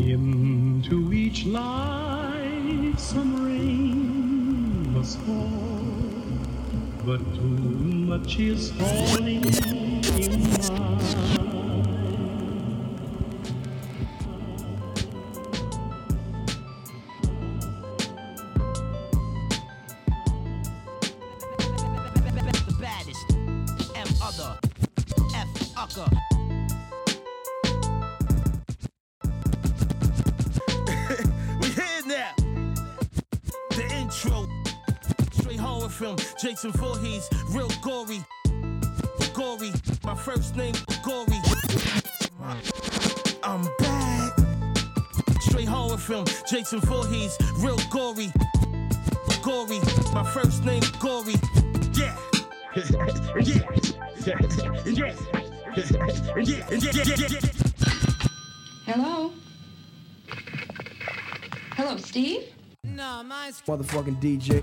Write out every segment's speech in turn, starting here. Into each light some rain must fall, but too much is falling in mine. The baddest. F other. F ucker. we here now. The intro. Straight horror film. Jason Voorhees. Real gory. Gory. My first name, Gory. I'm back. Straight horror film. Jason Voorhees. Real gory. Gory. My first name, Gory. Yeah. Yeah. Yeah. Yeah. Yeah. Yeah. Yeah. Yeah. Hello? Hello, Steve? Motherfucking DJ.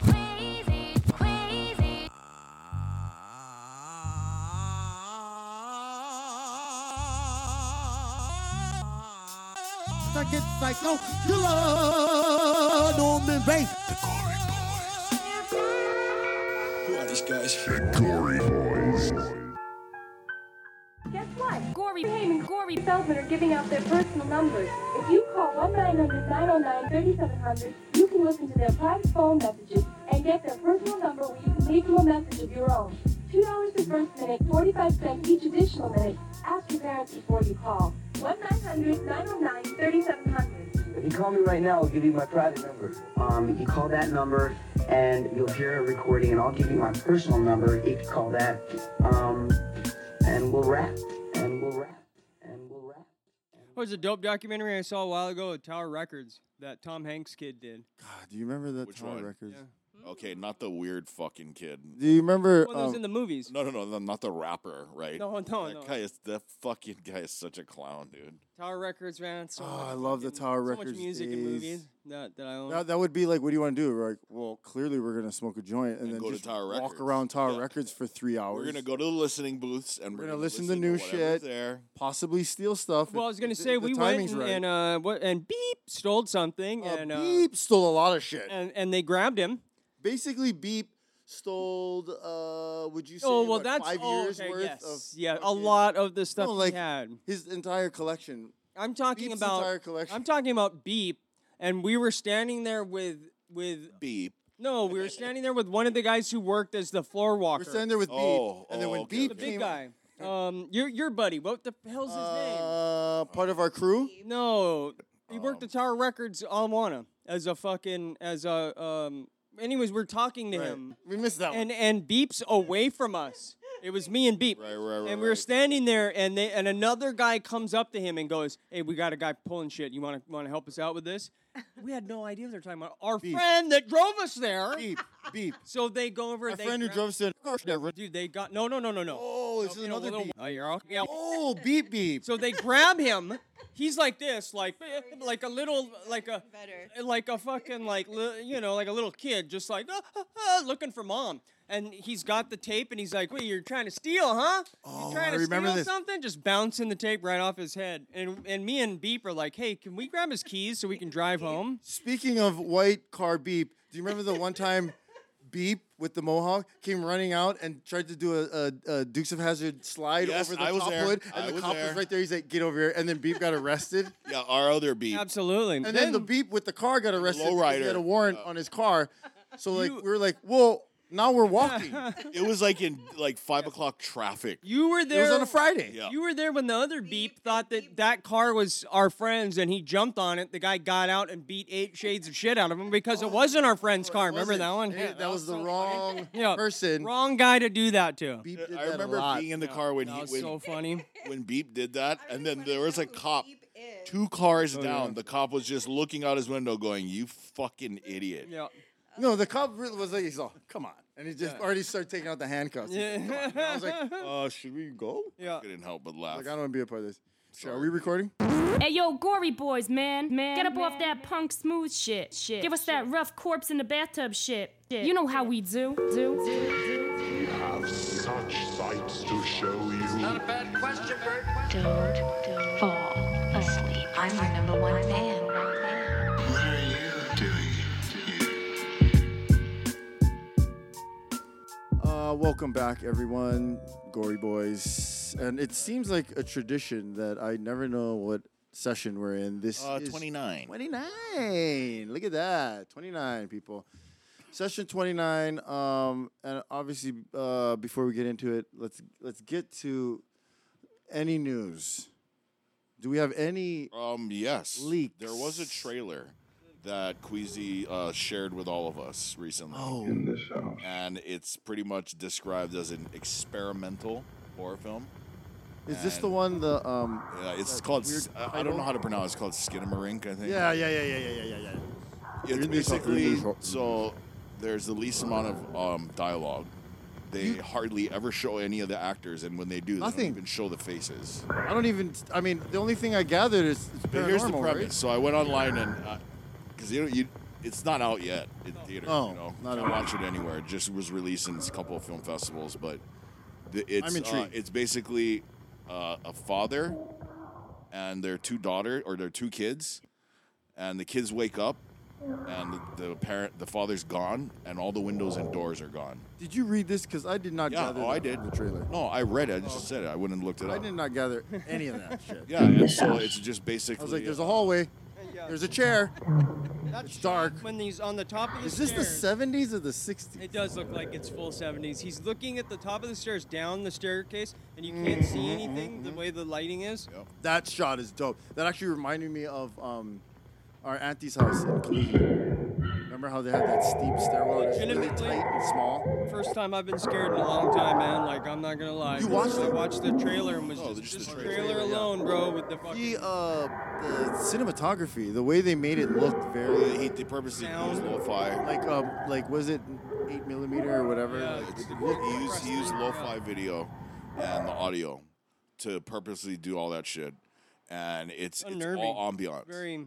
I get psycho killer Norman Bates. Who are these guys? Guess what? Gory Payne and Gory Feldman are giving out their personal numbers. If you call 1-900-909-3700, you can listen to their private phone messages and get their personal number where you can leave them a message of your own. $2 the first minute, 45 cents each additional minute. Ask your parents before you call. 1-900-909-3700. If you call me right now, I'll give you my private number. Um, you call that number, and you'll hear a recording, and I'll give you my personal number if you call that. Um, and we'll rap, and we'll rap, and we'll rap. There was a dope documentary I saw a while ago at Tower Records that Tom Hanks kid did. God, do you remember that Which Tower one? Records? Okay, not the weird fucking kid. Do you remember? One of those um, in the movies. No, no, no, no, not the rapper, right? No, no, that no. guy is that fucking guy is such a clown, dude. Tower Records, man. So Oh, much I love the fucking- Tower So Records much music and days. movies that, that I own. that, that would be like, what do you want to do? We're like, well, clearly we're gonna smoke a joint and, And then go to just Tower walk Records. around Tower Yeah. Records for three hours. We're gonna go to the listening booths and we're, gonna listen to new whatever's shit. There, possibly steal stuff. well, I if- was gonna if the- say the we went timing's and, right. and uh what and beep stole something Uh, and uh, Beep stole a lot of shit. and and they grabbed him. Basically, Beep stole. Uh, would you say? Oh well, what, that's five oh, years okay, worth yes. of yeah, a fucking- lot of the stuff No, he like had. his entire collection. I'm talking Beep's entire about collection. I'm talking about beep, and we were standing there with with beep. no, we were standing there with one of the guys who worked as the floor walker. We're standing there with Beep, Oh, and then oh, when okay, Beep the okay. big came, guy. Um, your your buddy. What the hell's his uh, um, part of our crew. name? No, he worked at Tower Records Alwana as a fucking as a um. Anyways, we're talking to Right. him, We missed that and and Beep's away from us. It was me and Beep. Right, right, right, And we were right. standing there, and they and another guy comes up to him and goes, "Hey, we got a guy pulling shit. You want to want to help us out with this?" We had no idea what they're talking about. Our Beep. friend that drove us there. one. Beep, Beep. So they go over. Our they friend who grab- drove us in. Dude, they got no, no, no, no, no. Oh, this is You know, another little- Beep. Oh, you're all- yeah. Oh, Beep, Beep. So they grab him. He's like this, like like a little, like a like a fucking like li- you know, like a little kid, just like "Ah, ah, ah," looking for mom. And he's got the tape, and he's like, "Wait, you're trying to steal, huh? Oh, you trying I to remember steal this. something?" Just bouncing the tape right off his head. And and me and Beep are like, "Hey, can we grab his keys so we can drive home?" Speaking of white car beep, do you remember the one time beep with the mohawk came running out and tried to do a, a, a Dukes of Hazard slide Yes, over the I was top there. wood, I and the was cop there. was right there. He's like, "Get over here!" And then beep got arrested, Yeah, our other beep. Absolutely. and then the beep with the car got arrested. because He lowrider. had a warrant on his car, so like You- we were like, "Well, now we're walking." it It was like in like five o'clock traffic. you were there. was on a Friday. Yeah. You were there when the other beep, thought that that car was our friend's and he jumped on it. The guy got out and beat eight shades of shit out of him because it wasn't our friend's car. Remember Oh, Wasn't- that one? Hey, that was the wrong Yeah. person. Wrong guy to do that to. Beep did I that remember a lot. being in the car when That he was when, so funny. when beep did that, and then there was a cop. Two cars Oh, down, the cop was just looking out his window, going, "You fucking idiot!" Yeah. No, the cop really was like, he's all, come on. And he just already started taking out the handcuffs. He's like, "Come on." And I was like, uh, should we go? Yeah. Couldn't help but laugh. Like, I don't want to be a part of this. Sure, are we recording? Hey yo, gory boys, man, man, get up off that punk smooth shit, shit. Give us that rough corpse in the bathtub shit. You know how we do, do. have such sights to show you. Don't fall asleep. I'm your number one fan. Uh, Welcome back, everyone, Gory Boys. And it seems like a tradition that I never know what session we're in. This Uh, is 29. 29. Look at that. 29 people. Session 29. Um, and obviously, uh, before we get into it, let's let's get to any news. Do we have any? Um, yes. Leaks. There was a trailer that Queasy uh, shared with all of us recently. Oh, And it's pretty much described as an experimental horror film. is this the one? The um. Yeah, it's that called. weird s- I I title? don't know how to pronounce. it. It's called Skinamarink, I think. Yeah, yeah, yeah, yeah, yeah, yeah, yeah, yeah. It's Read this off- read basically this off. so there's the least amount of um, dialogue. They hardly ever show any of the actors, and when they do, they Nothing. don't even show the faces. I don't even. I mean, the only thing I gathered is it's But here's the paranormal, premise. right? So I went online and because you know you, it's not out yet in theaters. Oh, you know, not not out. can't watch it anywhere. It just was released in a couple of film festivals, but the, it's I'm uh, intrigued. it's basically uh, a father and their two daughter or their two kids, and the kids wake up. And the, the parent, the father's gone, and all the windows and doors are gone. Did you read this? Because I did not Yeah, gather oh, I that did. from the trailer. No, I read it. I just said it. I wouldn't have looked it I up. did not gather any of that shit. Yeah, and so it's just I basically. was like, there's a hallway. There's a chair. It's dark. When he's on the top of the Is this the stairs. 70s or the 60s? It does look like it's full 70s. He's looking at the top of the stairs, down the staircase, and you can't Mm-hmm. see anything the way the lighting is. That shot is dope. That actually reminded me of um, our auntie's house in Cleveland. Remember how they had that steep stairwell that's really Legitimately, tight and small? First time I've been scared in a long time, man. Like I'm not gonna lie. You watched I it? watched the trailer and was just, just the trailer, alone, bro, with the fucking The, uh, the cinematography, the way they made it looked very he, they purposely used lo-fi. like um like was it eight millimeter or whatever? Yeah, Like, it's- he used, he used lo-fi video and the audio to purposely do all that shit, and it's it's all ambiance. very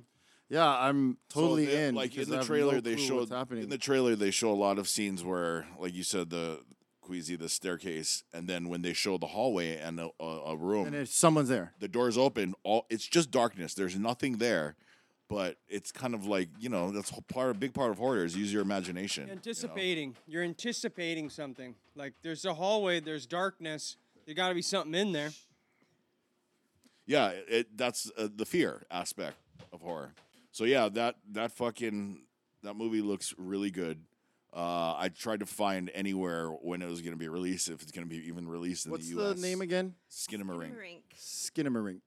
Yeah, I'm So totally the- in. Like because in I the have trailer, no they clue showed what's happening. in the trailer they show a lot of scenes where, like you said, the queasy the staircase, and then when they show the hallway and a, a, a room, and it's someone's there. the doors open. All it's just darkness. There's nothing there. But it's kind of like you know that's wh- part a big part of horror is use your imagination. you know? anticipating. You're anticipating something. Like there's a hallway, there's darkness. There got to be something in there. Yeah, it- it, that's uh, the fear aspect of horror. So yeah, that that fucking that movie looks really good. Uh, I tried to find anywhere when it was going to be released, if it's going to be even released in What's the the, U.S. name again? Skinamarink. Skinamarink.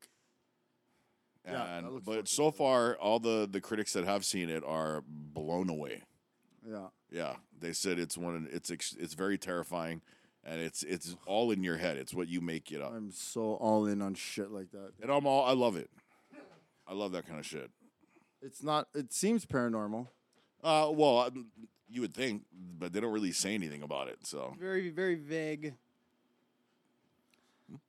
Yeah, And, that looks but so far, all the the critics that have seen it are blown away. Yeah. Yeah, they said it's one. of- It's ex- it's very terrifying, and it's it's all in your head. It's what you make it up. I'm so all in on shit like that. And I'm all I love it. I love that kind of shit. It's not it seems paranormal. Uh, well, um, you would think, but they don't really say anything about it. So Very, very vague.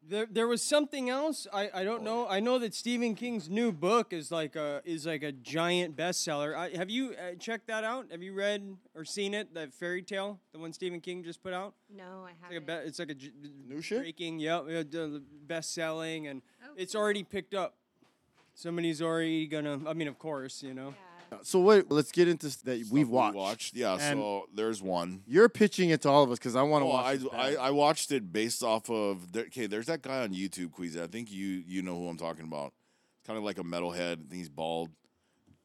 There, there was something else. I, I don't know. I know that Stephen King's new book is like a is like a giant bestseller. I, have you uh, checked that out? Have you read or seen it? That fairy tale, the one Stephen King just put out. No, I It's like a haven't. be- it's like a new shit? breaking. Yep, uh, yeah, the best selling, and Oh, it's already picked up. Somebody's already gonna. I mean, of course, you know. So what let's get into s- that we've watched. watched, yeah. And so there's one. you're pitching it to all of us because I want to Oh, I, watch it I bad. I watched it based off of there- okay. There's that guy on YouTube, Queasy. I think you you know who I'm talking about. Kind of like a metalhead. I think he's bald,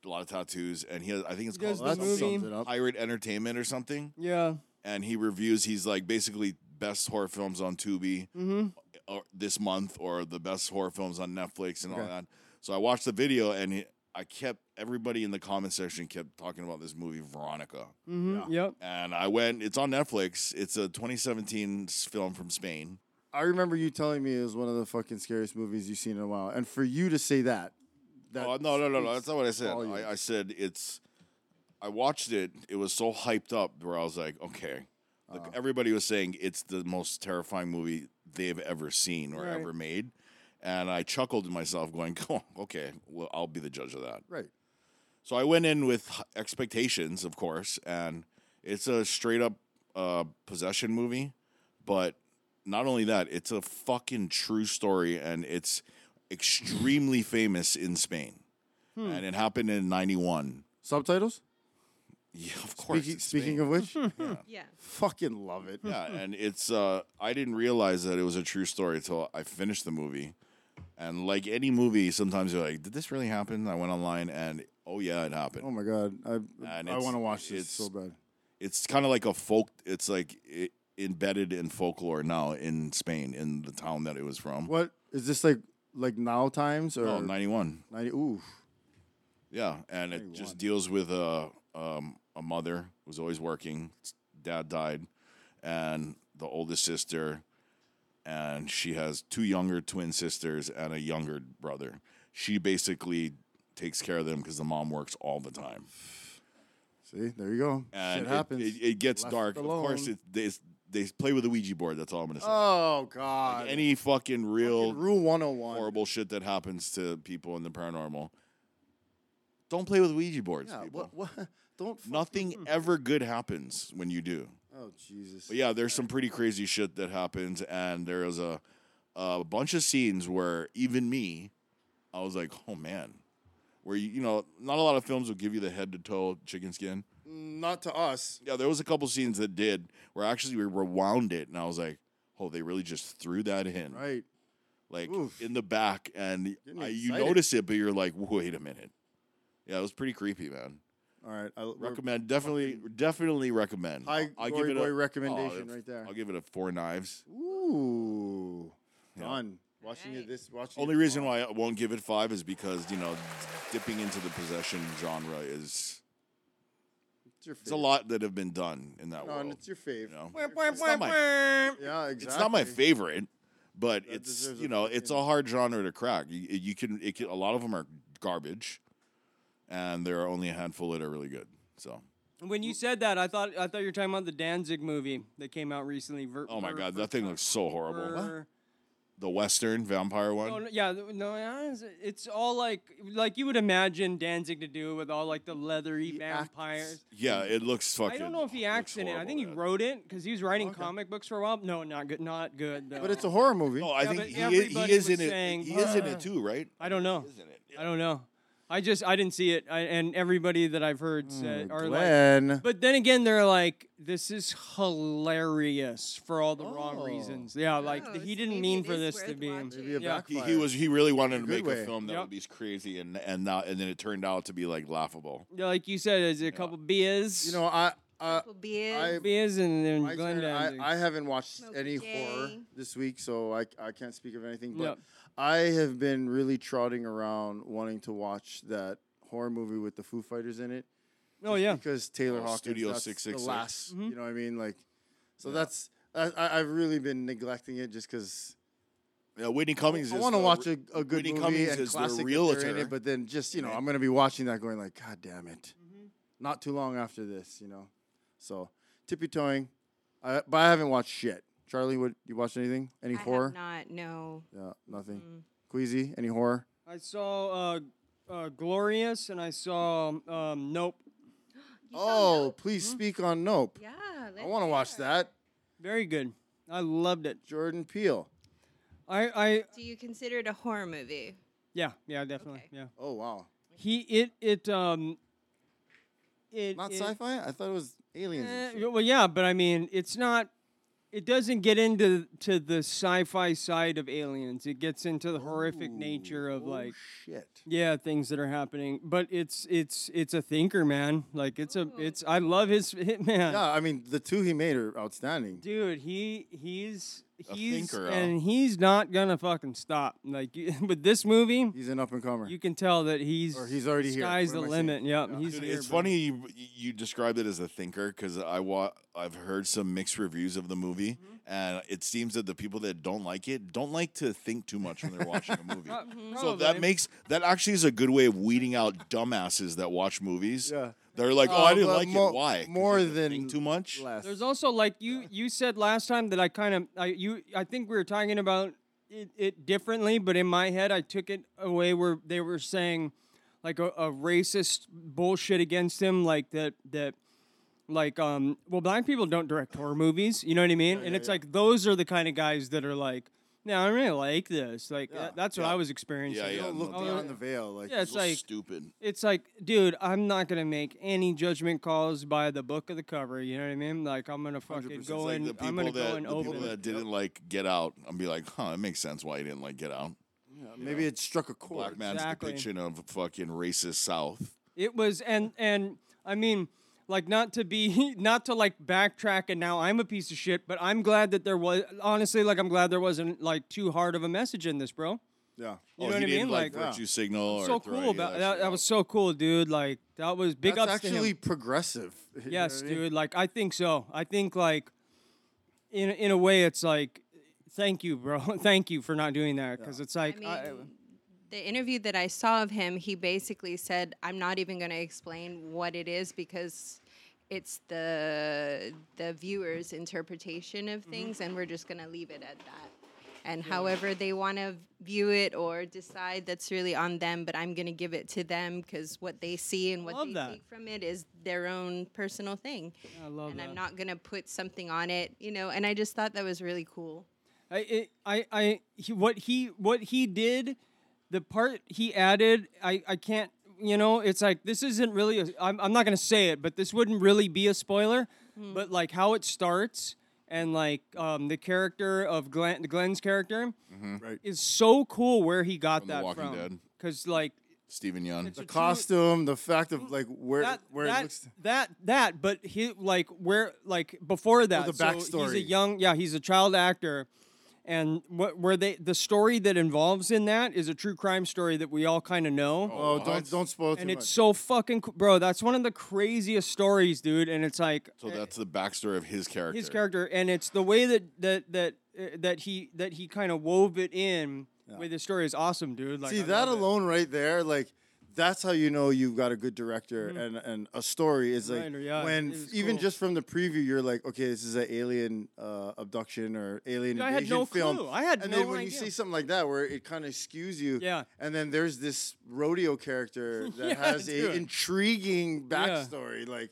a lot of tattoos, and he has, I think it's Does called the That sums movie- it something, Pirate Entertainment or something. Yeah. And he reviews. He's like basically best horror films on Tubi. Mm-hmm. or this month or the best horror films on Netflix and all Okay. that. So I watched the video and it- I kept everybody in the comment section kept talking about this movie Veronica. Mm-hmm. Yep. And I went, it's on Netflix. It's a 2017 s- film from Spain. I remember you telling me it was one of the fucking scariest movies you've seen in a while. And for you to say that, that oh, no, no, no, no. speaks That's not what I said. volumes. I, I said it's. I watched it. It was so hyped up where I was like, okay. Like Ah. everybody was saying it's the most terrifying movie they've ever seen or Right. ever made, and I chuckled to myself, going, "Oh, okay, well, I'll be the judge of that." Right. So I went in with h- expectations, of course, and it's a straight up uh, possession movie. But not only that, it's a fucking true story, and it's extremely famous in Spain. Hmm. And it happened in '91. Subtitles? Yeah, of course. Speaking, it's speaking Spain. of which, Yeah. fucking love it. Yeah, and it's uh I didn't realize that it was a true story until I finished the movie. And like any movie, sometimes you're like, did this really happen? I went online and oh yeah, it happened. Oh my god, I I it's- want to watch this it's- so bad. It's kind of like a folk it's like i embedded in folklore now in Spain in the town that it was from. What is this like? Like now times or Oh, 91. 90 ooh. Yeah, and it just deals with a um, a mother who's always working. S- Dad died, and the oldest sister, and she has two younger twin sisters and a younger brother. She basically takes care of them because the mom works all the time. See, there you go. And Shit it- happens. It, it gets Left dark. Of course, alone. it, they they play with a Ouija board. That's all I'm gonna say. Oh god. Any fucking real Rule 101. horrible shit that happens to people in the paranormal. Don't play with Ouija boards. yeah, people. what, what? Don't fuck- Nothing ever good happens when you do. Oh Jesus. But yeah, there's some pretty crazy shit that happens, and there is a a bunch of scenes where even me, I was like, oh man, where you, you know, not a lot of films will give you the head to toe chicken skin. Not to us. Yeah, there was a couple scenes that did where actually we rewound it, and I was like, oh, they really just threw that in, Right. like Oof. in the back, and Getting I, you excited. notice it, but you're like, wait a minute. Yeah, it was pretty creepy, man. All right. I we're- Recommend definitely, definitely recommend. High I'll Gory Boy oh, recommendation that's- right there. I'll give it a four knives. Ooh. Yeah. Done. Watching it this watching Only it reason why I won't give it five is because you know, dipping into the possession genre is It's, your it's a fave. lot that have been done in that No, world. and it's your fave. you know? It's not my- Yeah, exactly. It's not my favorite, but That it's deserves a you know, it's a fucking- hard genre to crack. You, you can, it can, a lot of them are garbage, and there are only a handful that are really good. So, When you said that, I thought I thought you were talking about the Danzig movie that came out recently. Ver- oh my Ver- god, that thing looks so horrible. Ver- The Western vampire one. Oh, no, yeah, th- no, yeah, it's- it's all like like you would imagine Danzig to do with all like the leathery acts- vampires. Yeah, it looks fucking. I don't know if he looks acts in it. I horrible, think he man. wrote it because he was writing comic books for a while. No, not good. Not good. Though. But it's a horror movie. No, I Yeah, think but he is, he everybody is in was it. saying, he is in it too, right? I don't know. I don't know. I just I didn't see it, I, and everybody that I've heard Mm, said are like. Glenn. But then again, they're like, this is hilarious for all the wrong reasons. Yeah, like Oh, th- he it's- maybe didn't mean it for is this worth to be. watching. Maybe a Yeah. He, backfire. he was he really wanted to good make way. a film that Yep. would be crazy and and not and then it turned out to be like laughable. Yeah, Like you said, is it a couple beers? You know, I I Will be it. I beers and then I, Glenn Danzig. I, I haven't watched Smoke any horror J. this week, so I, I can't speak of anything. But Yep. I have been really trotting around wanting to watch that horror movie with the Foo Fighters in it. oh just yeah. because Taylor Oh, Hawkins. Studio that's 666. The last, you know what I mean? Like, so that's I, I, I've really been neglecting it just because Yeah, Whitney Cummings. I is want to the- watch a, a good Whitney movie Cummings and is the classic if they're in realtor. it, but then just you know And I'm gonna be watching that going like, God damn it! Not too long after this, you know. So tippy toeing, I, but I haven't watched shit. Charlie, what you watched anything? Any I horror? have not. No. Yeah, nothing. Queasy, any horror? I saw uh, uh, Glorious and I saw um, Nope. oh, please speak on Nope. Yeah. I want to watch that. Very good. I loved it. Jordan Peele. I, I Do you consider it a horror movie? yeah yeah definitely Okay. yeah. Oh wow, He it it um. It, not it- sci-fi. I thought it was aliens. eh, and shit. well, yeah, but I mean, it's not. It doesn't get into to the sci-fi side of aliens. It gets into the horrific nature of oh, like Shit. Yeah, things that are happening, but it's it's it's a thinker, man. Like it's a it's I love his hit man, Oh. Yeah, I mean the two he made are outstanding. dude. He he's A he's thinker, huh? uh. and he's not gonna fucking stop. Like you- with this movie, He's an up and comer. you can tell that he's Or he's already here. Sky's What the am I saying? limit. Yep, he's Dude, here, it's bro. funny you you described it as a thinker because I wa- I've heard some mixed reviews of the movie, Mm-hmm. and it seems that the people that don't like it don't like to think too much when they're watching a movie. Pro- So probably. that makes that actually is a good way of weeding out dumbasses that watch movies. Yeah. They're like, oh, Uh, I didn't but like mo- it. Why? 'Cause more you have to than think too much. less. There's also like you you said last time that I kind of I you I think we were talking about it, it differently, but in my head I took it away where they were saying like a, a racist bullshit against him, like that that like um well black people don't direct horror movies, you know what I mean? and it's like those are the kind of guys that are like. "Nah, Yeah, I really like this. Like that- that's what I was experiencing. Yeah, yeah. Don't look Oh, down yeah. on the veil, like, yeah, it's so like stupid. It's like, dude, I'm not gonna make any judgment calls by the book of the cover. You know what I mean? Like I'm gonna fucking It's go like in. the I'm people gonna that go in the people open. that didn't like Get Out. I'm be like, huh, it makes sense why you didn't like Get Out. maybe it struck a chord. Black man's Exactly. depiction of fucking racist South. It was, and and I mean, like not to be, not to like backtrack, and now I'm a piece of shit. But I'm glad that there was, honestly, like I'm glad there wasn't like too hard of a message in this, bro. Yeah. You know oh, what he I didn't mean? like, Like, Virtue Signal or so Throw cool Any of about that. That was so cool, dude. Like that was big That's ups to him. actually progressive. You know what Yes, I mean? dude. Like I think so. I think like in in a way, it's like thank you, bro. thank you for not doing that because it's like I- The interview that I saw of him, he basically said, "I'm not even going to explain what it is because it's the the viewers' interpretation of things, and we're just going to leave it at that." And however they want to view it or decide, that's really on them. But I'm going to give it to them because what they see and what Love they that. take from it is their own personal thing. I love and I'm that. not going to put something on it, you know. And I just thought that was really cool. I, it- I, I, he, what he, what he did, the part he added, I, I can't, you know, it's like this isn't really. A, I'm, I'm not gonna say it, but this wouldn't really be a spoiler. But like how it starts and like um, the character of Glenn, Glenn's character, Right. is so cool where he got The that Walking from. Dead. Cause like Stephen Young. a The costume, the fact of like where that, where that, it looks. that that but he like where like before that the so he's a backstory. young yeah he's a child actor and what where they the story that involves in that is a true crime story that we all kind of know Oh, don't don't spoil too and it's much. so fucking co- bro that's one of the craziest stories dude and it's like So that's the backstory of his character. his character and it's the way that that that uh, that he that he kind of wove it in with his story is awesome dude like See I that love it. alone right there, like that's how you know you've got a good director and, and a story is like Writer, Mm-hmm. yeah, when it was even cool. just from the preview you're like okay this is an alien uh, abduction or alien Dude, I invasion had no film clue. I had and no then when you idea. see something like that where it kind of skews you Yeah. and then there's this rodeo character that Yeah, has a dude. intriguing backstory like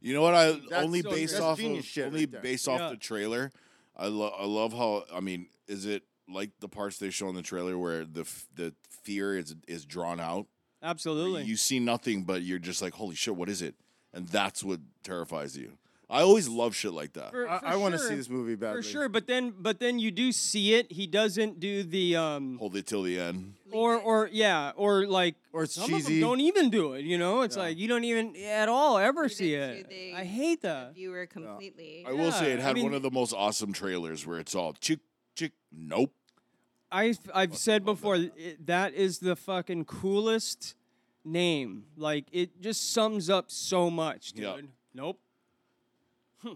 You know what? I That's only so based great. off That's genius of, shit only right there. based off Yeah. the trailer. I love I love how I mean, is it like the parts they show in the trailer where the f- the fear is is drawn out? absolutely You see nothing, but you're just like, holy shit, what is it? And that's what terrifies you. I always love shit like that. For- I, for I want to see sure. this movie badly For sure, but then but then you do see it. He doesn't do the um Hold it till the end. or or yeah or like Or it's some of them cheesy. don't even do it. You know, it's like you don't even at all ever see it it. to the- I hate that. Viewer completely. I will say Yeah, it I had mean- one of the most awesome trailers where it's all chick chick. Nope. I I've said before it, that is the fucking coolest name. Like it just sums up so much, dude. Yeah. Nope.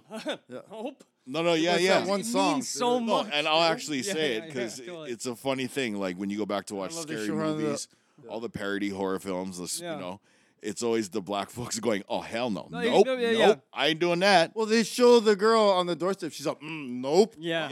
Nope. No, no, yeah, What's yeah. that one It song means so No, much. and I'll dude. actually Yeah, say yeah, it because yeah, totally. it's a funny thing. Like when you go back to watch love they scary show her the- movies, all the parody horror films, this, Yeah. you know, it's always the black folks going, "Oh hell no, No, you- nope, no, yeah, yeah. nope, I ain't doing that." well they show the girl on the doorstep she's like mm, nope yeah.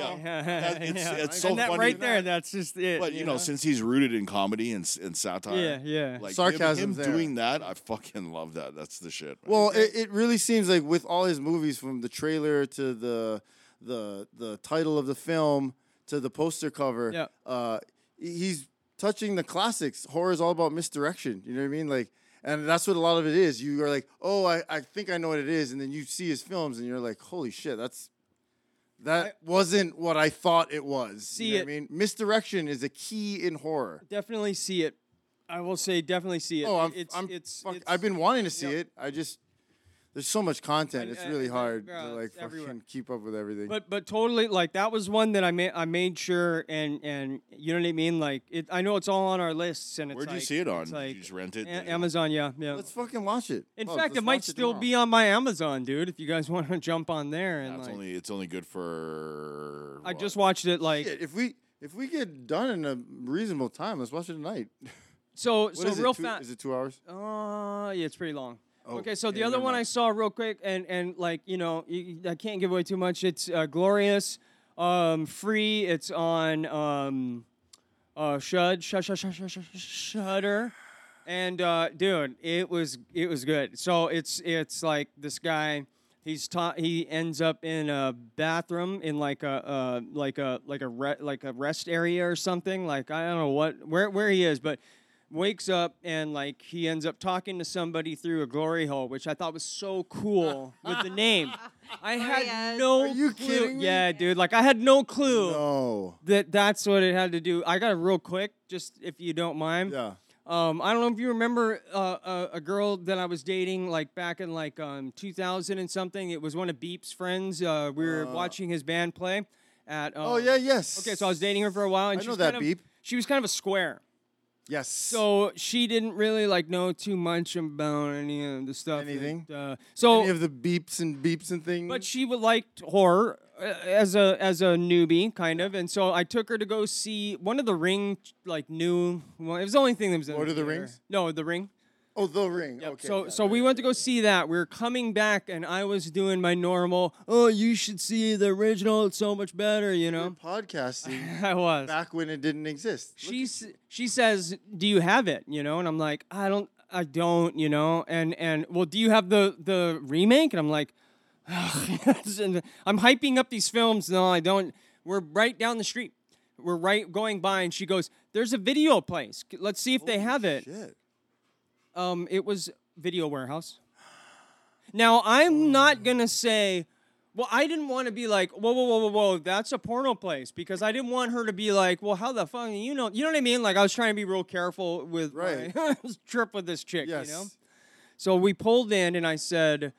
That- it's- yeah. it's so and that funny. right there. That's just it. But you know, since he's rooted in comedy and, s- and satire, Yeah, yeah. like him- him, Sarcasm's there. doing that, I fucking love that. That's the shit. man. Well, it, it really seems like with all his movies, from the trailer to the the the title of the film to the poster cover, Yeah. uh, he's touching the classics. Horror is all about misdirection. You know what I mean? Like, and that's what a lot of it is. You are like, oh, I, I think I know what it is, and then you see his films, and you're like, holy shit, that's that wasn't what I thought it was. See you know it. what I mean? Misdirection is a key in horror. definitely see it. I will say definitely see it. Oh, I'm, it's, I'm it's, fuck- it's I've been wanting to see yeah. it. I just there's so much content. And- uh, It's and- really and- hard yeah, to like it's everywhere. fucking keep up with everything. But but totally like that was one that I made I made sure and and you know what I mean like it I know it's all on our lists and it's where'd you like- see it on? it's Did like you just rent it? A- Did you- Amazon yeah yeah. let's fucking watch it. in Well, fact, it let's might watch still tomorrow. be on my Amazon, dude. If you guys want to jump on there and That's like, only it's only good for. I what? just watched it like Shit, if we if we get done in a reasonable time, let's watch it tonight. so What so is real it? Two, fast. Is it two hours? Uh, yeah, it's pretty long. Oh, okay, so the yeah, other never one mind. I saw real quick, and and like you know, y- y- I can't give away too much. It's uh, glorious, um, free. It's on um, uh, Shud, Shud, Shud, Shud, Shud, Shud, Shudder, and uh, dude, it was it was good. So it's it's like this guy He's ta- he ends up in a bathroom in like a uh, like a like a re- like a rest area or something. Like I don't know what where where he is, but wakes up and like he ends up talking to somebody through a glory hole, which I thought was so cool with the name. I had no Are you clue. kidding me? Yeah, dude. Like I had no clue No. that that's what it had to do. I got it real quick, just if you don't mind. Yeah. Um, I don't know if you remember uh, a, a girl that I was dating like back in like um, 2000 and something. It was one of Beep's friends. Uh, we were Uh, watching his band play at. Uh, Oh, yeah, yes. Okay, so I was dating her for a while, and I she know was that kind of- Beep. She was kind of a square. Yes. So she didn't really like know too much about any of the stuff. that, Anything? uh, so Any of the beeps and beeps and things. but she would liked horror uh, as a as a newbie, kind of, and so I took her to go see one of the Ring, like new. Well, it was the only thing that was. in Lord the of the theater. Rings? No, the Ring. Oh, the ring. Okay. So so we went to go see that. We were coming back, and I was doing my normal. Oh, you should see the original. It's so much better, you know. podcasting I was. back when it didn't exist. She s- she says, "Do you have it?" You know, and I'm like, "I don't, I don't," you know, and and well, do you have the the remake? And I'm like, and I'm hyping up these films. No, I don't. We're right down the street. We're right going by, and she goes, "There's a video place. C- Let's see if they have it." Shit. Um, it was Video Warehouse. Now I'm Oh. not gonna say. Well, I didn't want to be like, whoa, whoa, whoa, whoa, whoa, that's a porno place because I didn't want her to be like, well, how the fuck, you know, you know what I mean? Like I was trying to be real careful with Right. my trip with this chick, Yes. you know. So we pulled in, and I said,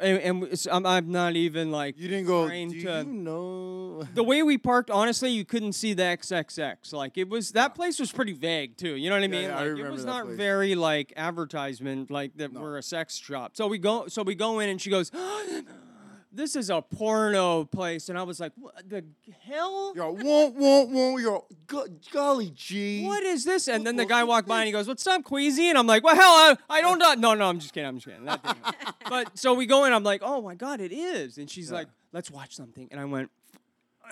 and, and it's- I'm, I'm not even like You didn't go. Do trying you to- know? the way we parked, honestly, you couldn't see the XXX. Like it was that place was pretty vague too. You know what I Yeah, mean? yeah, I like it remember was that not place. very like advertisement like that we're a sex shop. So we go so we go in and she goes, "This is a porno place." And I was like, "What the hell?" You're all, won't, won't, won't. You're all, go- golly gee. What is this? And then the guy walked by and he goes, "What's up, Queasy?" And I'm like, "Well, hell, I, I don't know." No, no, I'm just kidding. I'm just kidding. That didn't happen. but so we go in. I'm like, "Oh my god, it is!" And she's like, "Let's watch something." And I went,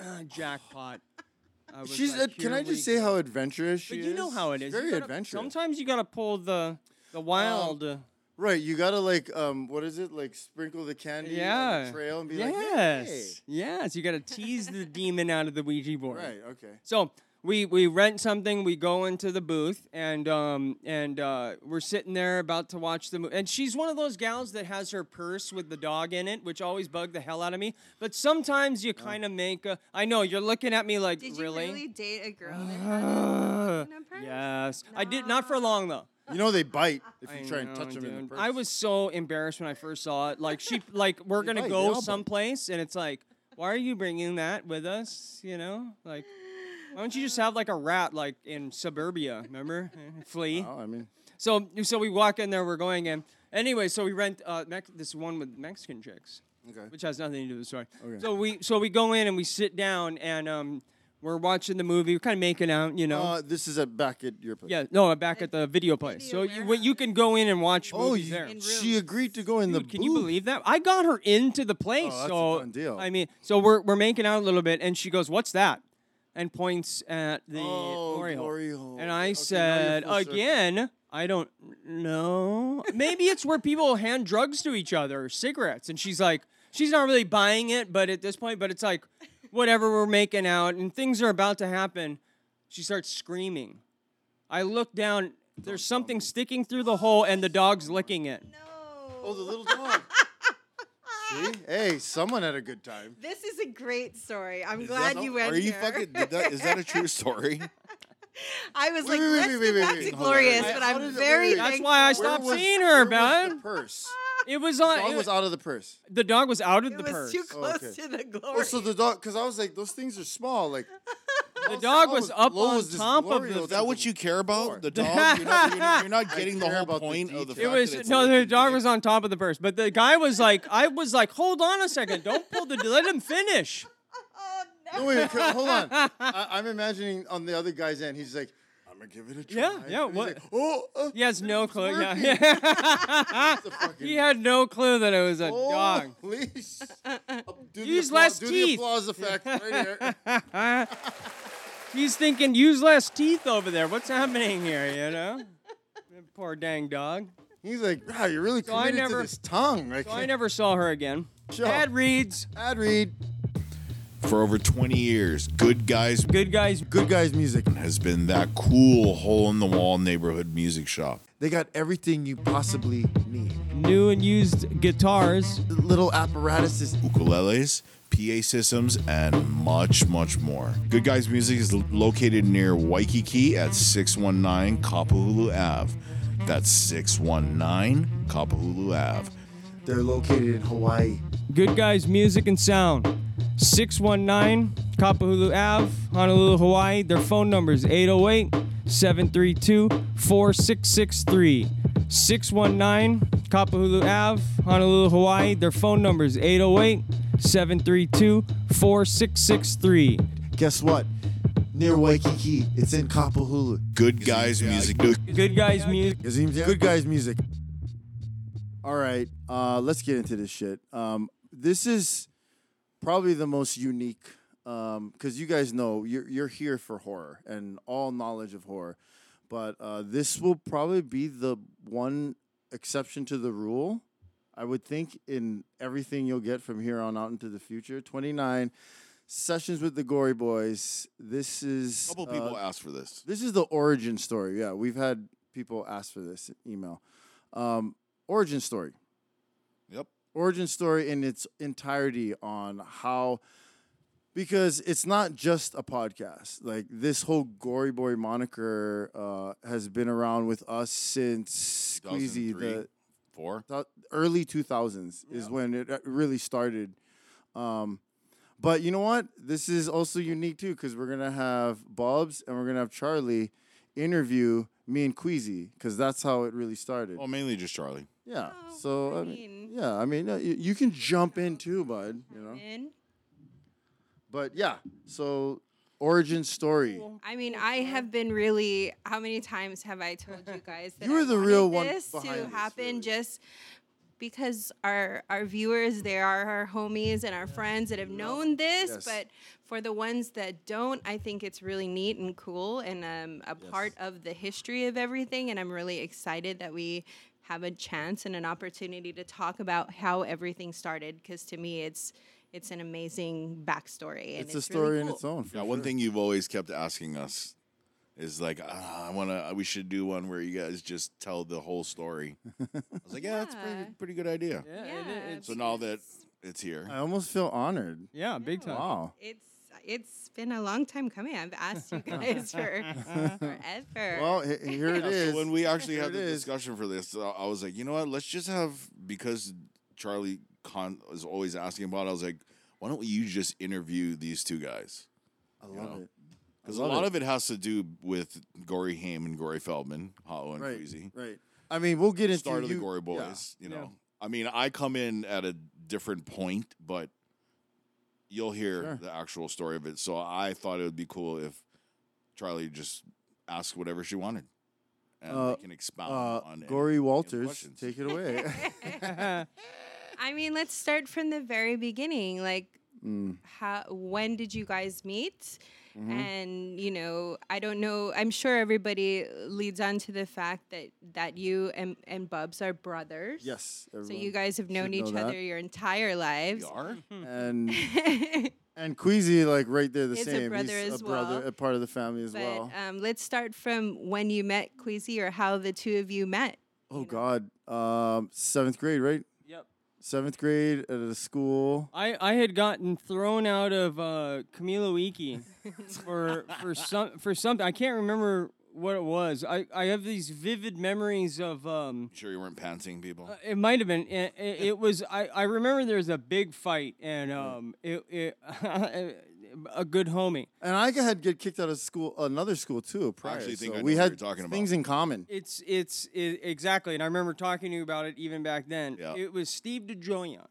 "Ah, "Jackpot." I was She's. like, ad- can "Here I we just say go." how adventurous she But is? you know how it She's is. You Very gotta- adventurous. Oh, Sometimes you gotta pull the the wild. uh, Right. You gotta like, um, what is it? Like sprinkle the candy on yeah. the trail and be like, yes. "Hey." Yes. You gotta tease the demon out of the Ouija board. Right. Okay. So we we rent something. We go into the booth and um and uh, we're sitting there about to watch the movie. And she's one of those gals that has her purse with the dog in it, which always bugged the hell out of me. But sometimes you kind of make a. I know you're looking at me like Did you really. really? date a girl that Uh, had a purse? yes, I did not for long though. You know they bite if I you try and know, touch them in the dude. purse. I was so embarrassed when I first saw it. Like she, like we're They gonna bite, they all go bite. someplace, and it's like, why are you bringing that with us? You know, like, why don't you just have like a rat like in suburbia? Remember, flea. Oh, I mean, So, so we walk in there. We're going in. Anyway, so we rent uh, Mex- this one with Mexican chicks okay. which has nothing to do with the story. Okay. So we so we go in and we sit down and um, we're watching the movie. We're kind of making out, you know. Uh, this is a back at your place. yeah, no, back at the video place. so you w- you can go in and watch Oh, movies you, there. she agreed to go in the Dude, can you booth. believe that? I got her into the place. Oh, that's a so done deal. I mean, so we're we're making out a little bit, and she goes, "What's that?" and points at the Oh, glory hole. glory hole. And Okay, now I you're said full circle. again, I don't know. Maybe it's where people hand drugs to each other, cigarettes. And she's like, she's not really buying it, but at this point, but it's like, whatever we're making out, and things are about to happen. She starts screaming. I look down. There's something sticking through the hole, and the dog's licking it. Oh, the little dog. See? Hey, someone had a good time. This is a great story. I'm Is glad that- you went Are you there. fucking? Did that, is that a true story? I was Wait, like, wait, wait, let's wait, get wait, back wait, to hold on. glorious, Wait, but how I'm does it- very. wait, That's why I Where stopped was- seeing her, where was man. The purse. It was The on. dog it- was out of the purse. the dog was out of It the was purse. too Oh, close okay. to the glory. Oh, so the dog, because I was like, those things are small. Like, the dog was up low on as this top of glory the. hole. Is that what you care about? The dog? You're not, you're not- you're not getting the care whole about the point of the fact it detail. that was it's no, the looking dog big? was on top of the purse, but the guy was like, I was like, hold on a second, don't pull the, let him finish. No, wait, c- hold on. I, I'm imagining on the other guy's end, he's like, I'm going to give it a try. Yeah, yeah, And he's what- like, oh, uh, He has no clue. Yeah, it's a fucking- he had no clue that it was a Oh. dog. Holy sh- do the Use applause- less do teeth. the applause effect right here. He's thinking, use less teeth over there. What's happening here? You know, That poor dang dog. He's like, wow, you're really I committed never- to this tongue. Like, So I never saw her again. Ad reads. Ad read. for over 20 years. Good guys, good guys, good guys music has been that cool hole in the wall neighborhood music shop. They got everything you possibly need. New and used guitars, little apparatuses. Ukuleles, PA systems, and much, much more. Good Guys Music is located near Waikiki at 619 Kapahulu Ave. That's 619 Kapahulu Ave. They're located in Hawaii. Good Guys Music and Sound. 619 Kapahulu Ave, Honolulu, Hawaii. Their phone number is 808 732 4663. 619 Kapahulu Ave, Honolulu, Hawaii. Their phone number is 808 732 4663. Guess what? Near Waikiki, it's in Kapahulu. Good Guys Music. Good Guys Music. Good Guys Music. All right, uh, let's get into this shit. Um, this is probably the most unique because you guys know you're you're here for horror and all knowledge of horror, but uh, this will probably be the one exception to the rule. I would think in everything you'll get from here on out into the future. Twenty nine sessions with the Gory Boys. This is couple people uh, asked for this. this is the origin story. Yeah, we've had people ask for this email. Um, origin story. Yep. Origin story in its entirety on how, because it's not just a podcast. Like this whole Gory Boy moniker uh, has been around with us since Squeezy 2003? the Four. th- early 2000s is when it uh, really started. Um, but you know what? This is also unique too because we're gonna have Bob's and we're gonna have Charlie interview me and Queasy because that's how it really started. Oh, Well, mainly just Charlie. yeah. so I mean, yeah, I mean, uh, you, you can jump in too, bud. You Oh, know. In. But yeah, so origin story. I mean, I have been really. How many times have I told you guys that You were I the wanted real one this to behind this, happen? Just because our our viewers, they are our homies and our friends that have known this, Yes. but for the ones that don't, I think it's really neat and cool and um, a part of the history of everything. And I'm really excited that we have a chance and an opportunity to talk about how everything started. Because to me, it's it's an amazing backstory. And It's it's, a really story in cool. its own. for Yeah, one sure. thing you've always kept asking us is like, ah, I want to. We should do one where you guys just tell the whole story. I was like, yeah, that's a pretty, pretty good idea. Yeah, it- Yeah, it's- so now that it's here, I almost feel honored. Yeah, big time. Wow. It's it's been a long time coming. I've asked you guys for forever. Well, he- here it Yeah, so is. when we actually Here had it the is. discussion for this, uh, I was like, you know what? Let's just have because Charlie Con is always asking about. it, I was like, why don't you just interview these two guys? I love it. Because I a love lot it. of it has to do with Gory Haim and Gory Feldman, Hollow and Right, Queasy. right. I mean, we'll get into Start of the you- Gory yeah, Boys. You yeah. know, I mean, I come in at a different point, but you'll hear Sure. the actual story of it. So I thought it would be cool if Charlie just asked whatever she wanted, and Uh, we can expound Uh, on any- Gory any Walters, questions. take it away. I mean, let's start from the very beginning. Like, Mm. how when did you guys meet? Mhm. And you know, I don't know. I'm sure everybody leads on to the fact that that you and and Bubs are brothers. Yes. So everyone you guys have known should know each that. other your entire lives. Hmm. And and Queasy, like right there, the Is a same. brother He's as a brother, well. a part of the family as But well. um, let's start from when you met Queasy or how the two of you met. oh God, um, seventh grade, right? Yep. Seventh grade at a school. I, I had gotten thrown out of uh, Camilo Wiki for for some for something I can't remember what it was. I, I have these vivid memories of um, Sure, you weren't pantsing people. it might have been it, it, it was I, I remember there was a big fight and um it, it a good homie. And I had get kicked out of school, another school too. Prior, actually think so I know we what had you're talking about. things in common. It's it's i exactly and I remember talking to you about it even back then. Yeah. It was Steve DeJoyan.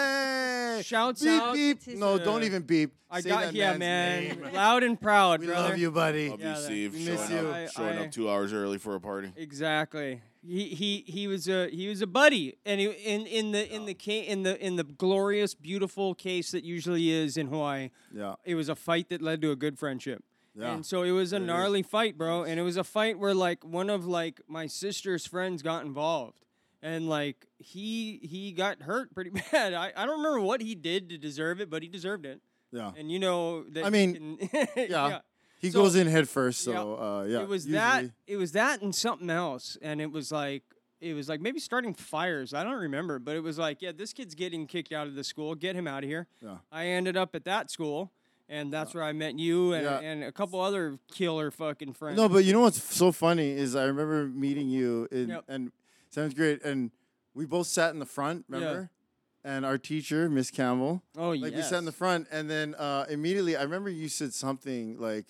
Hey! Shouts beep out beep. to- No, don't even beep. I Say got that yeah, man's man. name. Loud and proud. We brother. love you, buddy. Love Yeah, you, that- Steve. we miss showing up, you. I- showing I- up two hours early for a party. Exactly. He he he was a he was a buddy, and he, in in the in the ca- in the in the glorious, beautiful case that usually is in Hawaii. Yeah. It was a fight that led to a good friendship. Yeah. And so it was a There it is. gnarly fight, bro. And it was a fight where like one of like my sister's friends got involved, and like he he got hurt pretty bad. I, I don't remember what he did to deserve it, but he deserved it. Yeah. And you know that I he mean, can- yeah. He goes in head first, yeah. so, uh, yeah, It was that it was that and something else and it was like it was like maybe starting fires. I don't remember, but it was like, yeah, this kid's getting kicked out of the school. Get him out of here. Yeah. I ended up at that school and that's where I met you and, Yeah. and a couple other killer fucking friends. No, but you know what's f- so funny is I remember meeting you in Yep. and seventh grade, and we both sat in the front. Yeah. Remember? And our teacher, Miss Campbell. Oh Like we sat in the front, and then uh, immediately I remember you said something like,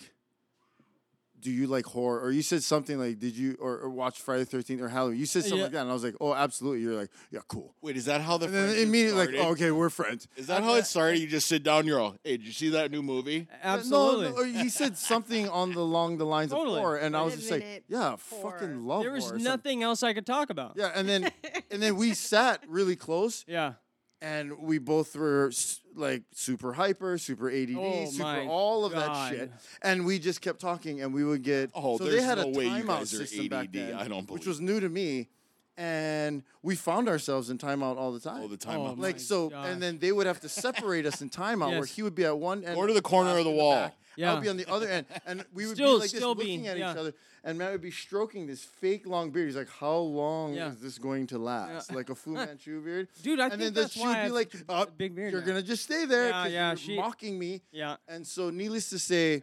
"Do you like horror?" Or you said something like, "Did you or, or watch Friday the Thirteenth or Halloween?" You said something Yeah. like that, and I was like, "Oh, absolutely." You're like, "Yeah, cool." Wait, is that how the And then friendship immediately like, started? oh, "Okay, we're friends." Is that how it started? You just sit down, you're all, hey, did you see that new movie? No, No, or he said something on the along the lines Totally. of horror, and I Wait was a just minute, like, "Yeah, fucking love." There was horror or something. nothing else I could talk about. Yeah, and then and then we sat really close. Yeah. And we both were s- like super hyper, super ADD, Oh my super all of that God. shit, and we just kept talking, and we would get. Oh, so there's they had no a way you timeout guys are system back ADD. then, I don't which was new to me, and we found ourselves in timeout all the time. All the time Oh out. my like so, and then they would have to separate us in timeout, where Yes. he would be at one end, Or to the corner of the wall. yeah. I Yeah. would be on the other end, and we would Still- be like this, still looking being- at yeah. each other, and Matt would be stroking this fake long beard. He's like, "How long Yeah. is this going to last? Like a Fu Manchu beard, Dude, I and think then the- that's she why I would be have like, "Uh, You're now." gonna just stay there Yeah, 'cause yeah, you're she- mocking me." Yeah. And so, needless to say,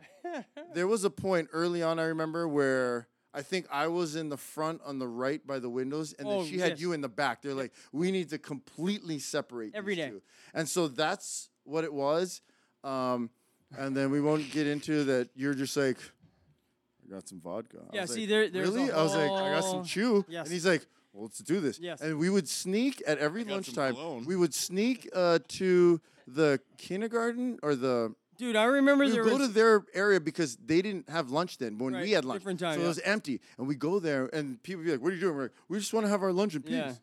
there was a point early on I remember where. I think I was in the front on the right by the windows, and Oh, then she had yes. you in the back. They're like, we need to completely separate Every these day. two." And so that's what it was. Um, and then we won't get into that. You're just like, I got some vodka. I Yeah, was see, like, there- there's a really. I was like, I got whole- some chew. Yes. And he's like, well, let's do this. Yes. And we would sneak at every got some lunchtime. We would sneak uh, to the kindergarten or the. Dude, I remember we would there go was- to their area because they didn't have lunch then. When Right, we had lunch, different time, so yeah. it was empty, and we go there, and people be like, "What are you doing?" We're like, "We just want to have our lunch in peace." Yeah.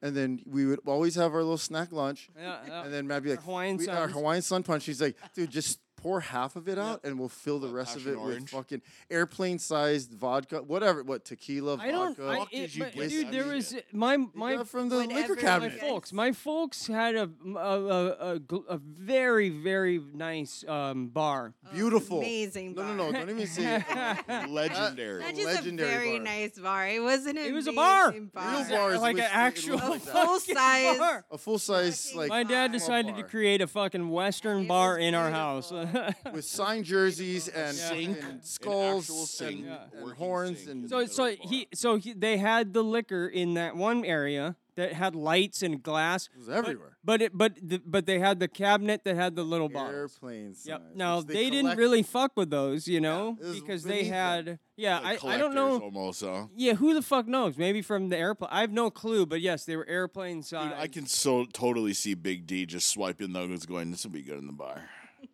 And then we would always have our little snack lunch, Yeah, yeah. and then Matt be like, Uh, Hawaiian we, our suns. Hawaiian sun punch. He's like, dude, just pour half of it out, and we'll fill the rest of passion it orange. with fucking airplane sized vodka, whatever. What tequila, I don't. vodka? I, it, but, dude, there was my my got from the liquor cabinet. My folks, my folks had a a, a, a, gl- a very very nice um, bar. Beautiful, amazing No, no, no. Don't even say it. Uh, legendary. That is a very nice bar. It wasn't It was a bar. Real bars like with- an it actual looked like that. full size. a full size like my dad decided to create a fucking western bar in our house. with signed jerseys and, Sink. and An actual skulls sink, and, and horns and so so he so he, they had the liquor in that one area that had lights and glass. It was everywhere. But it but the, but they had the cabinet that had the little bottles. airplanes. Yep. Now they they, didn't collect- really fuck with those, you know, it was because they beneath had them. yeah. Like I, I don't collectors know. Almost, huh? Yeah, who the fuck knows? Maybe from the airplane. I have no clue, but yes, they were airplane size. Dude, I can so totally see Big D just swiping those, going, "This will be good in the bar."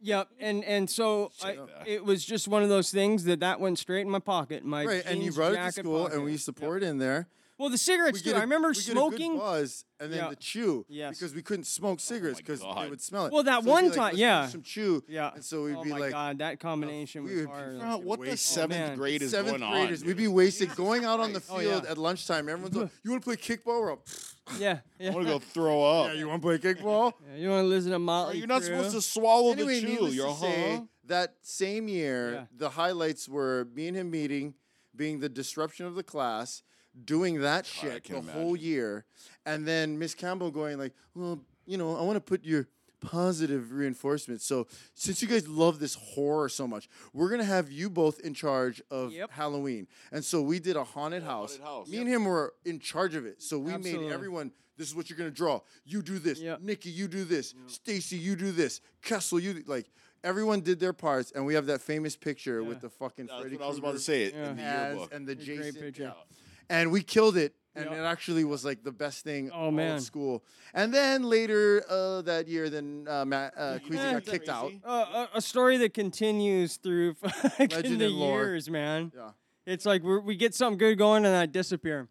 Yep, and and so I, it was just one of those things that that went straight in my pocket. My right, and you jeans brought it to jacket school, pocket. and we used to pour it in there. well the cigarettes too. get a- I remember we get a good smoking. buzz and then Yeah. the chew. Because we couldn't Oh smoke cigarettes because they would smell it. Well, So that we'd be one like, time, "Let's do yeah. Some chew. Yeah. And so we'd oh be my like, God, that combination we was would be hard. fucking what the wasted. seventh man. grade is seventh going on, graders, dude? we'd be wasted going out on the Oh, yeah. field at lunchtime. Everyone's like, "You want to play kickball?" We're all, Yeah, yeah. I want to go throw up. "Yeah, you want to play kickball?" Yeah, you want to listen to Motley? You're not Crue? supposed to swallow anyway, the chew. needless You're to say, huh? that same year, Yeah. the highlights were me and him meeting, being the disruption of the class, doing that shit the can whole year, and then Miss Campbell going like, "Well, you know, I want to put your." Positive reinforcement. So, since you guys love this horror so much, we're gonna have you both in charge of Halloween. And so we did a haunted house. Me and him were in charge of it. So we Absolutely. made everyone. This is what you're gonna draw. You do this. Nikki, you do this. Stacy, you do this. Kessel, you do, like. Everyone did their parts, and we have that famous picture with the fucking That's Freddy what I was about Krueger to say. It in mask the yearbook. and the It's a great Jason. picture. And we killed it, and it actually was like the best thing all Oh, man. at school. And then later uh, that year, then uh, Matt uh, Queasy Yeah. got kicked out. Uh, a, a story that continues through fucking Legend the and lore. years, man. Yeah. It's like we're, we get something good going and I disappear.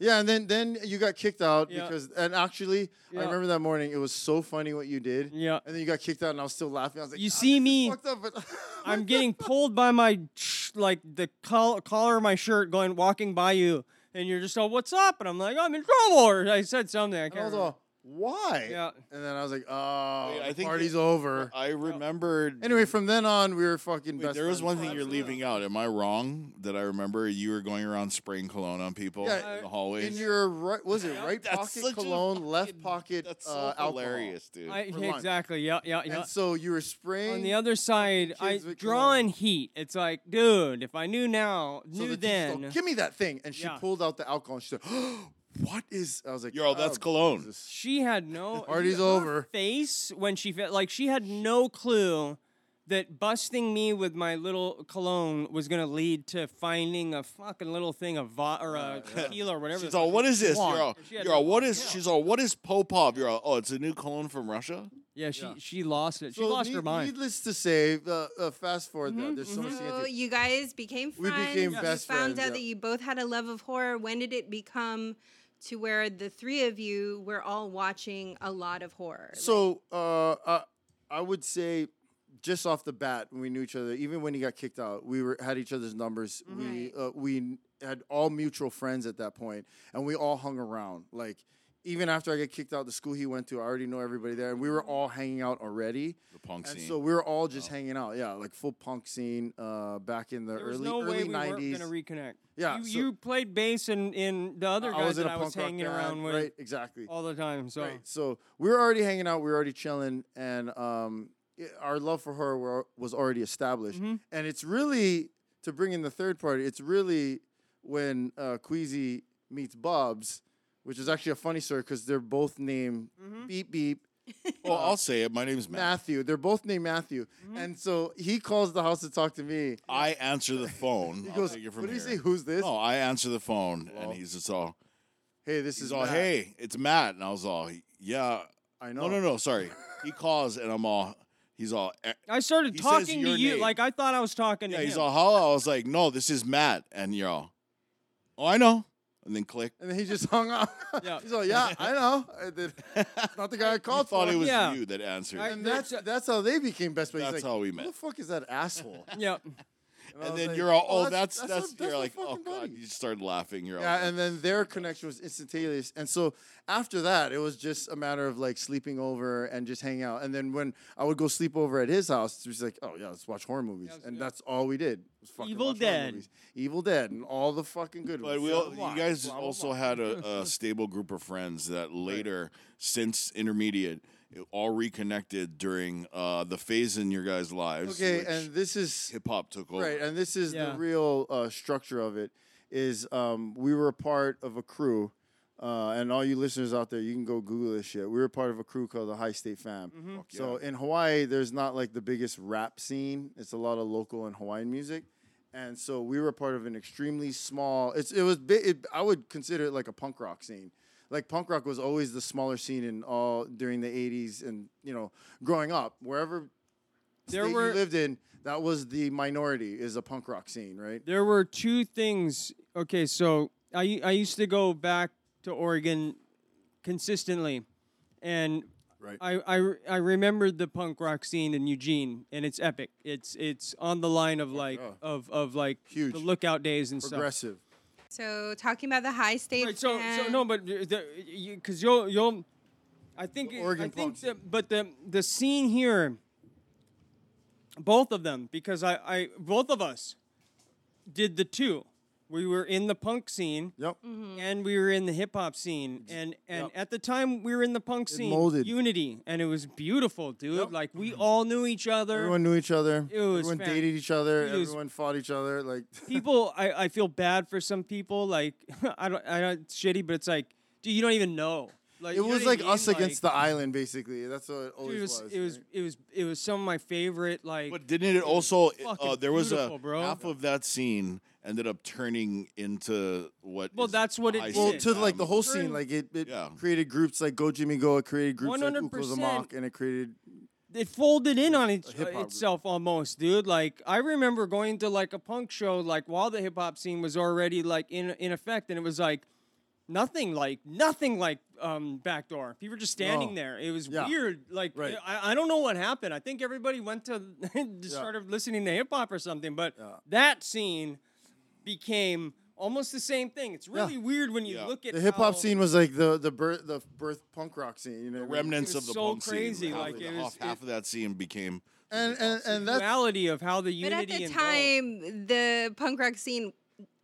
Yeah, and then then you got kicked out Yeah. because and actually Yeah. I remember that morning it was so funny what you did. Yeah. And then you got kicked out and I was still laughing. I was like, You "Ah, see this is me- fucked up, but I'm getting pulled by my sh- like the col- collar of my shirt, going walking by you, and you're just all, "What's up?" And I'm like, "I'm in trouble," or I said something. I And I can't. was remember. all, why? Yeah. And then I was like, oh, I the think party's you- over. I remembered. Anyway, from then on, we were fucking Wait, best there was one friends. thing you're leaving out. Am I wrong that I remember you were going around spraying cologne on people Yeah, in the In hallways? your right, was it right That's pocket such a cologne, left pocket that's so uh, alcohol hilarious, dude. I, for lunch. exactly. Yeah, yeah, yeah. And so you were spraying. on the other side, I kids with drawing heat. It's like, dude, if I knew now, so knew the teacher's all, then. Give me that thing, and she Yeah. pulled out the alcohol, and she said, "What is?" I was like, Yo, that's "Oh, cologne." Jesus." She had no Party's her over. Face when she fe- like she had no clue that busting me with my little cologne was gonna lead to finding a fucking little thing of vo- or a tequila or whatever. the She's fuck all, what is this? You're want." all, She had you're no all, what fucking is? clue. She's all, what is Popov? You're all, oh, it's a new cologne from Russia. Yeah, she she lost it. She So lost need- her mind. Mm-hmm, Needless to say, uh, uh, fast forward. though, there's so much to get So to. Mhm. you guys became We friends. became you best found friends, out yeah. that you both had a love of horror. When did it become to where the three of you were all watching a lot of horror? So uh, uh, I would say, just off the bat, when we knew each other, even when he got kicked out, we were had each other's numbers. We uh, we had all mutual friends at that point, and we all hung around. Like even after I get kicked out, the school he went to, I already know everybody there, and we were all hanging out already. The punk And scene. Oh. so we were all just hanging out, yeah, like full punk scene uh, back in the There was early no way early we nineties. weren't gonna reconnect. Yeah, you, so- you played bass in in the other I guys was in that a I was punk rock hanging band, around with right? Exactly. all the time. So Right. So we were already hanging out. We were already chilling, and um, i our love for her were, was already established. And it's really to bring in the third party. It's really when uh, Queasy meets Bob's, which is actually a funny story because they're both named Beep Beep Well, Oh, I'll say it. My name's Matt. Matthew. They're both named Matthew, and so he calls the house to talk to me. I answer the phone. He I'll goes, take it "What from do you here." Oh, say? Who's this? No, I answer the phone, Hello? and he's just all, Hey, this he's is all, Matt. hey, it's Matt, and I was all, yeah, I know. no, no, no, sorry. He calls, and I'm all, he's all, eh, I started He says talking to your you name. like I thought I was talking yeah, to he's him. all, hello. I was like, no, this is Matt, and you're all, oh, I know, and then click. And then he just hung up. Yeah. He's like, yeah, I know. I did. It's not the guy I I called thought for. it was Yeah. you that answered, I- And that's that's how they became best buddies. That's like, how we Who the met." fuck is that asshole? yeah. I and was then like, you're all, "Oh, oh, that's that's- that's, that's- that's you're my like, oh fucking god, buddy." you started laughing. You're all, Yeah, and then their connection was instantaneous. And so after that, it was just a matter of like sleeping over and just hanging out. And then when I would go sleep over at his house, it was like, oh yeah, let's watch horror movies. and that's all we did. Was fucking Evil watch horror Dead. movies. Evil Dead, and all the fucking good But ones. we Blah, all, blah, you guys blah, blah, also blah. had a, a stable group of friends that later, since intermediate, it all reconnected during uh, the phase in your guys' lives. Okay, and this is hip hop took over. Right, and this is Yeah. the real uh, structure of it. Is um, we were a part of a crew, uh, and all you listeners out there, you can go Google this shit. We were part of a crew called the High State Fam. So in Hawaii, there's not like the biggest rap scene. It's a lot of local and Hawaiian music, and so we were part of an extremely small. It's it was bi- it, I would consider it like a punk rock scene. Like punk rock was always the smaller scene in all during the '80s, and you know, growing up, wherever There state were- you lived in, that was the minority is a punk rock scene, right? There were two things. Okay, so I I used to go back to Oregon consistently, and Right. I I, re- I remembered the punk rock scene in Eugene, and it's epic. It's it's on the line of like yeah. of of like Huge. the lookout days and stuff. Progressive. So talking about the high state. Right. So so fan- no, but because you'll you'll, I think The it- Oregon I think Punks. the, but the the scene here, both of them because I I both of us did the two. We were in the punk scene Yep. and we were in the hip hop scene and and Yep. at the time we were in the punk scene molded. unity and it was beautiful, dude. Yep. Like we all knew each other. Everyone knew each other. It was Everyone fan- dated each other. it was- Everyone fought each other. Like people I, I feel bad for some people like I don't I don't it's shitty but it's like dude you don't even know like mm-hmm. it was like us against the island, basically. That's what it always it was was. it was right? it was it was some of my favorite like But didn't it also? Uh, fucking there was a beautiful, bro. half of that scene ended up turning into what? Well, is that's what it high um, did. Well, state to like fam. the whole During- scene, like it, it Yeah. created groups like Go Jimmy Go. It created groups like Ukos 100%. Amok, and it created it folded in on each, hip-hop group. itself almost, dude. Like I remember going to like a punk show like while the hip hop scene was already like in in effect, and it was like nothing like nothing like um backdoor. People were just No. standing there. It was Yeah. weird. Like Right. I, I don't know what happened. I think everybody went to just started listening to hip hop or something. But that scene became Almost the same thing. It's really weird when you look at the hip hop how- scene was like the the birth the birth punk rock scene. You know, The what I mean? remnants of the so punk scene. crazy, Half, like, of the- it was- half, half of that scene became and and and that's reality of how the But unity at the and time, the punk rock scene,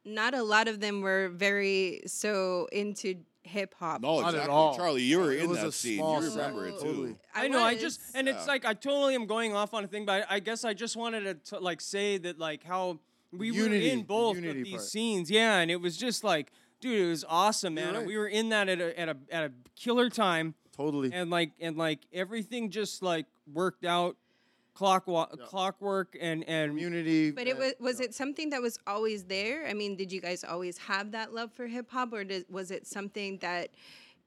not a lot of them were very so into hip hop. no, exactly. Charlie, you were It in was that a scene. small You remember it too. set, totally. I know. I just was. and Yeah. it's like I totally am going off on a thing, but I, I guess I just wanted to t- like say that like how we Unity, were in the both of unity these part. scenes, yeah, and it was just like, dude, it was awesome, man. And right. we were in that at a, at a at a killer time, Totally. and like and like everything just like worked out, clockwork, clockwork, and and Unity. But it was was it something that was always there? I mean, did you guys always have that love for hip hop, or did, was it something that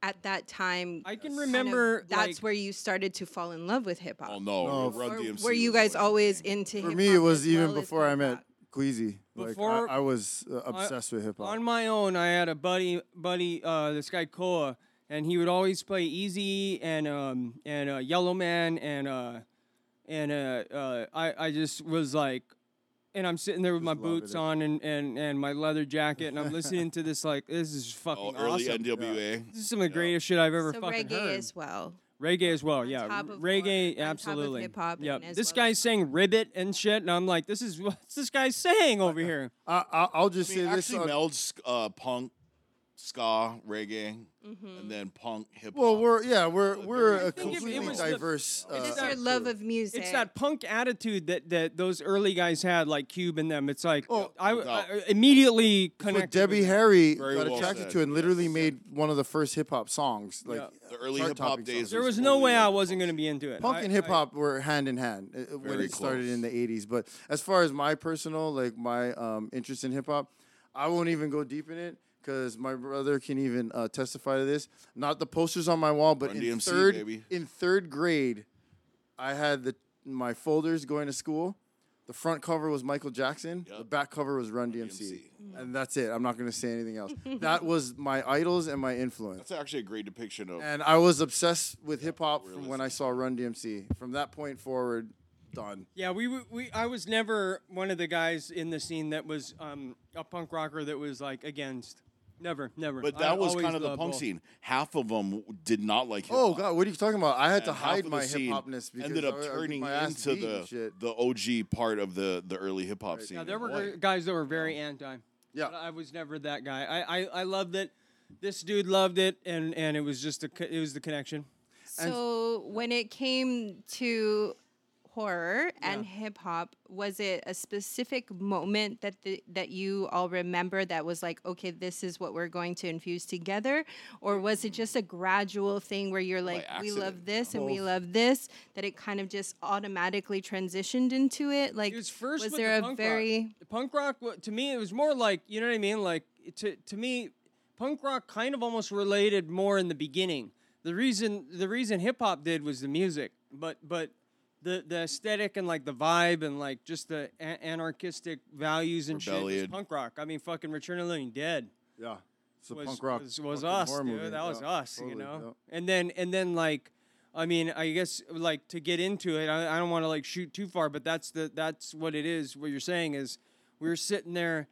at that time I can kind of- remember, that's like- where you started to fall in love with hip hop? Oh no, No, Run Or DMC. were you guys always into For hip me, hop it was as even well as before I punk met rock? Queasy. Like Before- I, I was uh, obsessed with hip hop. On my own, I had a buddy, buddy, uh, this guy Koa, and he would always play Easy and um, and uh, Yellow Man and uh, and uh, uh, I I just was like, and I'm sitting there with my loving boots it. on and, and and my leather jacket, and I'm listening to this like this is fucking Oh, early awesome. NWA. This is some of the greatest shit I've ever So fucking reggae heard. as well. Reggae as well, yeah. top of rock, Reggae, on top of absolutely. hip-hop, Yep. and as This well guy's saying ribbit and shit, and I'm like, this is what's this guy saying over here? I, I I'll just I mean, say this. actually on- melds uh, punk, ska, reggae, Mm-hmm. and then punk hip hop. well, we're yeah we're we're a think if it completely was the- diverse. It's uh, just our love of music. It's that punk attitude that, that those early guys had, like Cube and them. It's like I, Oh, no doubt. I immediately That's what connected. with Debbie them. Harry Very got well attracted said, to and literally yes. made one of the first hip hop songs. Like Yeah. the early chart hip hop topping days. songs. There was really no way like I the wasn't punk going to be into it. Punk I- and hip I- hop were hand in hand uh, uh, when Very it started in the close. '80s. But as far as my personal, like my um, interest in hip hop, I won't even go deep in it because my brother can even uh, testify to this. Not the posters on my wall, but Run in DMC, third baby. in third grade, I had the my folders going to school. The front cover was Michael Jackson. The Yep. back cover was Run DMC. And that's it. I'm not going to say anything else. that was my idols and my influence. That's actually a great depiction of. And I was obsessed with hip hop from when I saw Run DMC. From that point forward, done. Yeah, we, w- we I was never one of the guys in the scene that was um, a punk rocker that was like against. Never, never. but I that was always kind of the loved punk both. scene. Half of them did not like hip hop. Oh God, what are you talking about? I had to and half of hide the my hip scene hopness because ended I up would- I would get turning my ass into beat and the shit. the OG part of the the early hip hop scene. Yeah, there in were Hawaii. gr- guys that were very anti. Yeah. But I was never that guy. I, I, I loved it. This dude loved it, and, and it was just a co- it was the connection. So when it came to horror and hip hop, was it a specific moment that the, that you all remember that was like, okay, this is what we're going to infuse together, or was it just a gradual thing where you're like, we love accident. this and we Both. love this, that it kind of just automatically transitioned into it? Like, It was first. was with there the a punk rock. very The punk rock? wa- To me, it was more like you know what I mean. Like to to me, punk rock kind of almost related more in the beginning. The reason the reason hip hop did was the music, but but the the aesthetic and like the vibe and like just the a- anarchistic values and shit. Rebellion. Was punk rock. I mean, fucking Return of the Living Dead Yeah, it's a was punk rock. was, was fucking us, horror dude. movie. That was Yeah, us, you totally, know. yeah. And then and then like, I mean, I guess like to get into it, I, I don't want to like shoot too far, but that's the that's what it is. What you're saying is we were sitting there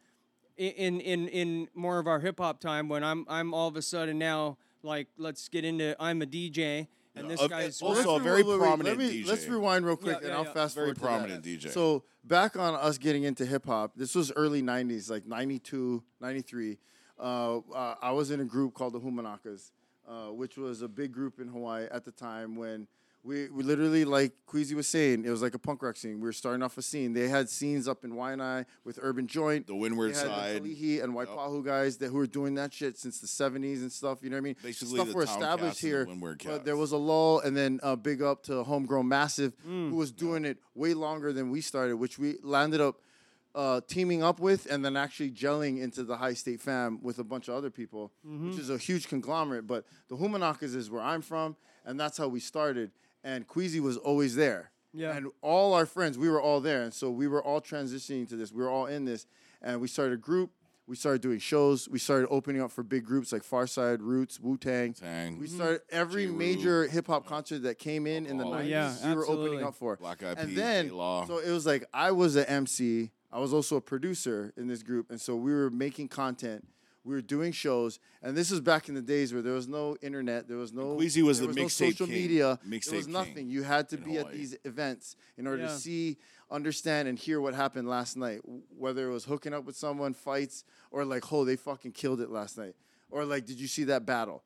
i- in in in more of our hip hop time when I'm I'm all of a sudden now like let's get into I'm a DJ and this of- guy's also- Let's a re- very wait, wait, wait, prominent let me, DJ. Let's rewind real quick, Yeah, and yeah, I'll yeah. fast Very forward. to that. prominent DJ. So back on us getting into hip hop. This was early '90s, like '92, '93. Uh, uh, I was in a group called the Humanakas, uh, which was a big group in Hawaii at the time when. We, we literally, like Queasy was saying, it was like a punk rock scene. We were starting off a scene. They had scenes up in Waianae with Urban Joint. The Windward they had Side. The Kalihi and Waipahu guys that who were doing that shit since the 70s and stuff. You know what I mean? Basically stuff the were Town established Cats and the here. Windward but Cats. there was was a lull, and then uh, big up to homegrown massive, who was doing it way longer than we started, which we landed up uh, teaming up with, and then actually gelling into the high state fam with a bunch of other people, which is a huge conglomerate. But the Humanakas is where I'm from, and that's how we started. And Queasy was always there. Yeah. And all our friends, we were all there, and so we were all transitioning to this. We were all in this, and we started a group. We started doing shows. We started opening up for big groups like Farside, Roots, Wu Tang. Tang. Mm-hmm. We started every J-Rue. major hip hop concert that came in in the Oh, nineties. yeah, we were opening absolutely. up for Black Eyed and Peas, then J-Law. so it was like I was an MC. I was also a producer in this group, and so we were making content. We were doing shows, and this was back in the days where there was no internet, there was no Queasy was there the no mixtape social king. media, Mixtape there was king nothing. you had to in be at Hawaii. these events in order Yeah. to see, understand, and hear what happened last night. w- Whether it was hooking up with someone, fights, or like, oh, they fucking killed it last night, or like, did you see that battle?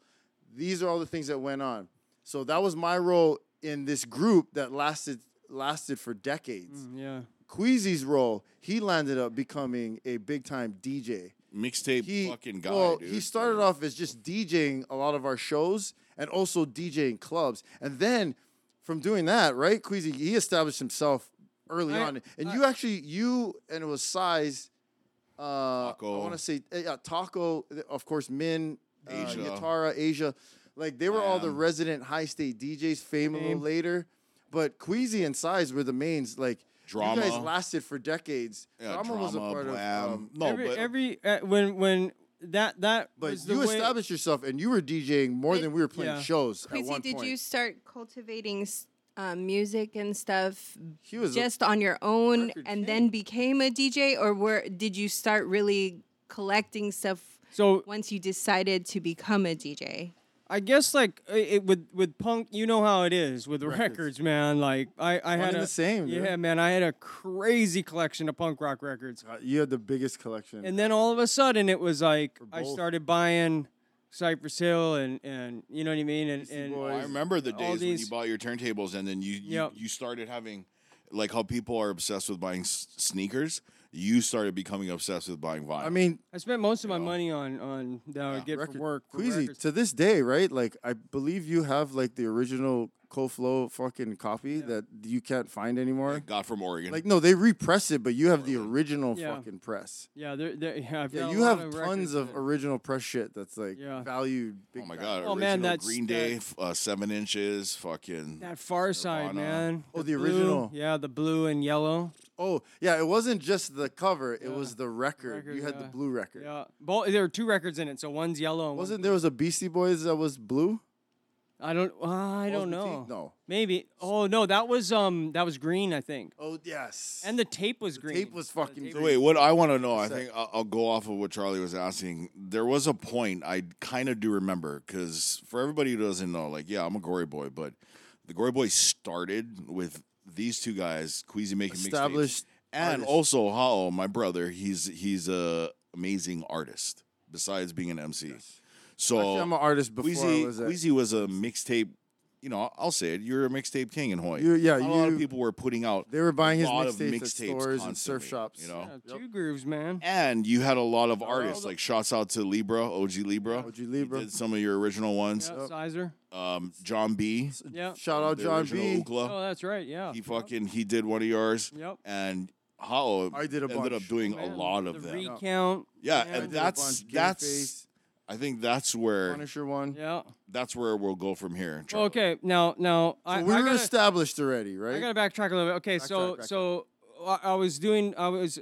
These are all the things that went on. So that was my role in this group that lasted lasted for decades. yeah. Queasy's role, he landed up becoming a big time DJ. Mixtape fucking guy, well, dude. he started off as just DJing a lot of our shows and also DJing clubs. And then from doing that, right, Queasy, he established himself early I- on. And you actually, you and it was size. Uh, I Taco. want to say uh, yeah, Taco, of course, Min, uh, Asia. Yatara, Asia. Like they were all the resident high state DJs, fame a little Fame. later. But Queasy and Size were the mains. Like Drama. you guys lasted for decades. Yeah, was a drama, part blam. of um, No, every, every uh, when when that that but was the you way- established yourself and you were DJing more than we were playing yeah. shows at Quincy, one did point. you start cultivating s- uh, music and stuff was a just on your own, and then became a DJ, or were did you start really collecting stuff? So once you decided to become a DJ, I guess like uh, it, with with punk, you know how it is with records, Records. man. Like I, I One had and a, the same, dude. Yeah, man, I had a crazy collection of punk rock records, uh, you had the biggest collection. and then all of a sudden it was like I both. started buying Cypress Hill and and you know what I mean. And, and Oh, I remember the all days when you these- bought your turntables and then you you, Yep. you started having like how people are obsessed with buying s- sneakers. You started becoming obsessed with buying vinyl. I mean, I spent most of my money on on that I would get for work. for Queasy, records. to this day, right? Like I believe you have like the original Co-Flow fucking copy that you can't find anymore. got from Oregon. Like no, they repress it, but you have the original Yeah. fucking press. Yeah, there, there, yeah, I've Yeah, got a you lot have of tons records of that- original press shit that's like Yeah. valued. Big oh my god, Oh, original man, that's- Green Day, f- uh, seven inches, fucking. That Far Side, Nirvana. man. Oh, the blue- original. yeah, the blue and yellow. Oh yeah, it wasn't just the cover; it was the record. Record, you had the yeah. blue record. Yeah, both, there were two records in it, so one's yellow. And Wasn't there was a Beastie Boys that was blue? I don't. Uh, I Paul's don't know. Boutique? No. Maybe. Oh no, that was um, that was green, I think. Oh yes. And the tape was green. tape was fucking tape So green. wait, what I want to know, I Sec- think I'll, I'll go off of what Charlie was asking. There was a point I kind of do remember because for everybody who doesn't know, like, yeah, I'm a Gory Boy, but the Gory Boy started with these two guys, Queasy making Established mixtapes, and artists. also Hao, my brother. He's he's a amazing artist besides being an MC. So Actually, I'm an artist before I Queasy, was a- Queasy was a mixtape. You know, I'll say it. You're a mixtape king in Hawaii. You- yeah, a lot you- of people were putting out. They were buying a his lot of mixtapes at stores and constantly, surf shops. You know, Yeah, two grooves, man. and you had a lot of artists. Like shouts out to Libra, OG Libra. OG Libra. Did some of your original ones. Yeah, Sizer. Um, John B. Yeah. Shout out the John original B. Ookla. Oh, that's right. Yeah. He fucking he did one of yours. Yep. And how I did a ended up bunch. doing Man, a lot of the them. recount. Yeah, man. and that's that's I think that's where Punisher one. yeah. that's where we'll go from here. Charlie. Okay. Now, now I, So we I were gotta, established already, right? I gotta backtrack a little bit. Okay, so Backtrack, backtrack. so I, I was doing I was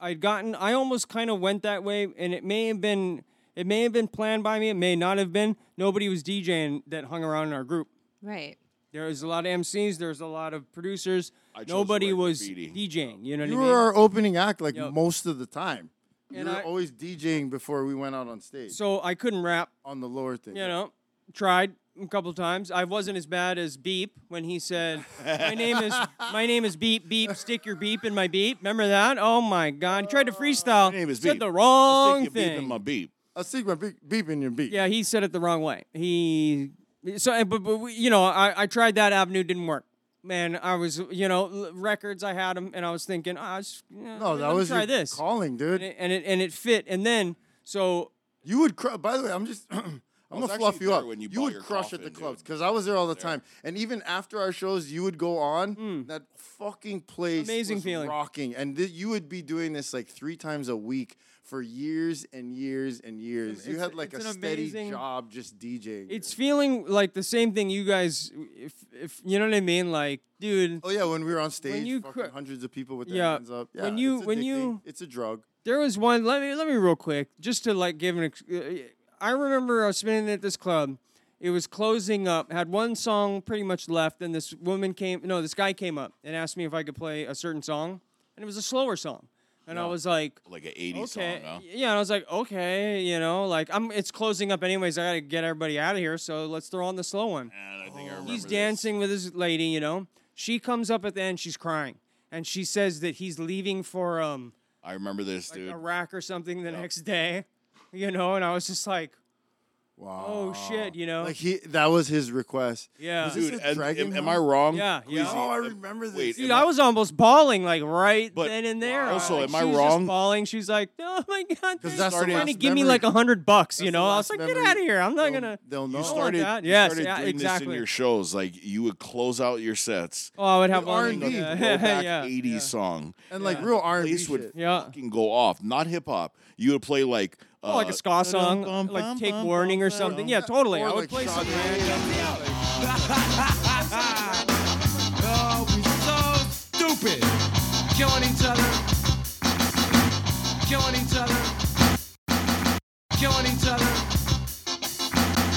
I'd gotten I almost kind of went that way, and it may have been it may have been planned by me. It may not have been. Nobody was DJing that hung around in our group. right? There was a lot of MCs. There's a lot of producers. I chose the Nobody right was graffiti. DJing. You know you what were I mean? our opening act like Yep. most of the time. you And were I- always DJing before we went out on stage So I couldn't rap. on the lower thing. You know, tried a couple times. I wasn't as bad as Beep when he said, "My name is My name is Beep Beep. Stick your beep in my beep." Remember that? Oh my God! He tried to freestyle. My name is said Beep. the I'll wrong stick your beep in thing. my beep. I see my beep, beep in your beep. Yeah, he said it the wrong way. He so and- but, but we- you know I, I tried that avenue didn't work. Man, I was you know l- records I had them and I was thinking "Ah, I was No, that was try your this calling, dude. and it, and it and it fit and then so You would crush. By the way, I'm just. I'm was gonna fluff actually you there up. when you You, bought would your crush at coffin, the dude. clubs because I was there all the time, and even after our shows, you would go on. That fucking place, Hmm. Amazing was feeling. rocking, and th- you would be doing this like three times a week for years and years and years. you it's- had like a it's an steady amazing- job just DJing. it's feeling like the same thing you guys if if you know what I mean like dude oh yeah, when we were on stage, you fucking cru- hundreds of people with their Yeah, hands up. Yeah, when you- it's when addicting. you- Oh, it's a drug. There was one. Let me let me real quick, just to like give an. ex- uh, I remember I was spinning at this club. It was closing up. Had one song pretty much left, and this woman came. No, this guy came up and asked me if I could play a certain song, and it was a slower song. And I was like, like an 80s okay, song, huh? yeah. And I was like, okay, you know, like I'm. It's closing up anyways. I gotta get everybody out of here, so let's throw on the slow one. Oh, he's dancing with his lady, you know. She comes up at the end, she's crying, and she says that he's leaving for um I remember this, like dude. Iraq or something the next day, you know. And I was just like, wow, oh shit, you know. Like he, that was his request. Yeah. Was this Dude, a and- dragon am- am hunt? I wrong? Yeah, yeah. Oh, I remember this. Dude, I was almost bawling like right But then and there. also, Like, am I she was wrong? Just bawling. She's like, oh my god, You they're that's the trying last to give me memory. like a hundred bucks. You That's the know, I last was like, get memory out of here. I'm not gonna. They'll You started, that. you Yes, started yeah, doing this exactly. in your shows. Like you would close out your sets. Oh, I would have with all like the- a yeah, throwback yeah, 80s song. And, like, real R&B Place would shit. fucking go off. Not hip hop. You would play like uh, Oh, like a ska song, like "Take Warning" or something. Yeah, totally. I would play something. Oh, we're so stupid. Killing each other. Killing each other. Killing each other.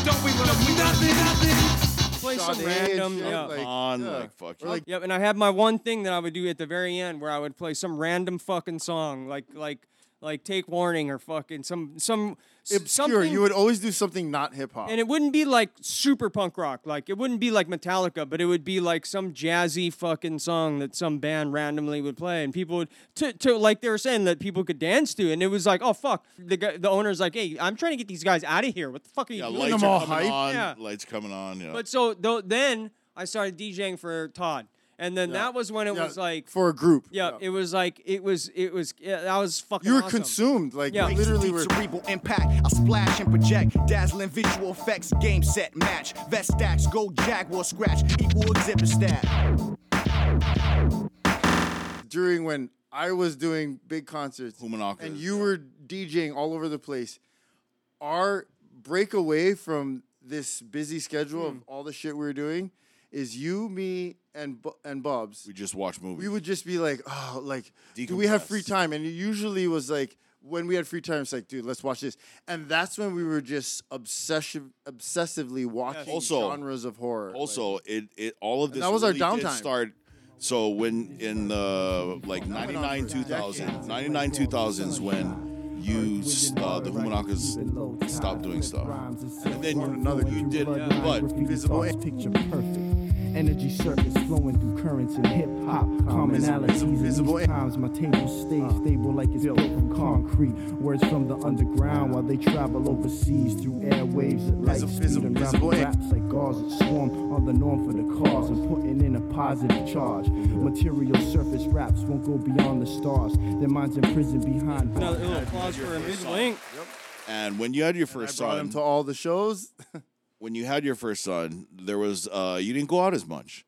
Don't we wanna do nothing, nothing? Play some Sade and random, shit, yeah. like, On, yeah. like, fuck Or like- Yep, and I had my one thing that I would do at the very end, where I would play some random fucking song, like like like "Take Warning" or fucking some some s- Obscure. something- You would always do something not hip hop. And it wouldn't be like super punk rock, like it wouldn't be like Metallica, but it would be like some jazzy fucking song that some band randomly would play, and people would to, to like they were saying that people could dance to, and it was like, oh fuck, the guy, the owner's like, hey, I'm trying to get these guys out of here. What the fuck are you Yeah, doing? lights are coming on. Yeah. Lights coming on. Yeah. But so though, then I started DJing for Todd, and then Yeah. that was when it Yeah, was like for a group. Yeah, it was like it was it was yeah, that was fucking. You were awesome. consumed, like Yeah. literally. Were, cerebral impact. I splash and project, dazzling visual effects. Game set match, vest stacks, go jaguar scratch, equal exhibit stat. during when I was doing big concerts, and you were DJing all over the place, our break away from this busy schedule Hmm. of all the shit we were doing is you, me, and Bo- and Bob's. We just watch movies. We would just be like, oh, like, do we have free time? And it usually was like when we had free time, it's like, dude, let's watch this. And that's when we were just obsession, obsessively watching Also- genres of horror. Also, it it all of And this that was our really did downtime. Start. So when in the like 99 2000, 99 2000s when you s- uh, the Humanakas stopped doing stuff, and then another you did but visible picture perfect. Energy circuits flowing through currents in hip hop. Commonalities in these times. My table stays stable like it's built from concrete. Words from the underground while they travel overseas through airwaves at light speed and visible rapid raps like Gaza swarm on the norm for the cause and putting in a positive charge. Material surface raps won't go beyond the stars. Their minds imprisoned behind. Another little applause for Invisible Ink. And when you had your first brought son, him to all the shows. when you had your first son, there was uh, you didn't go out as much,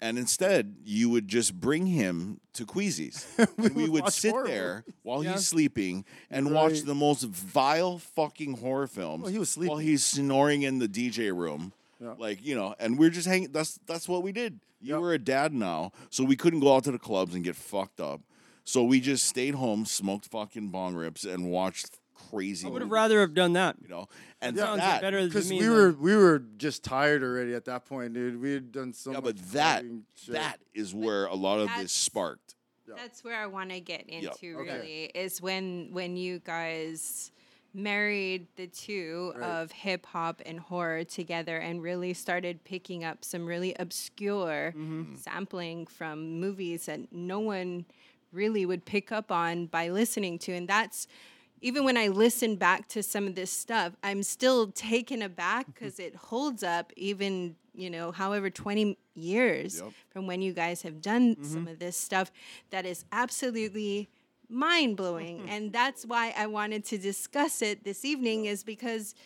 and instead you would just bring him to Queasy's. we, and we would sit there while Yeah. he's sleeping and watch the most vile fucking horror films. Well, he was while he's snoring in the DJ room. Like you know, and we're just hanging. That's that's what we did. You were a dad now, so we couldn't go out to the clubs and get fucked up. So we just stayed home, smoked fucking bong rips, and watched crazy. I would have movies, rather have done that. you know, and That sounds that better than Because me we then. were we were just tired already at that point, dude. We had done so Yeah, much. but that fucking shit. that is where a lot of this that's- sparked. That's where I want to get into Okay. really is when when you guys married the two Right. of hip hop and horror together and really started picking up some really obscure Mm-hmm. sampling from movies that no one really would pick up on by listening to and that's even when I listen back to some of this stuff, I'm still taken aback because it holds up even, you know, however 20 years Yep. Mm-hmm. from when you guys have done some of this stuff that is absolutely mind blowing. and that's why I wanted to discuss it this evening, is because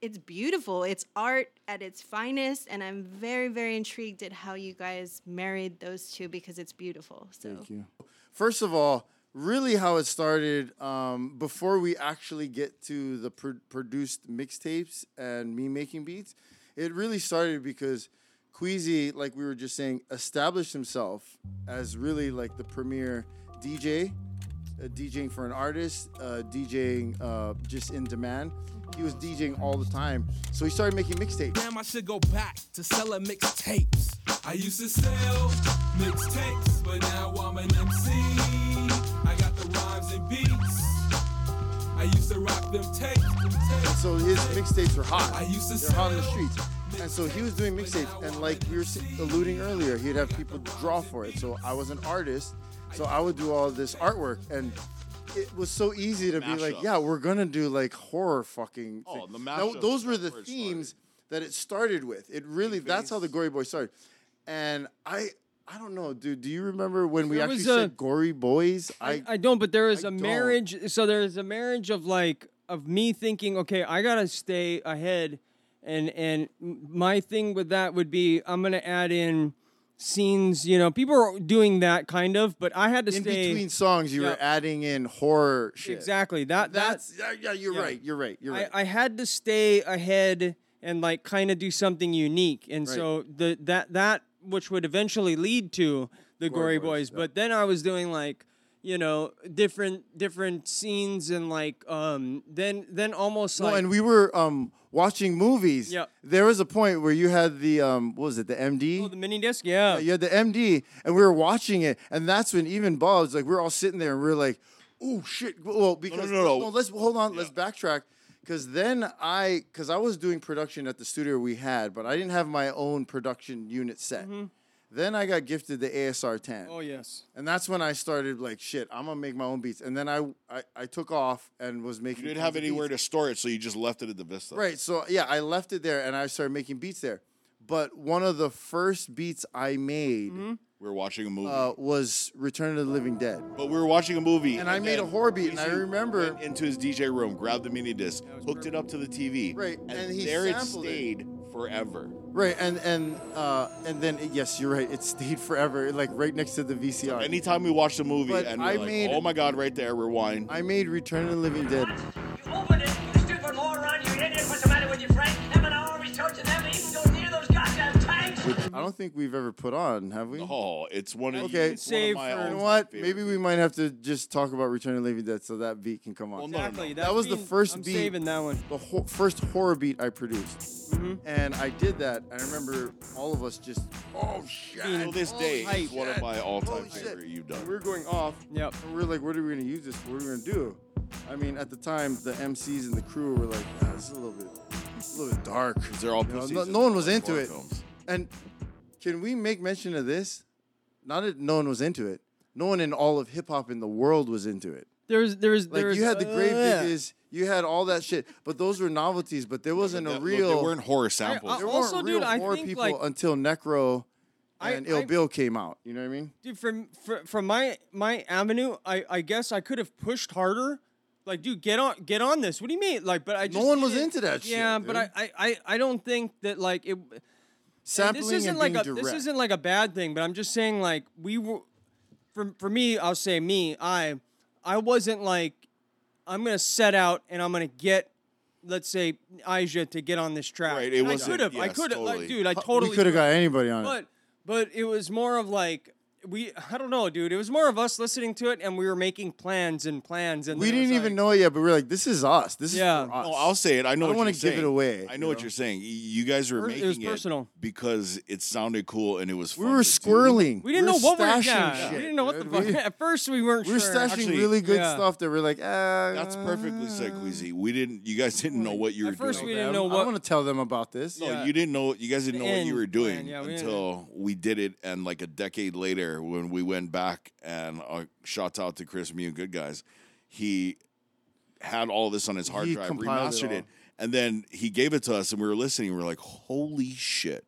it's beautiful. It's art at its finest. And I'm very, very intrigued at how you guys married those two because it's beautiful. So. Thank you. First of all, really how it started um, before we actually get to the pro- produced mixtapes and me making beats, it really started because Queasy, like we were just saying, established himself as really like the premier DJ, uh, DJing for an artist, uh, DJing uh, just in demand. He was DJing all the time, so he started making mixtapes. Damn, I should go back to selling mixtapes. I used to sell mixtapes, but now I'm an MC. I got the rhymes I used to rock them tapes. And so his mixtapes were hot. I used to They're hot on the streets. And so he was doing mixtapes, and like we were s- alluding earlier, he'd have people draw for it. So I was an artist, so I would do all this artwork, and it was so easy to be like, Mashups. yeah, we're gonna do like horror fucking. Oh, thing. the Now, mashups those were is the where it themes that it started with. It really that's how the Gory Boy started. And I I don't know, dude. Do you remember when we There actually was a- said Gory Boys? I, I, I don't, but there is I a don't. marriage. So there is a marriage of like of me thinking, okay, I gotta stay ahead, and and m- my thing with that would be I'm gonna add in scenes. You know, people are doing that kind of, but I had to in stay between songs you Yeah. were adding in horror shit. Exactly. That that's yeah, yeah you're yeah. right. You're right. You're right. I, I had to stay ahead and like kind of do something unique, and Right. so the that that which would eventually lead to the Gory Gory, Boys, Boys, but then I was doing like you know different different scenes and like um then then almost No, like Oh, and we were um watching movies. Yeah. There was a point where you had the um what was it, the MD? Oh, the mini disc yeah you had the MD and we were watching it and that's when even Bob's like we we're all sitting there and we we're like, oh shit. Well, because no, no. let's hold on, let's backtrack. Cause then I cause I was doing production at the studio we had, but I didn't have my own production unit set. Then I got gifted the ASR ten. Mm-hmm. oh yes And that's when I started like shit. I'm gonna make my own beats. And then I I, I took off and was making. You didn't tons have of anywhere beats. to store it, so you just left it at the Vista. Right. So yeah, I left it there and I started making beats there. But one of the first beats I made We were watching a movie. uh, was Return of the Living Dead. but we were watching a movie, and I made a horror beat, and I Casey remember- went into his DJ room, grabbed the mini disc, hooked it up to the TV, Right, and he there it sampled it. stayed forever. Right. And and uh, and then yes, you're right. It stayed forever, like right next to the VCR. Anytime we watched a movie, But and we're I like, made- oh my god, right there, rewind. I made Return of the Living Dead. Stupid moron, you idiot. What's the matter with you, Frank? Him and I always told you never even go near those goddamn tanks. Which I don't think we've ever put on, have we? Oh, it's one of okay. it's one of my you know all-time what? favorites. Maybe we might have to just talk about Return of the Living Dead so that beat can come on. exactly that was the first I'm beat. saving that one The ho- first horror beat I produced, Mm-hmm. and I did that. I remember all of us just oh shit. Till this oh, day, shit. it's one of my all-time Holy shit. favorite. You've done. And we We're going off. Yep. And we we're like, what are we gonna use this? for? What are we gonna do? I mean, at the time, the MCs and the crew were like, ah, this is a little bit, a little bit dark. They're all You know, pussies. no, It's no one was like into horror it. films. And can we make mention of this? Not that no one was into it. No one in all of hip hop in the world was into it. there's there's Like there's Uh, you had the grave yeah. diggers, you had all that shit, but those were novelties. But there wasn't that- a but they real. weren't horror samples. I- There also, weren't dude, real I horror think, people like- until Necro I- and Ill I- Bill came out. You know what I mean? dude from fr- from my my avenue i i guess i could have pushed harder like dude get on get on this what do you mean like but i just one was didn't- into that shit, yeah but dude. I, I i i don't think that like it and Sampling this isn't and like being a this direct. isn't like a bad thing but i'm just saying like we were for for me i'll say me i i wasn't like i'm gonna set out and i'm gonna get Let's say Aja to get on this track. Right, it And I wasn't- could have. I yes, could have. totally. Like, dude, I Hu- we totally. we could have could've. got anybody on it. But but it was more of like we I don't know, dude. It was more of us listening to it and we were making plans and plans and We then it was didn't even know it yet, but we were like, "This is us. This Yeah. is for us." No, I'll say it. I know. I don't want to give it away. I know what you're saying. Y- You guys were Per- it making was personal. because it sounded cool and it was. We fun were to do. squirreling. like, we didn't were know what we were stashing yeah, shit. We didn't know what the dude. fuck. We- At first we weren't we were sure. stashing Actually, really good yeah. stuff that we're like, ah. That's perfectly Segway. We didn't. You guys didn't know what you were At first doing. we didn't know I what want to tell them about this. No, you didn't know. You guys didn't The know what you end were doing plan, yeah, we didn't- until we did it, and like a decade later, when we went back and uh, shouts out to Chris Mew, good guys, he had all this on his hard He drive, compiled it remastered it, all. and then he gave it to us, and we were listening. We were like, "Holy shit!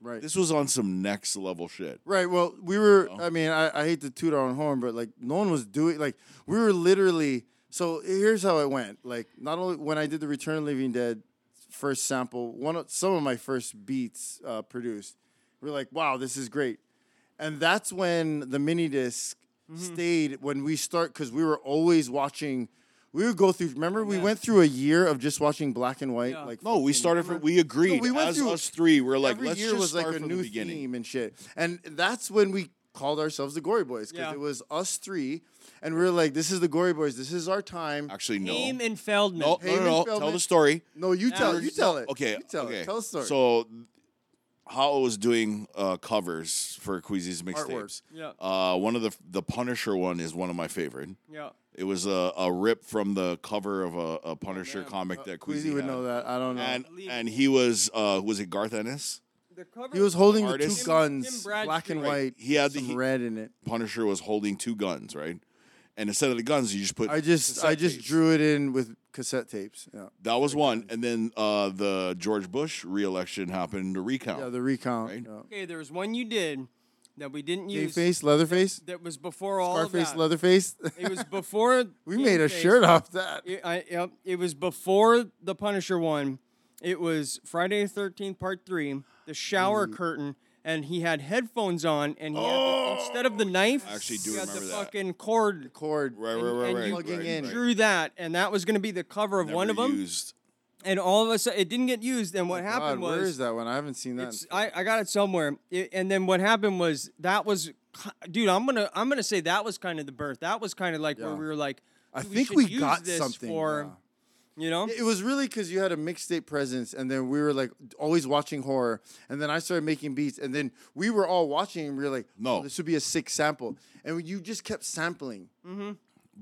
Right. This was on some next level shit." Right. Well, we were. I mean, I, I hate to toot our own horn, but like no one was doing. Like we were literally. So here's how it went. Like not only when I did the Return of the Living Dead first sample, one of some of my first beats uh, produced, we are like, wow, this is great, and that's when the mini disk stayed when we start because we were always watching. We would go through. Remember, we went through a year of just watching black and white. Like No, we started from. We agreed we went as through- us three. We're like, every "Let's year just was like start a from new the beginning." theme and shit. And that's when we called ourselves the Gory Boys because Yeah. it was us three, and we were like, "This is the Gory Boys. This is our time." Actually, no. Haim and Oh. Feldman. No, no, no, Heyman no. Feldman- Tell the story. No, you Yeah. tell. You tell it. Okay. You tell okay. it. Tell the story. So How I was doing uh, covers for Queasy's mixtapes. Artwork. Yeah. Uh, one of the the Punisher one is one of my favorite. Yeah. It was a, a rip from the cover of Oh, a, a Punisher comic that Queasy Queasy Uh, would had. know that. I don't know. And and he was uh, was it Garth Ennis? he was holding the Artist? two guns, black and Right. white. He had the some he- red in it. Punisher was holding two guns, right? And instead of the guns, you just put. I just I cassette just tapes. drew it in with cassette tapes. Yeah. That was one, and then uh, the George Bush reelection happened. The recount. Yeah, the recount. Right? Yeah. Okay, there was one you did that we didn't use. Gayface, Leatherface, That was before all of Scarface, that. Leatherface. It was before. We made a Gameface. shirt off that. It, I, yep, it was before the Punisher one. It was Friday the Thirteenth Part Three, the shower Mm. curtain, and he had headphones on, and he had the, instead of the knife, Oh, I actually do he had the remember that. fucking cord. Cord. Right, right, right, and right. you right, right. drew that, and that was going to be the cover of Never one of them. used. Oh, And all of a sudden, it didn't get used. And what God, happened was where is that one? I haven't seen that. it's, I, I got it somewhere. It- and then what happened was that was, ki- dude. I'm gonna I'm gonna say that was kind of the birth. That was kind of like where Yeah. we were like, I "Dude, think should we use got this something, for, you know. It was really because you had a mixtape presence, and then we were like always watching horror, and then I started making beats, and then we were all watching, and we were like, "No, this would be a sick sample," and you just kept sampling. Mm-hmm.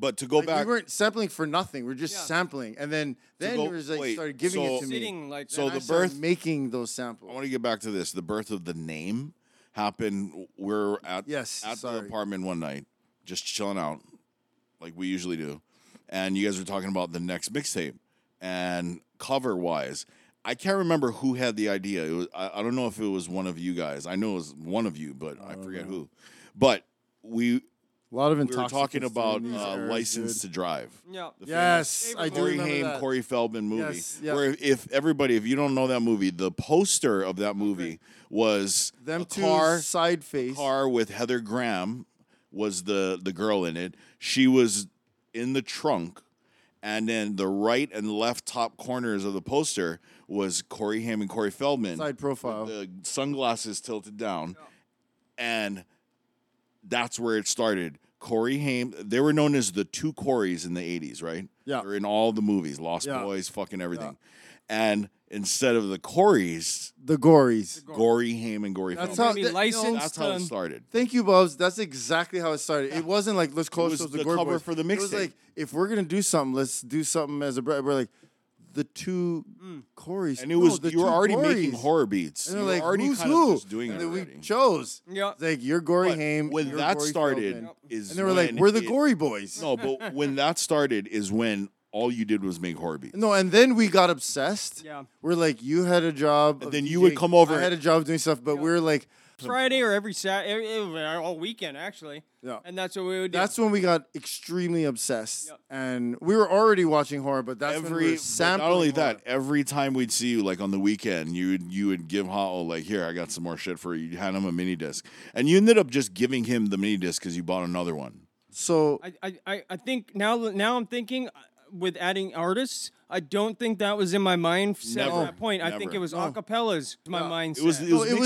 But to go Like, back, we weren't sampling for nothing. We are just sampling, and then To then go- you was like wait, started giving it so- to me. Sitting like Then that. I So the started birth- making those samples. I want to get back to this. The birth of the name happened. We're at Yes, at the sorry. apartment one night, just chilling out, like we usually do. And you guys were talking about the next mixtape and cover wise. I can't remember who had the idea. It was I, I don't know if it was one of you guys. I know it was one of you, but Oh, I, forget who. But we a lot of we were talking intoxicants about during these uh, eras, license dude. to drive. Yeah. The famous Yes, I do Corey remember Haim, that. Corey Feldman movie. Yes, yeah. Where if, if everybody, if you don't know that movie, the poster of that movie was Them a two car side face. car with Heather Graham was the the girl in it. She was in the trunk, and then the right and left top corners of the poster was Corey Haim and Corey Feldman. Side profile. The sunglasses tilted down, and that's where it started. Corey Haim, they were known as the two Coreys in the 80s, right? Yeah. They're in all the movies, Lost Yeah. Boys, fucking everything. And instead of the Coreys, the Gories. Gory Haim and Gory That's Feldman. how- Maybe that- licensed, That's how it um, started. Thank you, Bubs. That's exactly how it started. It wasn't like let's call was ourselves the, the Gore cover Boys. for the It was mixtape. like if we're gonna do something, let's do something as a brand. We're like the two Mm. Corys, And it No, was the you were two already making Gories. horror beats. And you they're were like, already who's kind who? of just doing and it. then we already. chose. Yeah, It's like you're Gory But Haim. when you're that Gory started Feldman. is and they were like, when we're the it- Gory Boys. No, but when that started is when all you did was make horror beats. No, and then we got obsessed. Yeah. We're like, you had a job. And of then you DJing. would come over I had a job doing stuff, but we were like, Friday or every Saturday, all weekend actually. Yeah. And that's what we would do. That's when we got extremely obsessed, and we were already watching horror. But that's when we Every were but not sampling. only that, every time we'd see you, like on the weekend, you would you would give Hao like, here, I got some more shit for you. You hand him a mini disc, and you ended up just giving him the mini disc because you bought another one. So I, I- I, I think now now I'm thinking uh, with adding artists, I don't think that was in my mind set Never. at that point. I think Never. it was acapellas. My Yeah. mindset. No, it was it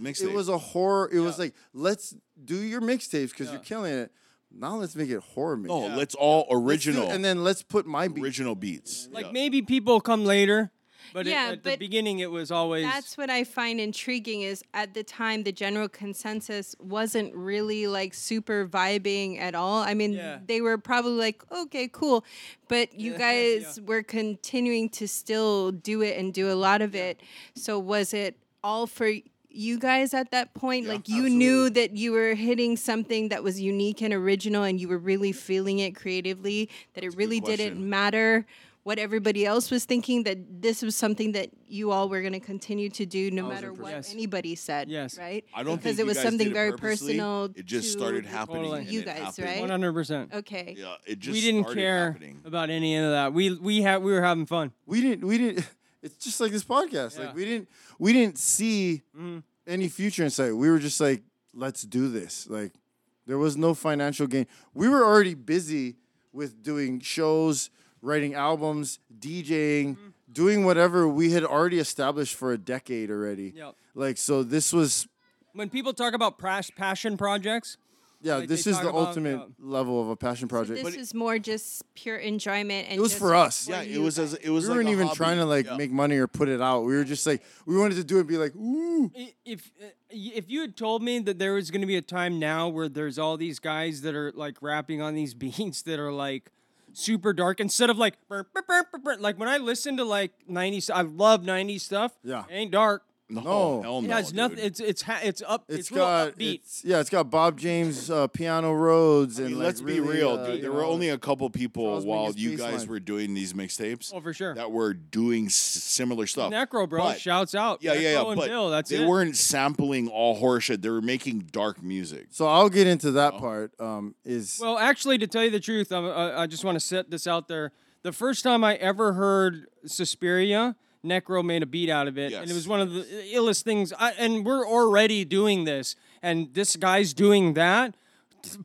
was it was a horror. It was like let's do your mixtapes because you're killing it. Now let's make it horror. Mix. No, Oh, let's all Let's do- original. and then let's put my beat. original beats. like maybe people come later, but it- Yeah, at the but beginning it was always That's what I find intriguing is at the time the general consensus wasn't really like super vibing at all. I mean, they were probably like, okay, cool. But you guys were continuing to still do it and do a lot of it. So was it all for you guys at that point? like you knew that you were hitting something that was unique and original and you were really feeling it creatively, that it really didn't question. matter what everybody else was thinking that this was something that you all were going to continue to do no matter what anybody said yes right I don't because think it you was guys something did it very purposely. personal It just to started happening and you it guys happened. right 100%. okay yeah it we didn't started care about any of that. We we had we were having fun. We didn't we didn't. It's just like this podcast. Like we didn't we didn't see any future in sight. We were just like, let's do this. Like there was no financial gain. We were already busy with doing shows, writing albums, DJing, doing whatever we had already established for a decade already. Yep. Like so this was When people talk about pras- passion projects, Yeah, Like, this they is talk the about, ultimate uh, level of a passion project. This is more just pure enjoyment and it was just for us. what you guys- was We like weren't a even hobby. trying to like Yeah. make money or put it out. We were just like we wanted to do it. and Be like, ooh. I- If uh, y- if you had told me that there was going to be a time now where there's all these guys that are like rapping on these beats that are like super dark instead of like burr, burr, burr, burr, burr. like when I listen to like 90s I love 90s stuff. Yeah. It ain't dark. No. hell It no, has nothing it's it's ha- it's up it's, it's real got upbeat. it's, yeah, it's got Bob James uh, Piano Roads and mean, like, let's be really, real, uh, dude. There you were know, only a couple people Charles while Mingus you guys baseline. were doing these mixtapes. Oh, for sure. That were doing s- similar stuff. Necro bro But- shouts out. yeah, yeah, Necro yeah. and But Bill, that's they it. weren't sampling all horseshit. They were making dark music. So I'll get into Oh. that part. Um, is Well, actually, to tell you the truth, I, I, I just want to set this out there. The first time I ever heard Suspiria, Necro made a beat out of it, and it was one of the illest things. I, and we're already doing this, and this guy's doing that.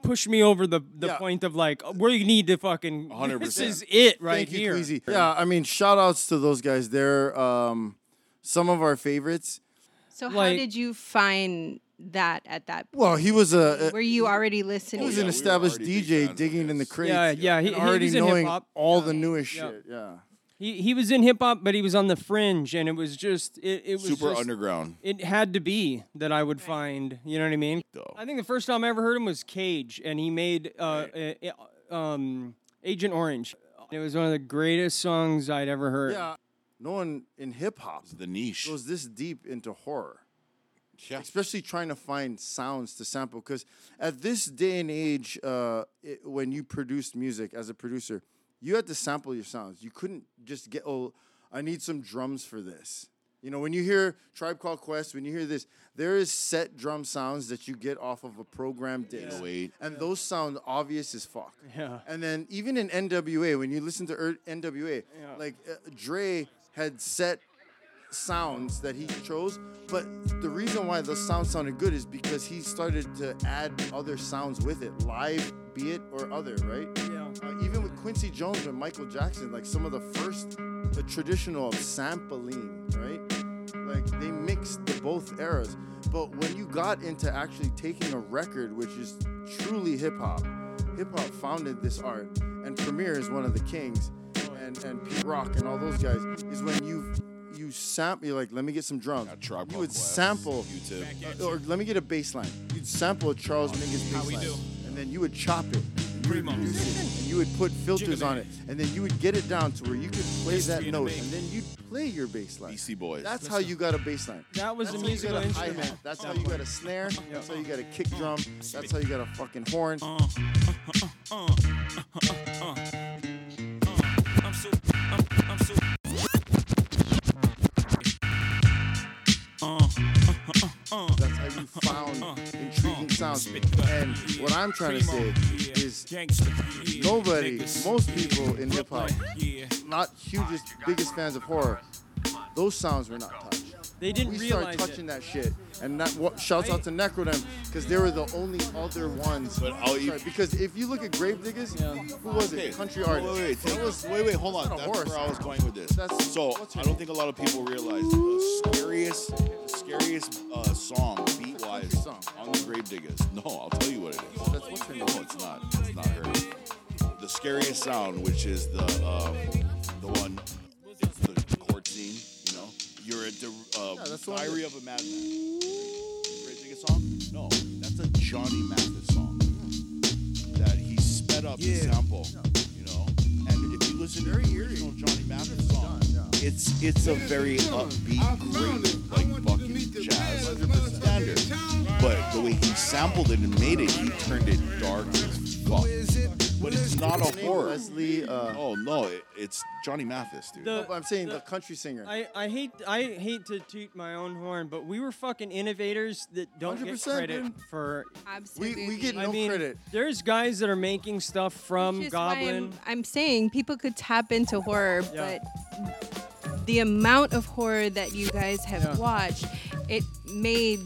Push me over the, the point of like we need to fucking. This 100%. is it right Thank you, here. Queasy. Yeah, I mean, shout outs to those guys. They're um, some of our favorites. So how Like- did you find that at that? Point? Well, he was a- Were you already listening? He was an established DJ digging in the crates. Yeah, yeah, he- and he- already he's in knowing hip-hop. all the newest Yeah. shit. Yeah. He he was in hip hop, but he was on the fringe, and it was just it, it was Super just- underground. It had to be that I would find. You know what I mean? I think the first time I ever heard him was Cage, and he made uh, a- a- um, Agent Orange. It was one of the greatest songs I'd ever heard. Yeah. No one in hip hop the niche goes this deep into horror. Yeah. Especially trying to find sounds to sample because at this day and age, uh, it, when you produced music as a producer, you had to sample your sounds. You couldn't just get oh, I need some drums for this. You know, when you hear Tribe Called Quest, when you hear this, there is set drum sounds that you get off of a program disc, and those sound obvious as fuck. Yeah. And then even in NWA, when you listen to er- NWA, Yeah. like uh, Dre had set sounds that he chose, but the reason why the sound sounded good is because he started to add other sounds with it, live be it or other, right? Yeah. Uh, even with Quincy Jones and Michael Jackson, like some of the first, the traditional of sampling, right? Like they mixed the both eras. But when you got into actually taking a record, which is truly hip hop, hip hop founded this art, and Premier is one of the kings, and and Pete Rock and all those guys is when you you sample. You're like, let me get some drums. you would sample, uh, or let me get a bass line. You'd sample a Charles Mingus bass line, and then you would chop it. and you would reduce it, And you would put filters on it, and then you would get it down to where you could play that note, and then you'd play your bass line. BC Boys. That's how you got a bass line. That was That's a how you musical got a instrument. hi-hat. That's how you got a snare. That's how you got a kick drum. That's how you got a fucking horn. That's how you found intriguing sounds. And what I'm trying to say is nobody, most people in hip hop, not hugest, biggest fans of horror, those sounds were not touched. They didn't we realize started it. touching that shit, and that what, shouts out to Necrodem because they were the only other ones. But I'll eat- because if you look at Grave Diggers, who was it? Country wait, artist. Wait, wait, That wait, was- wait, wait, hold that's on. not a That's horror where I song. was going with this. so I don't think a lot of people realize the scariest, scariest uh, song beat wise on the Grave Diggers. No, I'll tell you what it is. That's what's no, it's not. It's not her. The scariest sound, which is the um, the one, it's the court scene. You know, you're at the uh, Yeah, that's the one Diary that- of a Madman. Grave Digger song? No, that's a Johnny Mathis song that he sped up the sample. You know, and if you listen to the original Johnny Mathis song, it's it's a very upbeat, great like fucking jazz standard. But the way he sampled it and made it, he turned it dark as fuck. But it's not a horror. Leslie, oh no, it, it's Johnny Mathis, dude. The- No, but I'm saying the, country singer. Uh, I, I hate I hate to toot my own horn, but we were fucking innovators that don't get 100%, credit dude. for. Absolutely. I mean, There's guys that are making stuff Um, from Just why Goblin. I'm, I'm saying people could tap into horror, Yeah. but the amount of horror that you guys have watched, it made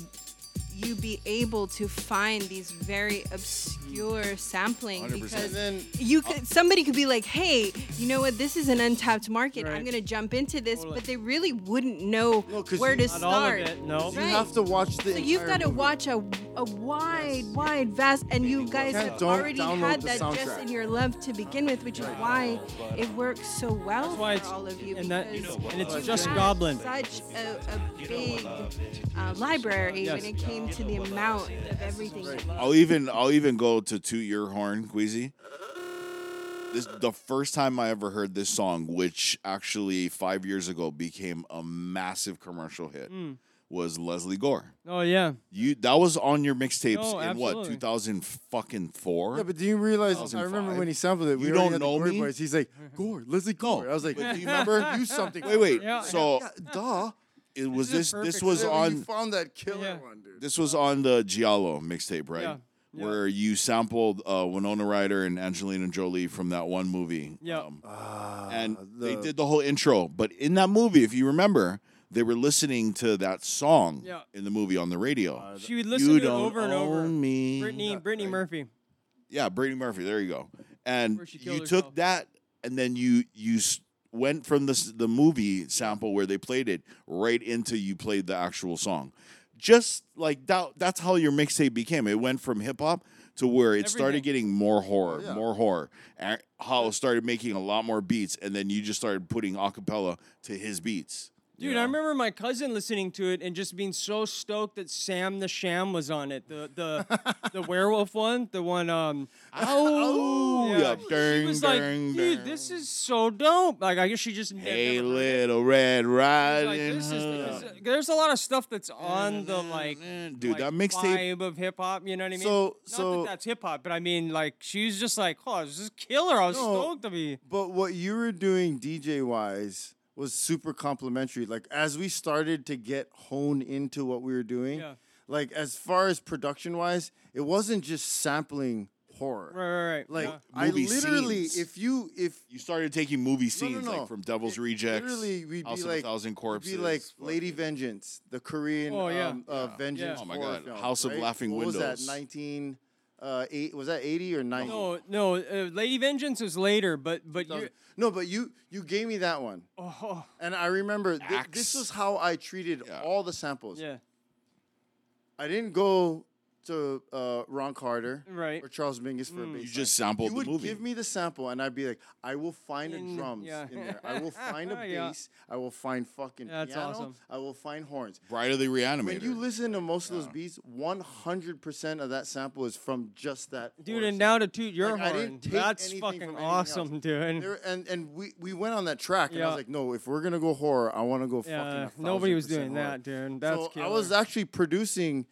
you be able to find these very obscure pure sampling 100%. because Then- you could somebody could be like, "Hey, you know what? This is an untapped market. I'm Right. going to jump into this," but they really wouldn't know 'cause where you- Not to start. all of it, no. 'Cause you have to watch the So you've entire got to movie. watch a, a wide, wide, vast, and you guys can't have don't already download had the that just soundtrack. in your love to begin with, which is why it works so well That's why for it's all of you. and that because and it's you've just got Goblin. Such a, a big uh, library Yes. when it came to the amount of everything. you love. I'll even I'll even go to toot your horn, Queasy. This the first time I ever heard this song, which actually five years ago became a massive commercial hit, Hmm. Mm. was Leslie Gore. Oh yeah. You that was on your mixtapes Oh, No, in what absolutely. two thousand fucking four? Yeah, but do you realize? I remember when he sampled it. We You already don't had the know Gore me? Boys. He's like Gore, Leslie Gore. I was like, But do you remember? Do something. Wait, wait. Yeah. So, Yeah, duh. It was this. This was You on. found that killer one. This was on the Giallo mixtape, right? Yeah, Where you sampled uh, Winona Ryder and Angelina Jolie from that one movie. um, Yeah. Ah, and they Uh, the- did the whole intro. But in that movie, if you remember, they were listening to that song Yeah. in the movie on the radio. She would listen You to it don't over and over. own me. Brittany, Brittany Murphy. Yeah, Brittany Murphy. There you go. And Where she you killed took that, and then you you s- went from the s- the movie sample where they played it right into you played the actual song. Just like that, that's how your mixtape became. It went from hip hop to where it started getting more horror, Oh, Yeah. more horror. And how it started making a lot more beats, and then you just started putting acapella to his beats. Dude, I remember my cousin listening to it and just being so stoked that Sam the Sham was on it. The the the werewolf one, the one um Oh, yeah, she ding, was like, ding, dude, this is so dope. Like I guess she just Hey, little red like, riding this is, hood. this is- there's a lot of stuff that's on the like Dude, like, that mixtape- vibe of hip hop, you know what I mean? So- Not so- that that's hip hop, but I mean like she was just like, Oh, this is killer. I was stoked to be But what you were doing DJ wise was super complimentary. Like as we started to get honed into what we were doing, Yeah. like as far as production wise, it wasn't just sampling horror. Right, right, right. Like Yeah. I Movie literally, scenes. if you if you started taking movie No, no, scenes no. like from Devil's Rejects, literally we'd House be of like a Thousand Corpses, We'd be like Lady Vengeance, the Korean Oh, yeah. um, uh, Vengeance. Oh, my horror God. film, House of right? Laughing what Was Windows. that nineteen? Uh, eight, was that eighty or ninety? No, no, uh, Lady Vengeance is later, but but you No, but you you gave me that one. Oh. And I remember th- this was how I treated all the samples. Yeah. I didn't go to uh, Ron Carter right. Mm. or Charles Mingus for a bass. You just sampled you the would movie. give me the sample, and I'd be like, I will find a In- drums yeah. in there. I will find a Yeah. bass. I will find fucking Yeah, that's piano. awesome. I will find horns. Bride of the Reanimator. When you listen to most of those beats, 100% of that sample is from just that. Dude, and now to toot your Like, I didn't horn. take That's anything fucking from anything else. awesome, dude. There, and and we, we went on that track, and I Yeah. was like, no, if we're gonna go horror, I want to go Yeah, fucking. a nobody was 1000% doing horror. that, dude. That's so I was killer. actually producing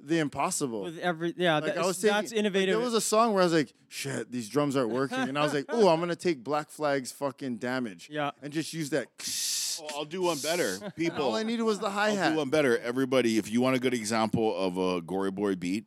the impossible. With every yeah, Like, I that's, was taking- that's like, innovative. there was a song where I was like, shit, these drums aren't working, and I was like, oh, I'm gonna take Black Flag's fucking damage. Yeah, and just use that. Oh, I'll do one better. People, All I needed was the hi I'll do hat. one better. Everybody, if you want a good example of a gory boy beat,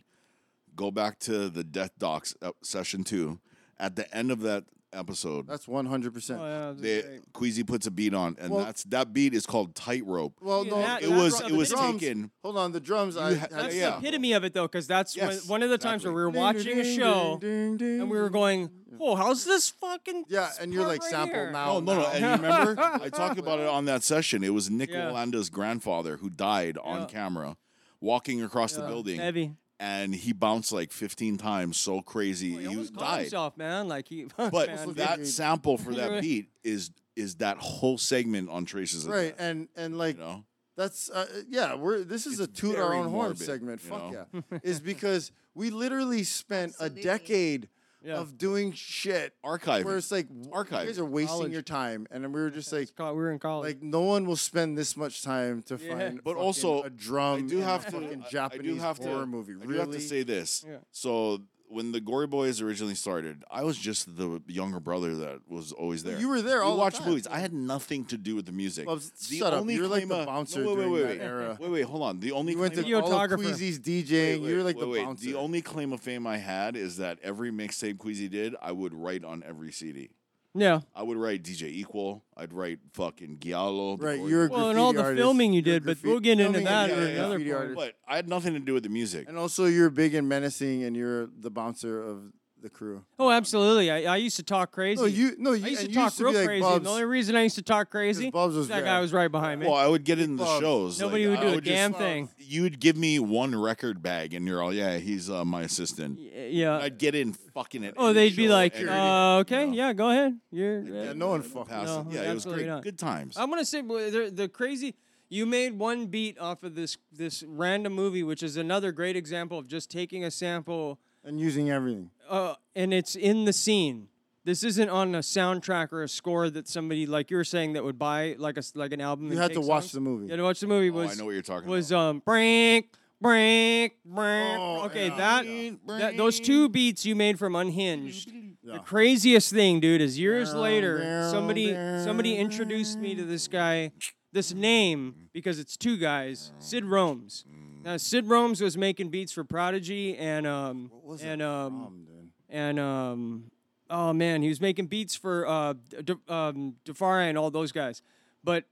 go back to the Death Docs uh, session two. At the end of that episode, That's 100. Oh, percent they, Queasy puts a beat on, and Well- that's that beat is called Tightrope. Well, Yeah, no, that- it that was drum- it was the drums- taken. Hold on, the drums. I ha- had that's to- the epitome of it though, because that's Yes, when, one of the times where we were watching a show and we were going, "Whoa, how's this fucking?" Yeah, and you're like, sample No, now. no, no. And you remember, I talked about it on that session. It was Nick Yeah. Landa's grandfather who died on camera walking across the Yeah. building. Heavy. And he bounced like 15 times so crazy. he Call died. yourself, man. Like he, But man. that sample for that Really? beat is is that whole segment on Traces of right, and and like know? that's uh, yeah, we're this is a toot our very own horn morbid, segment. you Fuck know? yeah, is because we literally spent a decade Yeah. of doing shit Archiving. where it's like archive. You guys are wasting College. your time, and then we were just like we were in college. Like no one will spend this much time to Yeah. find, But fucking also, a drum. I do and have to. a fucking I- Japanese I do have horror to, movie. I really? do have to say this. Yeah. So when the Gory Boys originally started, I was just the younger brother that was always there. you were there We all the watched time. movies. I had nothing to do with the music. Well, shut up. You were like the claim of- bouncer wait, wait, during wait, that wait. era. Wait, wait, hold on. The only You went to claim- all of Queasy's DJing. Wait, you were wait, like the wait, wait. bouncer. The only claim of fame I had is that every mixtape Queasy did, I would write on every CD. Yeah. I would write DJ Equal. I'd write fucking Giallo. the Right, Gorg- you're a Well, and all the graffiti filming you artist. You're did, but graffi- we'll get into filming that and in you're a another graffiti part. artist. But I had nothing to do with the music. And also, you're big and menacing, and you're the bouncer of the crew. Oh, absolutely. I, I used to talk crazy. you- no, you- I used to and you talk used to real be like crazy. Bubs. the only reason I used to talk crazy, Bubs was that guy there. was right behind me. Well, I would get in the Bubs. shows. Nobody like, would I do a just- damn thing. You'd give me one record bag, and you're all, yeah, he's uh, my assistant. Yeah. I'd get in fucking it. Oh, they'd be like, uh, okay, yeah, go ahead. You're yeah, no one fucking. No, yeah, it was absolutely great. not. Good times. I'm gonna say well, the, the crazy. You made one beat off of this this random movie, which is another great example of just taking a sample and using everything. uh, and it's in the scene. This isn't on a soundtrack or a score that somebody like you were saying that would buy like a s- like an album. You and had to take watch songs. the movie. You had to watch the movie. Oh, I Was know what you're talking was, um brink brink brink. Oh, okay, that, that those two beats you made from Unhinged. The craziest thing, dude, is years later somebody somebody introduced me to this guy, this name because it's two guys, Sid Rome's. Now Sid Rome's was making beats for Prodigy and um and um and um oh man, he was making beats for uh D- um Defara and all those guys, but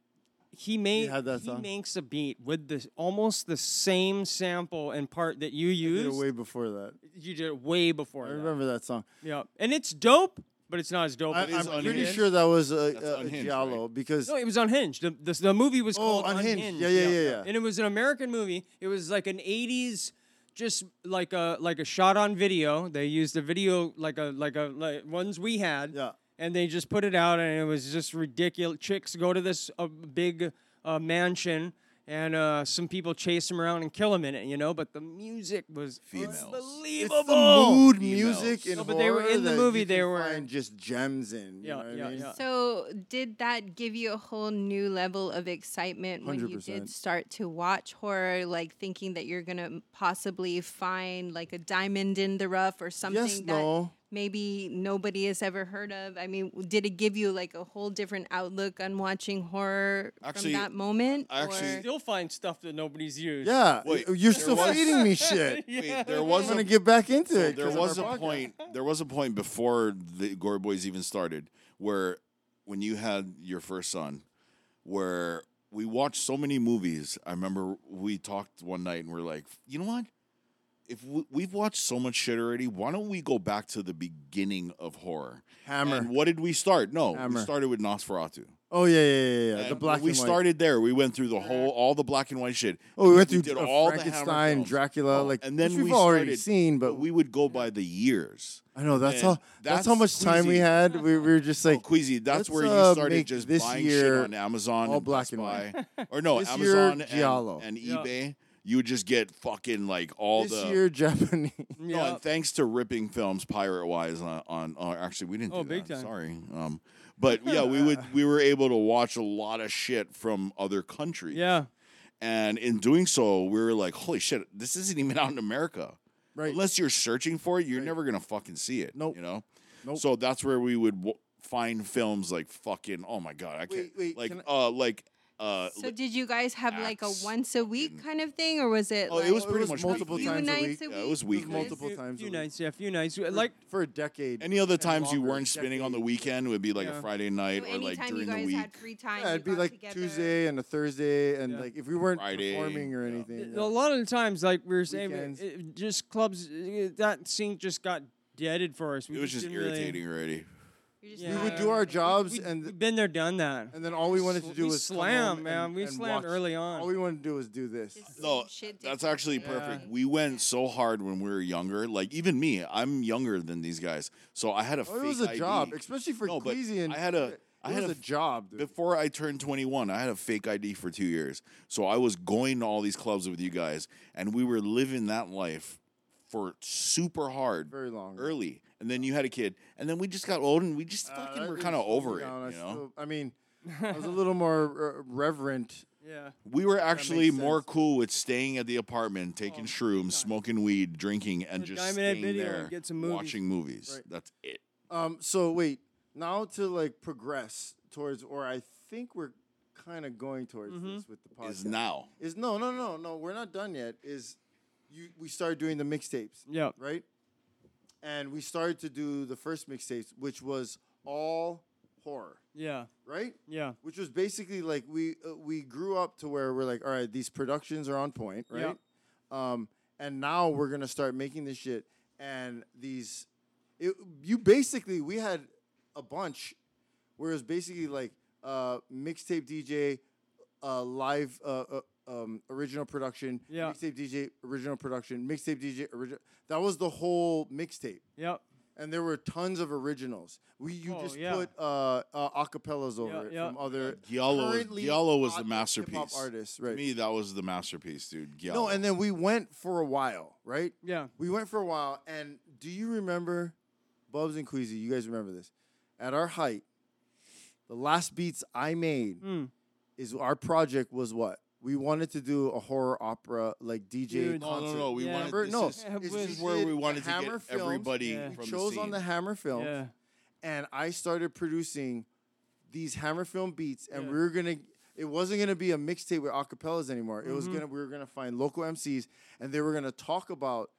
he made had that he song? makes a beat with the almost the same sample and part that you You did it used. way before that. you did it way before. I that. remember that song. Yeah, and it's dope, but it's not as dope. I, as am pretty Unhinged. sure that was That's a, a, a Unhinged, giallo because No, it was Unhinged. The, the, the movie was called Oh, Unhinged. Unhinged. Yeah, yeah, yeah, yeah. And it was an American movie. It was like an '80s, just like a like a shot on video. They used a video like a like a like ones we had. Yeah. And they just put it out, and it was just ridiculous. Chicks go to this uh, big uh, mansion. And uh, some people chase them around and kill them in it, you know. But the music was unbelievable. it's the mood music in No, but they were horror in the that movie, you they can were- find just gems in. You Yeah, know what yeah, I mean? yeah. So, did that give you a whole new level of excitement when you 100%. did start to watch horror, like thinking that you're going to possibly find like a diamond in the rough or something that no. maybe nobody has ever heard of? I mean, w- did it give you like a whole different outlook on watching horror Actually, from that moment? I actually- or- You'll find stuff that nobody's used. Yeah, Wait, y- you're there still was- feeding me shit. Wait, there was I'm gonna a- get back into so it. There 'cause of was a our podcast. point. There was a point before the Gore Boys even started, where when you had your first son, where we watched so many movies. I remember we talked one night and we're like, you know what? If we, we've watched so much shit already, why don't we go back to the beginning of horror? Hammer. And what did we start? No, Hammer. we started with Nosferatu. Oh yeah, yeah, yeah, yeah. the And black. we and white. started there. We went through the whole, all the black and white shit. Oh, we went through did uh, all the Hammer Frankenstein, films. Dracula, Oh, like and then which we we've already started- seen, but we would go by the years. I know that's And how that's, how much time we Queasy. Oh, had. We, we were just like Queasy, that's let's, where uh, you started make just this buying year shit on Amazon, all and black Best and white. Buy. or no, This year, Amazon and- Giallo. and, Yeah. eBay. You would just get fucking like all this the year Japanese. No, and thanks to ripping films pirate wise on, on uh, actually we didn't. Oh, do big that, time. Sorry, um, but yeah, we would we were able to watch a lot of shit from other countries. Yeah. and in doing so, we were like, holy shit, this isn't even out in America. Right. Unless you're searching for it, you're never gonna fucking see it. Nope. You know. Nope. So that's where we would w- find films like fucking. Oh my god, I can't. like uh, like uh. So, did you guys have like a once a week kind of thing, or was it? Oh, like it was pretty much multiple weekly. few nights a Yeah, it week? was weekly. multiple times. few nights, yeah, a few nights. like for a decade. Any other and times you longer, weren't spinning on the weekend would be like Yeah. a Friday night or like Anytime you during the guys week. had free time, Yeah, you it'd be got like together. Tuesday and a Thursday, and like if we weren't Friday, performing or anything. yeah. A lot of the times, like we were saying, Weekends. it, it just clubs. it- that scene just got deaded for us. We It was just didn't really- irritating already. We would do our jobs, and We've been there, done that. and then all we wanted to Sl- do we was come slammed, home and- man. We and slammed watch. early on. All we wanted to do was do this. No, that's actually perfect. We went so hard when we were younger. Like even me, I'm younger than these guys, so I had a. Oh, it was fake a job, ID. especially for No, but Queasy and I had a. I It had was a f- job, dude. before I turned 21. I had a fake ID for two years, so I was going to all these clubs with you guys, and we were living that life for super hard, very long, early. And then you had a kid, and then we just got old, and we just fucking Uh, that were is kind of totally over it. down. I You know, still- I mean, I was a little more uh, reverent. Yeah. we were actually makes more cool with staying at the apartment, taking shrooms, smoking weed, drinking, and The just Diamond Head staying video there, and get some movies. watching movies. Right. That's it. Um. So wait, now to like progress towards, or I think we're kind of going towards this with the podcast. Mm-hmm. Is now. Is no, no, no, no. We're not done yet. Is you we started doing the mixtapes. Yeah. Right. And we started to do the first mixtapes, which was all horror. Yeah. Right? Yeah. Which was basically like we uh, we grew up to where we're like, all right, these productions are on point, right? Um, and now we're gonna start making this shit. And these, it, you basically we had a bunch, where it's basically like uh, mixtape DJ, uh, live uh, uh, um, original production, Yeah. mixtape DJ original production, mixtape DJ original. That was the whole mixtape. Yep. And there were tons of originals. We you Oh, just yeah. put uh, uh, acapellas over it yeah. from other Giallo, currently Giallo was hot the hip-hop masterpiece. artists, right? me, that was the masterpiece, dude. Giallo. No, and then we went for a while, right? Yeah. We went for a while, and do you remember, Bubs and Queasy? You guys remember this? At our height, the last beats I made Hmm. is our project was what we wanted to do a horror opera like DJ. Dude. No, no, concert. no, we Yeah. wanted- Remember? this no, is- it's- this is we where did we the wanted to get Hammer Films. everybody Yeah. We from the chose on the scene. Hammer Films, Yeah. and I started producing these Hammer Film beats, and we were gonna. It wasn't gonna be a mixtape with acapellas anymore. It was Mhm. gonna we were gonna find local MCs, and they were gonna talk about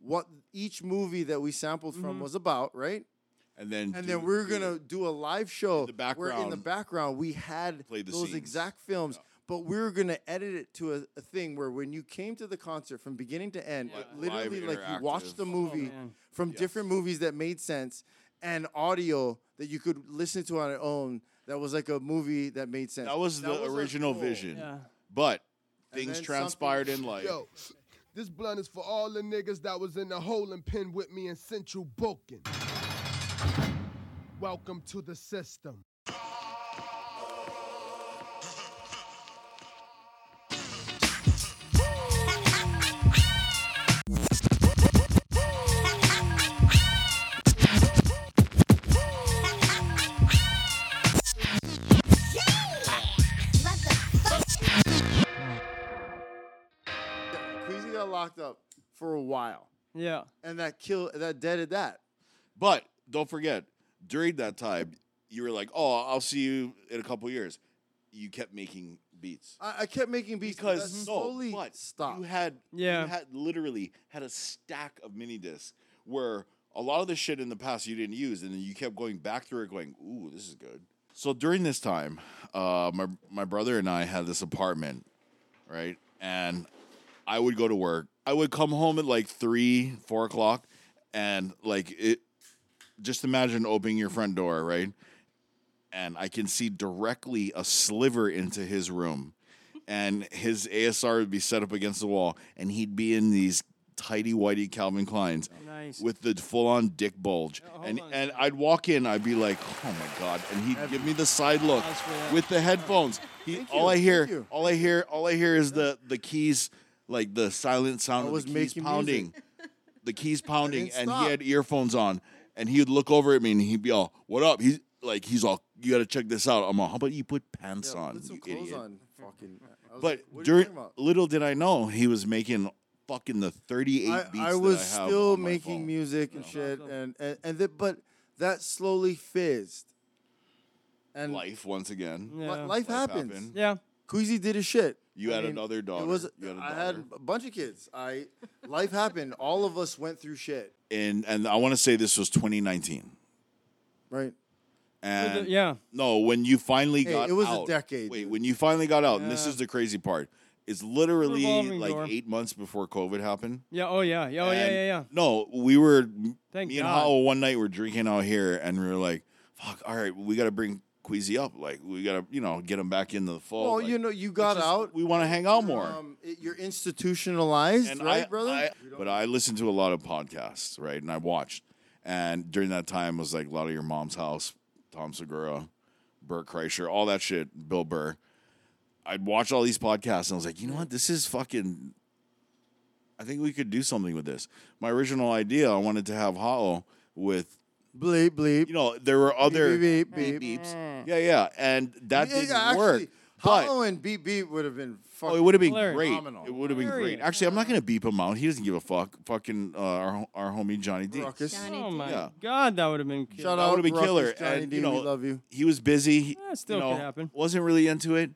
what each movie that we sampled from Mhm. was about, right? And then and do- then we're do gonna it. do a live show the where in the background- background we had Play the those scenes. exact films, but we were gonna edit it to a, a thing where when you came to the concert from beginning to end, it Live literally like you watched the interactive. movie from different movies that made sense and audio that you could listen to on your own. That was like a movie that made sense. That was the our original goal. vision. But And things then transpired in something- life. Yo, this blunt is for all the niggas that was in the holding pen with me in Central Booking. Welcome to the system. Queasy got locked up for a while. Yeah. And that kill that deaded that. But don't forget, during that time, you were like, "Oh, I'll see you in a couple years." You kept making beats I, I kept making beats but because that no, slowly but stopped. You had Yeah. you had literally had a stack of mini discs where a lot of the shit in the past you didn't use, and then you kept going back through it, going, "Ooh, this is good." So during this time, uh, my my brother and I had this apartment, right? And I would go to work. I would come home at like three, four o'clock, and like it. Just imagine opening your front door, right? And I can see directly a sliver into his room, and his ASR would be set up against the wall, and he'd be in these tidy whitey Calvin Kleins Oh, Nice. Oh, with the full on dick bulge, and and I'd walk in, I'd be like, oh my god, and he'd give me the side look Nice for that. with the headphones. He, Thank all you, I thank hear, you. all I hear, all I hear is the the keys, like the silent sound I of was the keys making music. pounding, the keys pounding, didn't and stop. he had earphones on, and he'd look over at me and he'd be all, "What up?" He's like, he's all, "You got to check this out." I'm all, "How about you put pants Yeah, on, put some you clothes idiot?" on, fucking. I But was like, what are you during, talking about? little did I know he was making fucking the 38 I, beats. I that was have still on my making phone. music and shit, and and, and th- but that slowly fizzed. And life once again. li- life happens. happened. Yeah. Queasy did his shit. You I had mean, another daughter. It was. You had a I had a bunch of kids. I life happened. All of us went through shit. and and I want to say this was 2019. Right. And the- yeah. No, when you finally Hey, got it was a out, decade, Wait, when you finally got out, and this Yeah. is the crazy part. It's literally Revolving like door. eight months before COVID happened. Yeah. Oh yeah. Yeah, Oh yeah. And- Yeah. Yeah. No, we were Thank me and God. Howell one night were drinking out here, and we were like, "Fuck, all right, we got to bring Queasy up. Like, we got to, you know, get him back into the fold." well, like, you know, you got just- out. We want to hang out more. Um, it- you're institutionalized, And right, I- brother? I- but I listened to a lot of podcasts, right? And I watched. And during that time was like a lot of your mom's house, Tom Segura, Burt Kreischer, all that shit, Bill Burr. I'd watch all these podcasts and I was like, you know what? This is fucking I think we could do something with this. My original idea, I wanted to have Hollow with bleep bleep. You know, there were other beep, beep, beep, beeps. Yeah, yeah. And that Yeah, yeah, didn't actually, work. But Hollow and Beep Beep would have been fucking. Oh, it would have been Hilarious. great. Phenomenal. It would have been great. Hilarious. Actually, I'm not gonna beep him out. He doesn't give a fuck. Fucking uh, our our homie Johnny D. Ruckus. Johnny Oh D. my Yeah. God, that would have been. Shout that would have been killer. and you know, he was busy. He- Yeah, still you know, could happen. Wasn't really into it,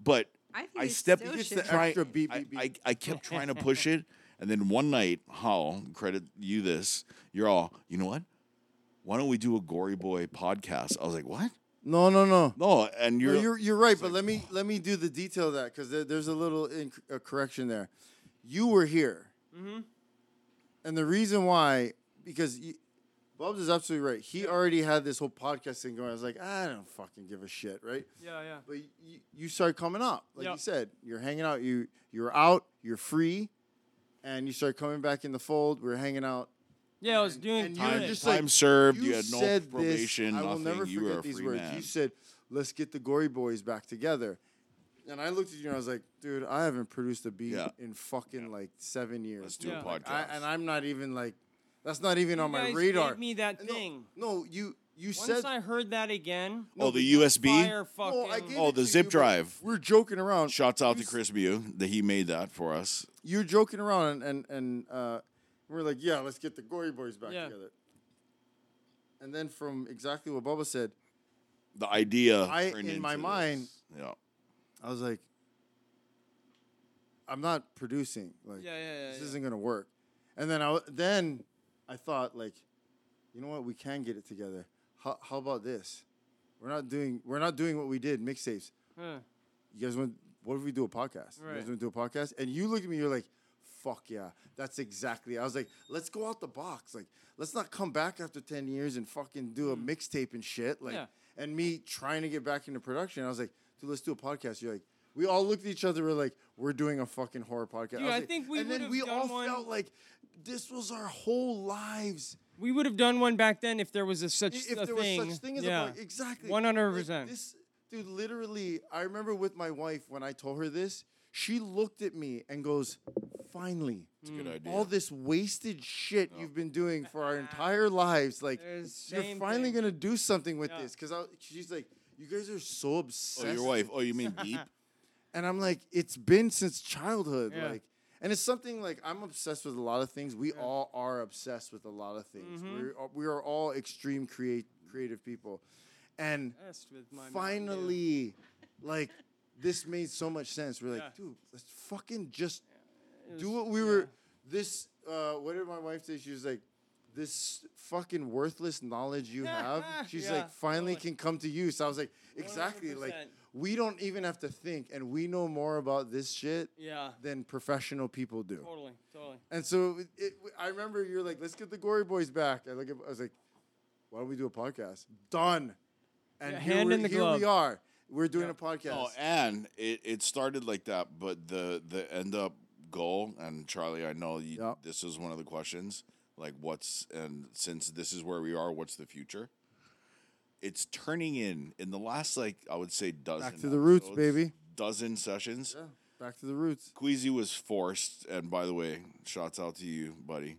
but I, think it stepped. still It's the should. extra beep, I, beep, I, I kept trying to push it, and then one night, Hal, credit you this. You're all. You know what? Why don't we do a Gory Boy podcast? I was like, what? No, no, no. No, and you're No, you're you're right, but let me let me do the detail of that because there, there's a little inc- a correction there. You were here, Mm-hmm. and the reason why because you, Bubs is absolutely right. He already had this whole podcast thing going. I was like, I don't fucking give a shit, right? Yeah, yeah. But you, you started coming up, like Yeah. you said. You're hanging out. You you're out. You're free, and you start coming back in the fold. We're hanging out. Yeah, I was doing And you time. were just time like, served, you had no said this, probation, I will nothing, never you were forget a these free words. man. You said, "Let's get the Gory Boys back together," and I looked at you and I was like, "Dude, I haven't produced a beat Yeah. in fucking like seven years. Let's do a dude. Yeah. Like, I- podcast. and I'm not even like, that's not even on You my guys radar. Gave me that thing. No, you you Once said- I heard that again. Oh, the USB? Fire No, I fucking- gave Oh, it the to zip you, but drive. We're joking around. Shouts out to Chris Mew that he made that for us. You're joking around, and and, and uh, we're like, "Yeah, let's get the Gory Boys back Yeah. together." And then from exactly what Bubba said, The idea I turned in into my this. mind, Yeah. I was like, I'm not producing. Like, Yeah, yeah, yeah, this yeah. isn't gonna work. And then I w- then I thought like, you know what? We can get it together. How, how about this? We're not doing we're not doing what we did mixtapes. Huh. You guys want? What if we do a podcast? You Right. guys want to do a podcast? And you look at me. You're like, fuck yeah, that's exactly. I was like, let's go out the box. Like, let's not come back after ten years and fucking do a mixtape and shit. Like, Hmm. Yeah. and me trying to get back into production. I was like, dude, let's do a podcast. You're like. We all looked at each other. We're like, we're doing a fucking horror podcast. Dude, was I like- think we and then would've we all done one- felt like this was our whole lives. We would have done one back then if there was a such if a there thing. was such thing as yeah. a podcast, exactly. One hundred Like, percent. This dude, literally, I remember with my wife when I told her this, she looked at me and goes, "Finally, It's a good idea. all this wasted shit you've been doing for our entire lives, like There's you're same finally thing. gonna do something with Yeah. this." Because she's like, "You guys are so Oh, obsessed." your wife. Oh, you mean Beep? And I'm like, it's been since childhood. Yeah. Like, and it's something like I'm obsessed with a lot of things. We all are obsessed with a lot of things. Mhm. We're, all- we are all extreme create, creative people. And Obsessed with my Mountain Dew. finally, like, this made so much sense. We're like, Yeah. dude, let's fucking just do what we were. This, uh, what did my wife say? She was like, this fucking worthless knowledge you have, she's Yeah, like, finally can come to use. I was like, exactly. Like, 100%. we don't even have to think, and we know more about this shit Yeah. than professional people do. Totally, totally. And so it, it, I remember you're like, let's get the Gory Boys back. I look at, I was like, why don't we do a podcast? Done. And Yeah, here, hand we- in the here glove. we are. We're doing a podcast. No, Oh, and it, it started like that, but the the end up goal and Charlie, I know you, this is one of the questions. Like, what's and since this is where we are, what's the future? It's turning in in the last like I would say dozen to the roots, episodes, baby. dozen sessions. Back to the roots. Queasy was forced, and by the way, shouts out to you, buddy.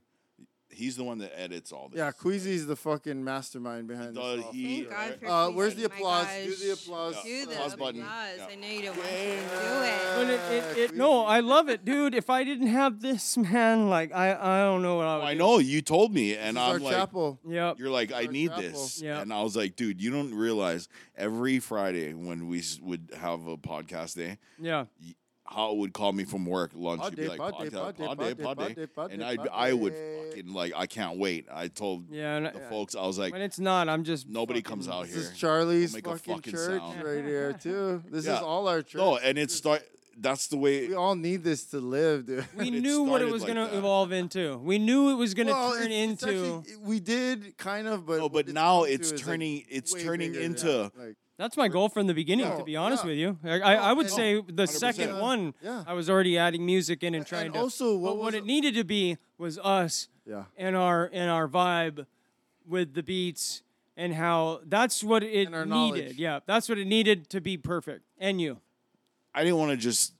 He's the one that edits all this. Yeah, Queasy's the fucking mastermind behind does- this. all. he- Thank God for uh, where's Queasy, Oh the my applause? Do gosh. the applause. Do the Applause applause. button. I know you don't want to But do it, it, it, no, I love it, dude. If I didn't have this, man, like I, I don't know Oh, what I would. oh, I do. know you told me, and is I'm our like, chapel. Yep. you're like, I our need chapel. this, Yep. and I was like, dude, you don't realize every Friday when we s- would have a podcast day, Yeah. how it would call me from work lunch, Pod you'd be like, day, pod day, podcast, pod day, pod day, pod and day, I, pod I would day. fucking like, I can't wait. I told Yeah, and the I- folks, I was like, when it's not, I'm just nobody comes out here. This is Charlie's Don't make a fucking, fucking church sound. right here too. This Yeah. is all our church. No, and it start. That's the way we all need this to live, dude. We knew what it was gonna evolve into. We knew it was gonna Well, turn it's- it's actually- into. it- we did kind of, but No, but now it's turning. it's turning into. That's my goal from the beginning, No, to be honest yeah. with you. Like, I, I would and- say the second 100%. one, Yeah. I was already adding music in and trying to. also, what but what was- it needed to be was us Yeah. and our and our vibe with the beats and how that's what it our needed. knowledge. Yeah, that's what it needed to be perfect. And you. I didn't want to just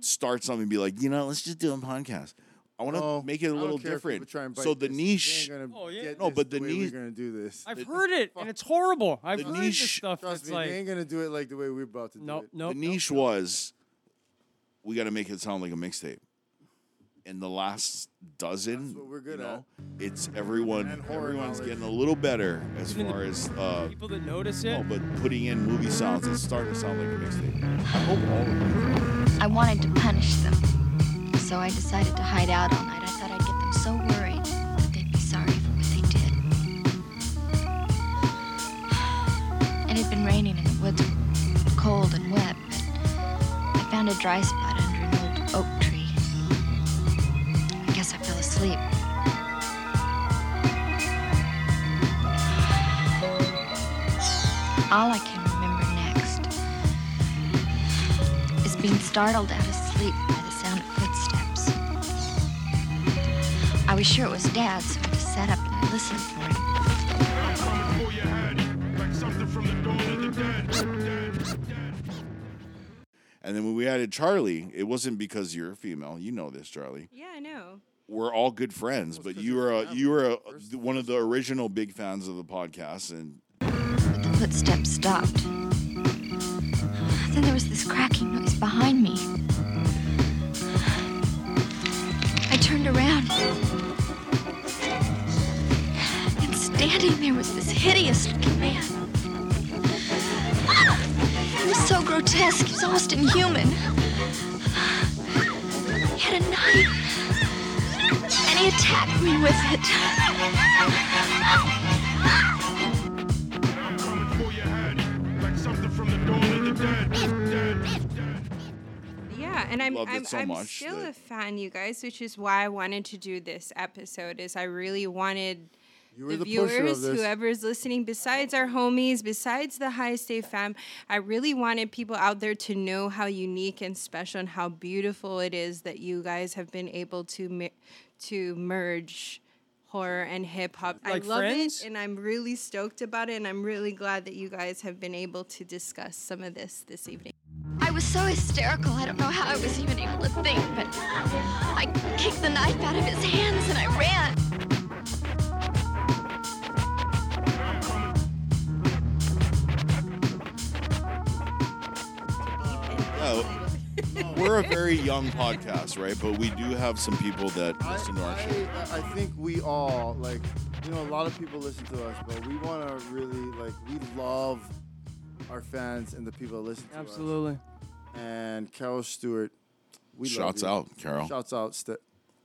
start something and be like, you know, let's just do a podcast. I want to No, make it I a don't little care if people different. try and So bite the this. They ain't niche. gonna Oh, yeah. get No, this but the way we're niche- gonna do this. I've It- heard it, and it's horrible. I've The heard this niche- stuff. Trust that's me, like, they ain't gonna do it like the way we're about to do Nope, it. nope. the niche was we got to make it sound like a mixtape. In the last dozen, That's what we're good you know, it's everyone. Everyone's getting a little better as far as uh, people that notice it. No, but putting in movie sounds, it's starting to sound like a mixtape. I hope all of you. I wanted to punish them, so I decided to hide out all night. I thought I'd get them so worried that they'd be sorry for what they did. It had been raining and the woods were cold and wet, but I found a dry spot under an old oak tree. I guess I fell asleep. All I can remember next is being startled out of sleep by the sound of footsteps. I was sure it was Dad, so I just sat up and I listened for him. And then when we added Charlie, it wasn't because you're a female. You know this, Charlie. Yeah, I know. We're all good friends, but you were a, you were a, one of the original big fans of the podcast, and The footsteps stopped. Then there was this cracking noise behind me. I turned around. And standing there was this hideous looking man. Ah! He was so grotesque, he was almost inhuman. He had a knife. And he attacked me with it. Yeah, and I'm Loved it I'm, so I'm much still that- a fan, you guys, which is why I wanted to do this episode. Is I really wanted You were the the, pusher of viewers, this. whoever's listening, besides our homies, besides the High State fam, I really wanted people out there to know how unique and special and how beautiful it is that you guys have been able to mi- to merge horror and hip hop. Like I love Friends? it, and I'm really stoked about it, and I'm really glad that you guys have been able to discuss some of this this evening. I was so hysterical, I don't know how I was even able to think, but I kicked the knife out of his hands and I ran. yeah, we're a very young podcast, right? But we do have some people that listen to our show. I, I think we all like you know a lot of people listen to us, but we want to really like we love our fans and the people that listen to us. Absolutely. And Carol Stewart, we love Shouts you. out, Carol. Shouts out, St-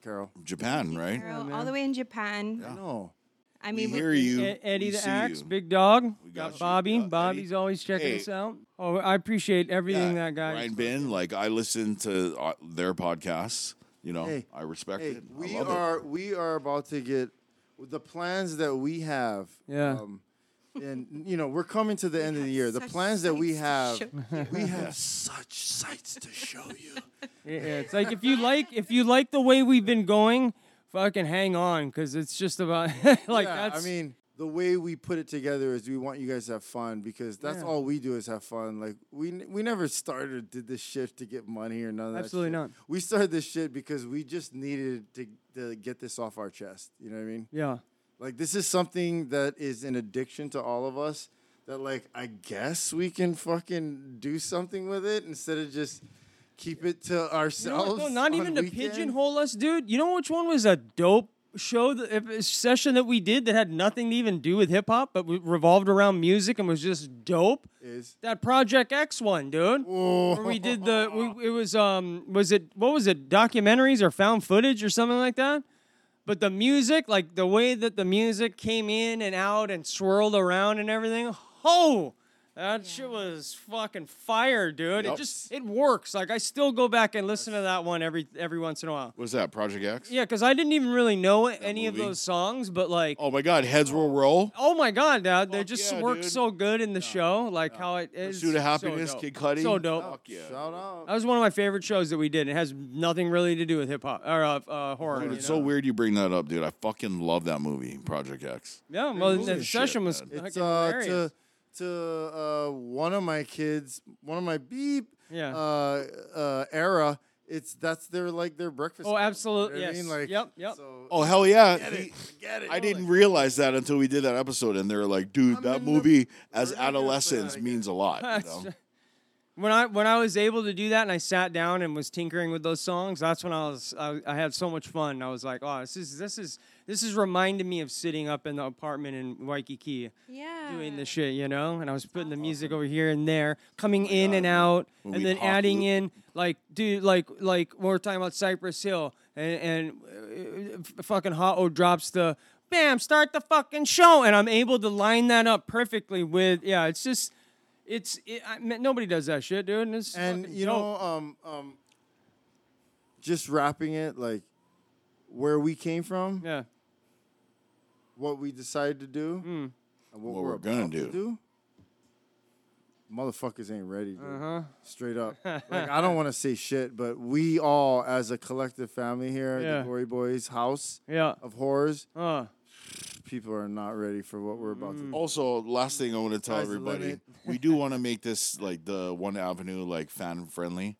Carol. Japan, right? Girl, all the way in Japan. I know. I mean, hear you. E- Eddie We the see Axe, you. Big Dog. got Got, you. Bobby. Got Eddie. Bobby's always checking Hey. us out. Oh, I appreciate everything that guy. Ryan Bin, like I listen to uh, their podcasts. You know, Hey, I respect hey, it. I we love it. are we are about to get the plans that we have. Yeah. Um, and you know we're coming to the end of the year. The plans that we have, we have such sights to show you. Yeah, yeah, it's like if you like if you like the way we've been going, fucking hang on, cause it's just about like Yeah, I that's. mean, the way we put it together is we want you guys to have fun because that's Yeah. all we do is have fun. Like we n- we never started or did this shit to get money or none of that. Absolutely shit. not. We started this shit because we just needed to to get this off our chest. You know what I mean? Yeah. Like this is something that is an addiction to all of us. That like I guess we can fucking do something with it instead of just keep it to You know what, ourselves. though? not even on to weekend. pigeonhole us, dude. You know which one was a dope show that, if- a session that we did that had nothing to even do with hip hop, but w- revolved around music and was just dope. Is that Project X one, dude? Where we did the we, it was um was it what was it documentaries or found footage or something like that? But the music, like the way that the music came in and out and swirled around and everything, oh, that shit was fucking fire, dude. Yep. It just it works. Like I still go back and listen to that one every every once in a while. What's that? Project X? Yeah, because I didn't even really know any of movie. those songs, but like, Oh my God, heads will roll. oh my god, dude, they just yeah, work dude. so good in the show. Like how it is. Pursuit of Happiness, so dope. Kid Cudi. So dope. Fuck yeah. Shout out. That was one of my favorite shows that we did. It has nothing really to do with hip hop or uh, uh, horror. Dude, you it's know? so weird you bring that up, dude. I fucking love that movie, Project X. Yeah, well, Holy the session was shit, fucking It's uh, to hilarious. to uh, one of my kids, one of my beep Yeah. uh, uh, era. It's that's their like their breakfast. Oh, club, you know absolutely. what I Yes. mean? Like, yep. Yep. Oh hell yeah! Get He- it. Get it. I didn't realize that until we did that episode, and they're like, "Dude, that movie as adolescents means a lot." You know? when I when I was able to do that and I sat down and was tinkering with those songs, that's when I was I, I had so much fun. I was like, oh, this is this is this is reminding me of sitting up in the apartment in Waikiki. Yeah. Doing the shit, you know, and I was putting the music over here and there, coming in and out, When and we then pop adding loop- in like, dude, like, like when we're talking about Cypress Hill, and and uh, f- fucking Hot O drops the bam, start the fucking show, and I'm able to line that up perfectly with yeah, it's just It's it, I mean, nobody does that shit, dude. And, it's And fucking you dope. know, um, um, just wrapping it like where we came from. Yeah. Hmm. What we decided to do. And what, What we're, we're gonna about to do. do. Motherfuckers ain't ready, dude. Uh-huh. Straight up. like I don't want to say shit, but we all, as a collective family here, Yeah. at the Gory Boys House yeah. of Horrors, uh. Mm. people are not ready for what we're about to do. Also, last thing I want to tell Sky's the everybody, limit. we do want to make this like the one avenue like fan friendly.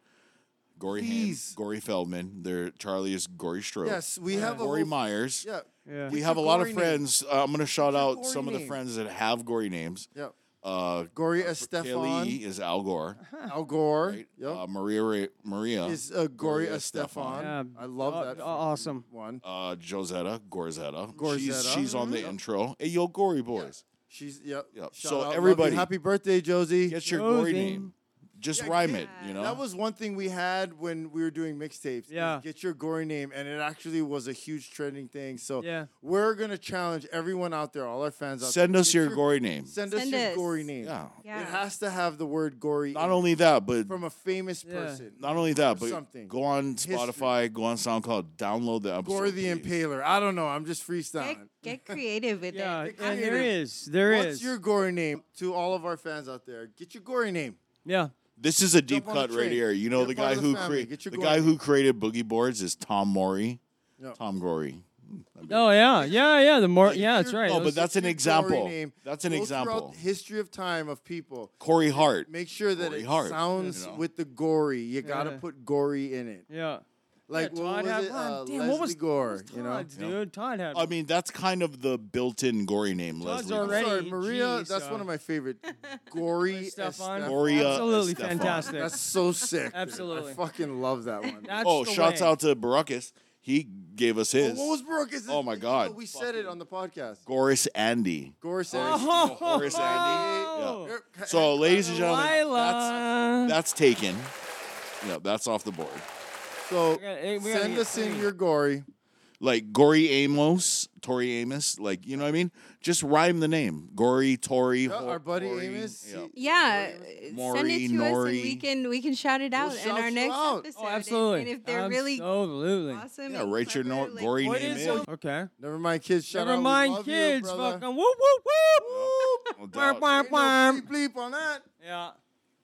Gory Ham, Please. Gory Feldman, there Charlie is Gory Strode. Yes, we have a Gory whole- Myers. Yeah. Yeah. We Get have a your lot of gory name. friends. Uh, I'm going to shout out gory some of the name. friends that have gory names. Yep. Uh, Gory Kelly Estefan, is Al Gore. Al Gore Uh, Maria Ra- Maria Uh-huh. is uh, Gory Estefan. Estefan. I love that. awesome one. Uh, Josetta Gorzetta. She's, Gorzetta. Mm-hmm. she's on the Yep. intro. Hey, yo, Gory boys. She's yep. Yep. Shout so out, love you. everybody, happy birthday, Josie. get your uh, gory name. Just rhyme it. You know. That was one thing we had when we were doing mixtapes. is Yeah. Get your gory name, and it actually was a huge trending thing. So Yeah. we're gonna challenge everyone out there, all our fans out Send there. us get your gory name. Send us Send your us. gory name. Yeah. Yeah. It has to have the word gory Not only that, but from a famous Yeah. person. not only that, or but something. go on History. Spotify, go on SoundCloud, download the episode. Gore the please. Impaler. I don't know. I'm just freestyling. Get, get creative with Yeah, it. Uh, and there creative. is, there is. What's your gory name to all of our fans out there? Get your gory name. yeah. This is a deep on the cut right train. here. You know Get the a part guy of the who family. created Get the your guy gory who created boogie boards is Tom Mori. Yeah. Tom Gory. Oh yeah, yeah, yeah. The more, yeah, that's right. No, but Those- that's an Your gory example. name. That's an Go example. Throughout history of time of people. Corey Hart. Make sure that Gory it Hart, sounds you know. with the gory. You gotta Yeah. put gory in it. yeah. Like yeah, what Todd was had it? one. Uh, Damn, Leslie what was Gore. what was you know. Todd's, dude? Todd had. I mean, that's kind of the built-in gory name, Leslie. Todd's Gore. already- Sorry, Maria. Jeez, that's uh, one of my favorite. Gory Stefan. Estefan. Gory uh, Absolutely Estefan. fantastic. That's so sick. dude. Absolutely. I fucking love that one. That's Oh, the shouts way. out to Baracus. He gave us Oh, his. what was Brooke's? Oh, my God. We said it on the podcast. Goris Andy. Gore said. Oh, Horace Andy. oh, Yeah. So, ladies and gentlemen, that's, Lila. that's taken. Yeah, that's off the board. So gotta- eh, we gotta send get us in three. your gory. Like Gory Amos, Tori Amos, like you know what I mean? Just rhyme the name. Gory, Tori, Yeah, Ho- our buddy Tori, Amos. yeah. he- Yeah, uh, send Maury, it to us and we Nori. can we can shout it out in shout our you next out. Oh, episode. Oh, And- absolutely. And if they're really absolutely. awesome, Yeah, and write your clever, no- like, gory What name is in. it? Okay. Never mind, kids. Shout out. Never We mind, love you, kids. brother. Fucking whoop whoop whoop. No Wham, doubt. wham, Ain't no wham. bleep bleep on that. Yeah.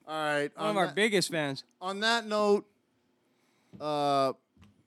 All right. One On of our that, biggest fans. on that note, uh,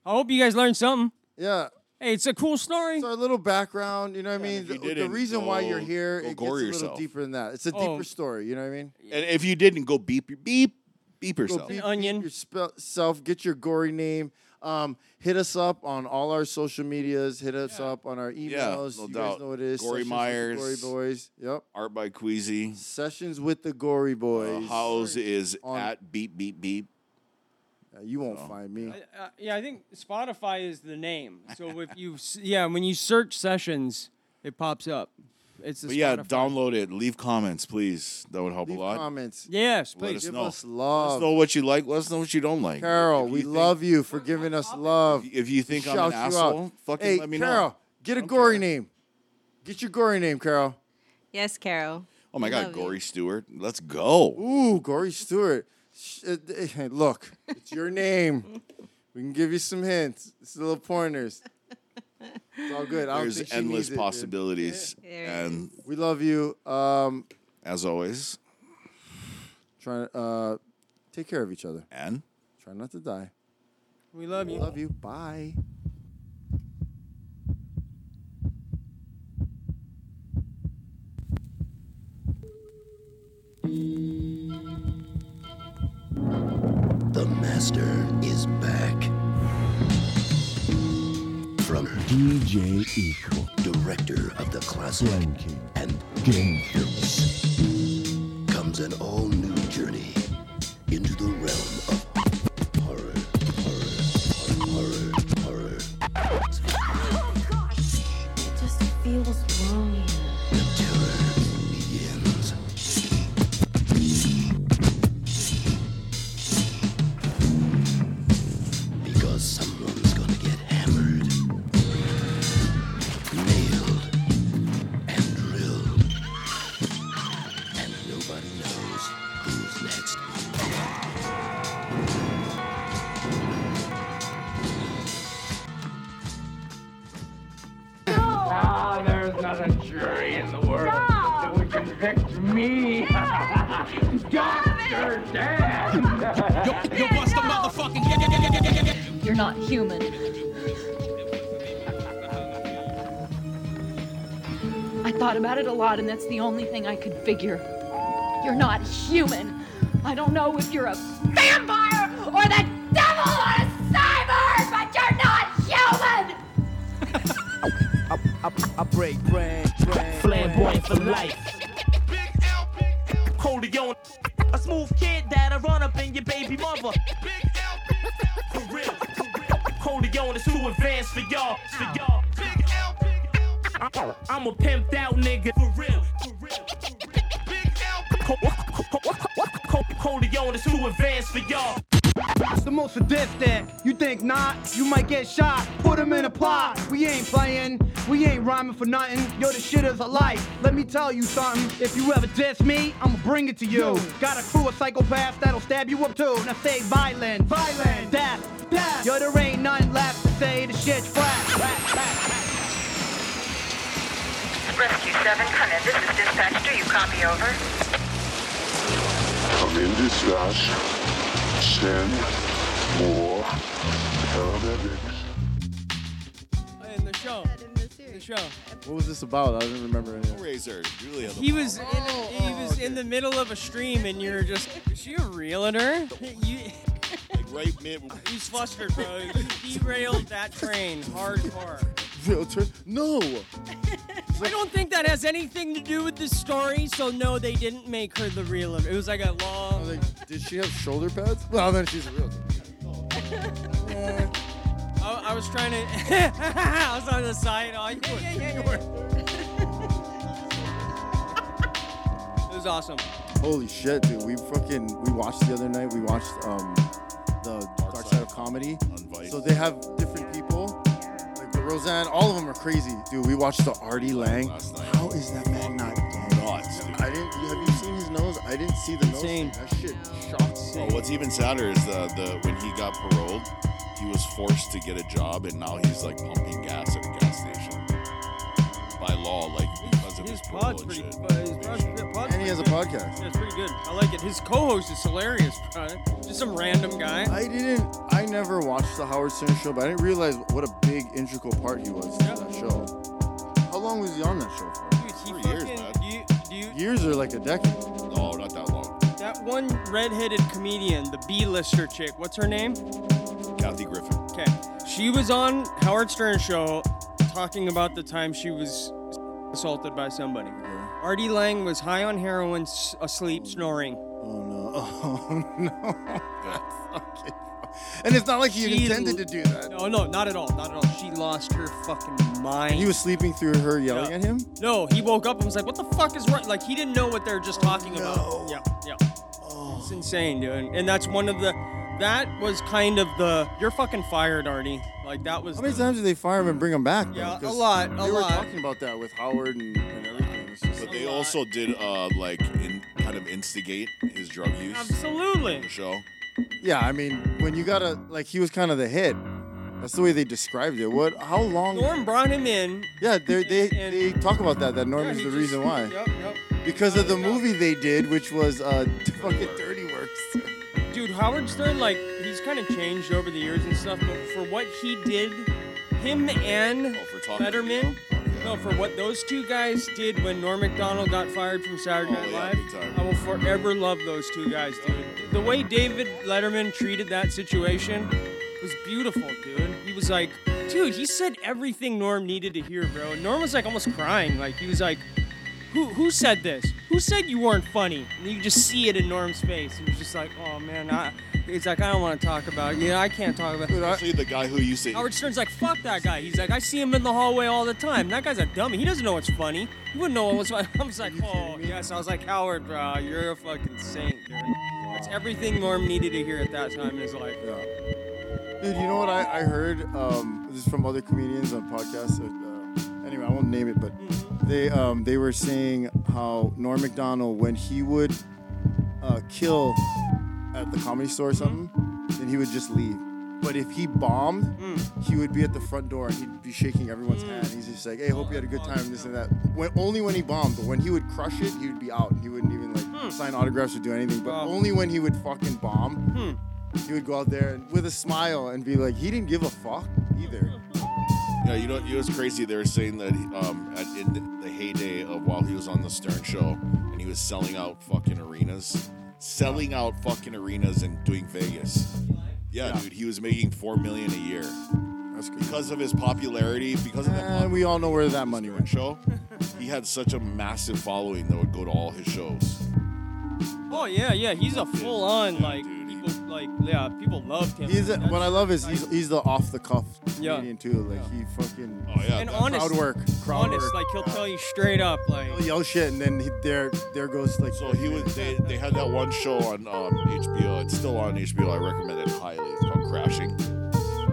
I hope you guys learned something. yeah. Hey, it's a cool story. It's our little background. You know what I mean? if you The, the didn't, reason why you're go- here, go it gets a gore little yourself. deeper than that. It's a Oh. deeper story. You know what I mean? And if you didn't, go beep your beep, beep Go yourself. beep, onion. beep yourself. Get your gory name. Um, hit us up on all our social medias. Hit us up on our emails. no you doubt. guys know what it is. Gory Sessions with the Myers. Gory Boys. Yep. Art by Queasy. Sessions with the Gory Uh, Boys. Howls is On- at beep beep beep. Yeah, you won't find me. Uh, yeah, I think Spotify is the name. So if you, s- yeah, when you search sessions, it pops up. It's the But yeah, Spotify. download it. Leave comments, please. That would help Leave a lot. comments. Yes, Let please. us Give know. us Let love. us know what you like. Let us know what you don't like. Carol, If we you think- love you for giving us love. If you think I'm Shout an you asshole, out. fucking hey, let me Carol, know. get a don't gory care. name. Get your gory name, Carol. Yes, Carol. Oh my Love God, you. Gory Stewart. Let's go. Ooh, Gory Stewart. Sh- uh, d- hey, Look, it's your name. We can give you some hints. It's little pointers. It's all good. I don't There's think she endless needs it, dude. possibilities. There and We love you. Um, as always, try uh, take care of each other. and Try not to die. We love you. Love you. Bye. The master is back. From DJ Equal, director of the classic and game films, comes an all new journey into the realm of horror, horror, horror, horror, Just feels wrong here. begins. Because someone's gonna get hammered, nailed, and drilled, and nobody knows Now there's not a jury in the world that would convict me. Doctor Dan. Yo, yo, bust the motherfucking. You're not human. I thought about it a lot, and that's the only thing I could figure. You're not human. I don't know if you're a vampire or the devil on a cyborg, but you're not human! I, I, I break brain, brain. Flamboyant for life. Coleon. A smooth kid that'll run up in your baby mother. Big L. For real. Coleon is too advanced for y'all. For y'all. Big L. I- I'm a pimped out nigga. For real. For real. Big L. Co- co- co- co- co- Coleon is too advanced for y'all. The most sadistic. You think not? You might get shot. Put him in a plot. We ain't playing. We ain't rhyming for nothing. Yo, the shit is a life. Let me tell you something. If you ever diss me, I'ma bring it to you. Got a crew of psychopaths that'll stab you up too. Now say violent, violent, death, death. Yo, there ain't nothing left to say. The shit's flat. Rat, rat, rat. Rescue 7, come in. This is dispatch. Do you copy over? Come in dispatch. Send more paramedics. in the show. The show. What was this about? I don't remember any of it. Razor, Julia. He was in a, he was in the middle of a stream, and you're just is she a realtor? You like right mid. He's flustered, bro. You derailed that train hardcore. Realtor? No. I don't think that has anything to do with the story, so no, they didn't make her the realtor. It was like a long. Did she have shoulder pads? Well, then she's a realtor. I, I was trying to. I was on the side. Oh, yeah, yeah, yeah, yeah, yeah. it was awesome. Holy shit, dude. We fucking we watched the other night. We watched um the Dark, Side. of Comedy. So they have different people. Like the Roseanne, all of them are crazy, dude. We watched the Artie Lang. How is that man not dead? I didn't. Have you seen his nose? I didn't see the nose. Insane. That shit Oh, shocks Well, what's even sadder is the, the when he got paroled, he was forced to get a job, and now he's like pumping gas at a gas station by law, like because of his, parole Pod's and pretty. shit. Uh, his pod's, yeah, pod's And he pretty has a good. podcast. Yeah, it's pretty good. I like it. His co-host is hilarious, bro. Just some random guy. I didn't. I never watched the Howard Stern show, but I didn't realize what a big integral part he was to that show. How long was he on that show for? Dude, he Three years, man. fucking. do you, do you, Years or like a decade? No, not that long. that one redheaded comedian, the B-lister chick. What's her name? Kathy Griffin. Okay. She was on Howard Stern show talking about the time she was assaulted by somebody. Artie Lang was high on heroin, s- asleep, snoring. Oh no! Oh no! And it's not like he She intended to do that. No, no, not at all. Not at all. She lost her fucking mind. He was sleeping through her yelling at him. No, he woke up and was like, "What the fuck is wrong?" Like he didn't know what they're just talking about. Yeah, yeah. It's insane, dude. And that's one of the. That was kind of the. You're fucking fired, Artie. Like that was. How many times did they fire him and bring him back? though? Yeah, a 'Cause lot, a They were lot. talking about that with Howard and, and everything. It's just But they also did uh like in, kind of instigate his drug use. Absolutely. The show. Yeah, I mean, when you gotta like, he was kind of the hit. That's the way they described it. What? How long? Norm brought him in. Yeah, they they they talk about that. That Norm is the reason why. Yep, yep. Because of the movie they did, which was uh, fucking Dirty Works. Dude, Howard Stern, like, he's kind of changed over the years and stuff, but for what he did, him and Talking Letterman, no, for what those two guys did when Norm MacDonald got fired from Saturday Night Live, I will forever love those two guys, dude. The way David Letterman treated that situation was beautiful, dude. He was like, dude, he said everything Norm needed to hear, bro. And Norm was like almost crying. Like, he was like, who, who said this? Who said you weren't funny? And you just see it in Norm's face. He was just like, oh man, I, he's like, I don't want to talk about it. You know, I can't talk about it. Especially the guy who used to. Howard Stern's like, fuck that guy. He's like, I see him in the hallway all the time. That guy's a dummy. He doesn't know what's funny. He wouldn't know what was funny. I was like, oh, yes. I was like, Howard, bro, you're a fucking saint, dude. That's everything Norm needed to hear at that time in his life. Dude, you know what I, I heard? Um, this is from other comedians on podcasts. Uh, anyway, I won't name it, but they um, they were saying how Norm Macdonald, when he would uh, kill at the comedy store or something, then he would just leave. But if he bombed, he would be at the front door and he'd be shaking everyone's hand. He's just like, "Hey, hope you had a good time." This and that. When, only when he bombed, but when he would crush it, he would be out. He wouldn't even like sign autographs or do anything. But only when he would fucking bomb, he would go out there and, with a smile and be like, "He didn't give a fuck either." Yeah, you know, you know, it's crazy. They were saying that um, at, in the heyday of while he was on the Stern Show and he was selling out fucking arenas, selling out fucking arenas and doing Vegas. Yeah, dude, he was making four million a year. Because of his popularity, because of the And we all know where that money went. Show. he had such a massive following that would go to all his shows. Oh yeah, yeah. He's a full on like people like yeah, people loved him. He's a, That's- what I love is he's, he's the off the cuff Yeah. comedian too. Like he fucking oh yeah, and honest crowd work, crowd honest, work. like he'll tell you straight up like He'll yell shit and then he, there there goes like So he was. They, they had that one show on um, HBO. It's still on HBO. I recommend it highly. It's called Crashing.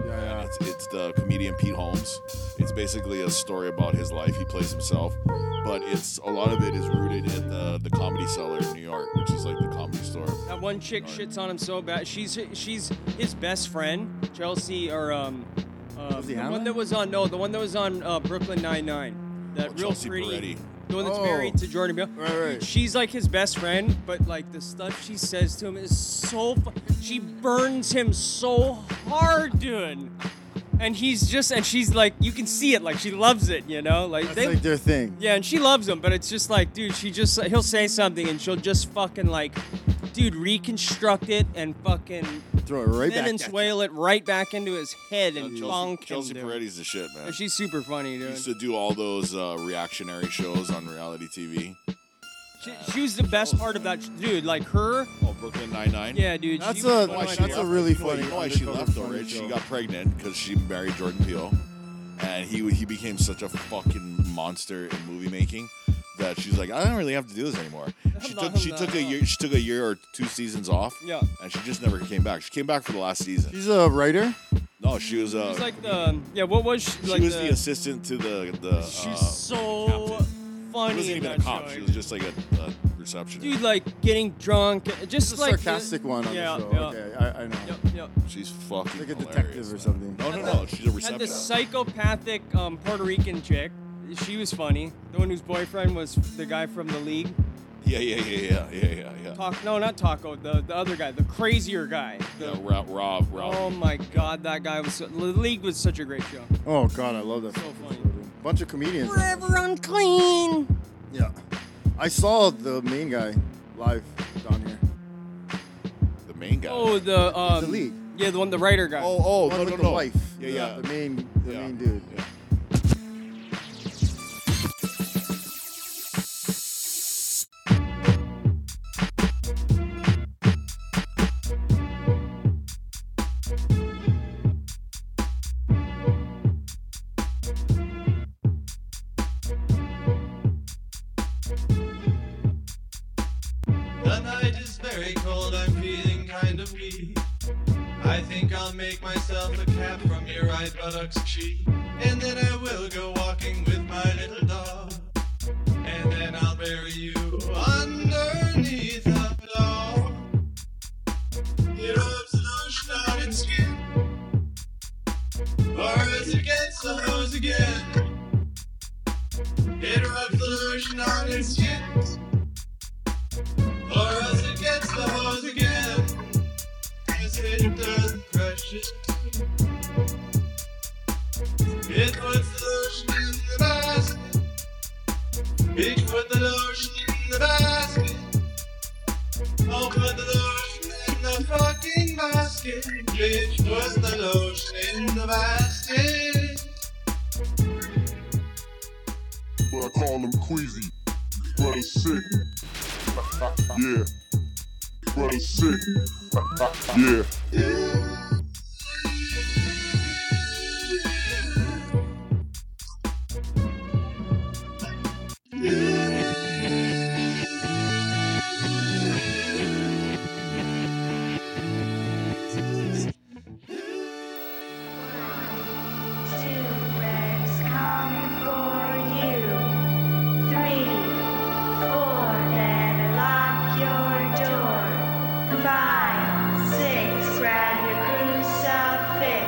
Yeah, it's, it's the comedian Pete Holmes. It's basically a story about his life. He plays himself, but it's a lot of it is rooted in the the Comedy Cellar in New York, which is like the Comedy Store. That one chick shits on him so bad. She's she's his best friend, Chelsea, or um, uh, the Handler? one that was on no, the one that was on uh, Brooklyn Nine Nine. That real Chelsea pretty, Peretti. the one that's Oh. married to Jordan Peele. Right, right. She's like his best friend, but like the stuff she says to him is so. Fu- she burns him so hard, dude. And he's just, and she's like, you can see it, like she loves it, you know, like That's like their thing. yeah, and she loves him, but it's just like, dude, she just he'll say something and she'll just fucking like, dude, reconstruct it and fucking throw it right back at whale it right back into his head and Chelsea, bonk Chelsea him. dude. Peretti's the shit, man. She's super funny, She dude. used to do all those uh, reactionary shows on reality TV. She, she was the best part of that, sh- dude. Like her. Oh, Brooklyn Nine Nine. Yeah, dude. That's she was a- the why one- she left. You know- You know why she left though, right? She got pregnant because she married Jordan Peele, and he he became such a fucking monster in movie making that she's like, I don't really have to do this anymore. She took she took a year she took a year or two seasons off. Yeah. and she just never came back. She came back for the last season. She's a writer. no, she was a. She's like the yeah. What was she? she like was the, assistant to the the. She's so funny. She wasn't in even a that cop. show. She was just like a, a receptionist. Dude, like getting drunk, just a like the- sarcastic one on the yeah, show. Yeah. Okay, I- I know. Yep, yep. She's fucking Like a hilarious, detective or man. something. No, no, no. She's a Had receptionist. this psychopathic um, Puerto Rican chick. She was funny. The one whose boyfriend was the guy from the league. Yeah, yeah, yeah, yeah, yeah, yeah, yeah. Talk, no, not Taco. The the other guy, the crazier guy. The- Yeah, Rob, Rob, Rob. oh my God, that guy was. So, the league was such a great show. Oh god, I love that. So funny. Bunch of comedians. Forever unclean. Yeah. I saw the main guy live down here. The main guy. Oh, the um, the league. Yeah, the one, the writer guy. Oh, oh, One no, with no, the no. wife. Yeah, the, yeah. The main, the main dude. The night is very cold, I'm feeling kind of weak. I think I'll make myself a cap from your right buttock's cheek. And then I will go walking with my little dog. And then I'll bury you underneath a dog. It rubs the lotion on its skin. Bars against the hose again. It rubs the lotion on its skin. Or else it gets the hose again. As it does precious tea. It puts the lotion in the basket. It put the lotion in the basket. Oh, put the lotion in the fucking basket. Bitch, put the lotion in the basket. but I call him Queasy. Brother's sick. Yeah. Brother's sick. Yeah. Lock your door. Five, six, grab your cruise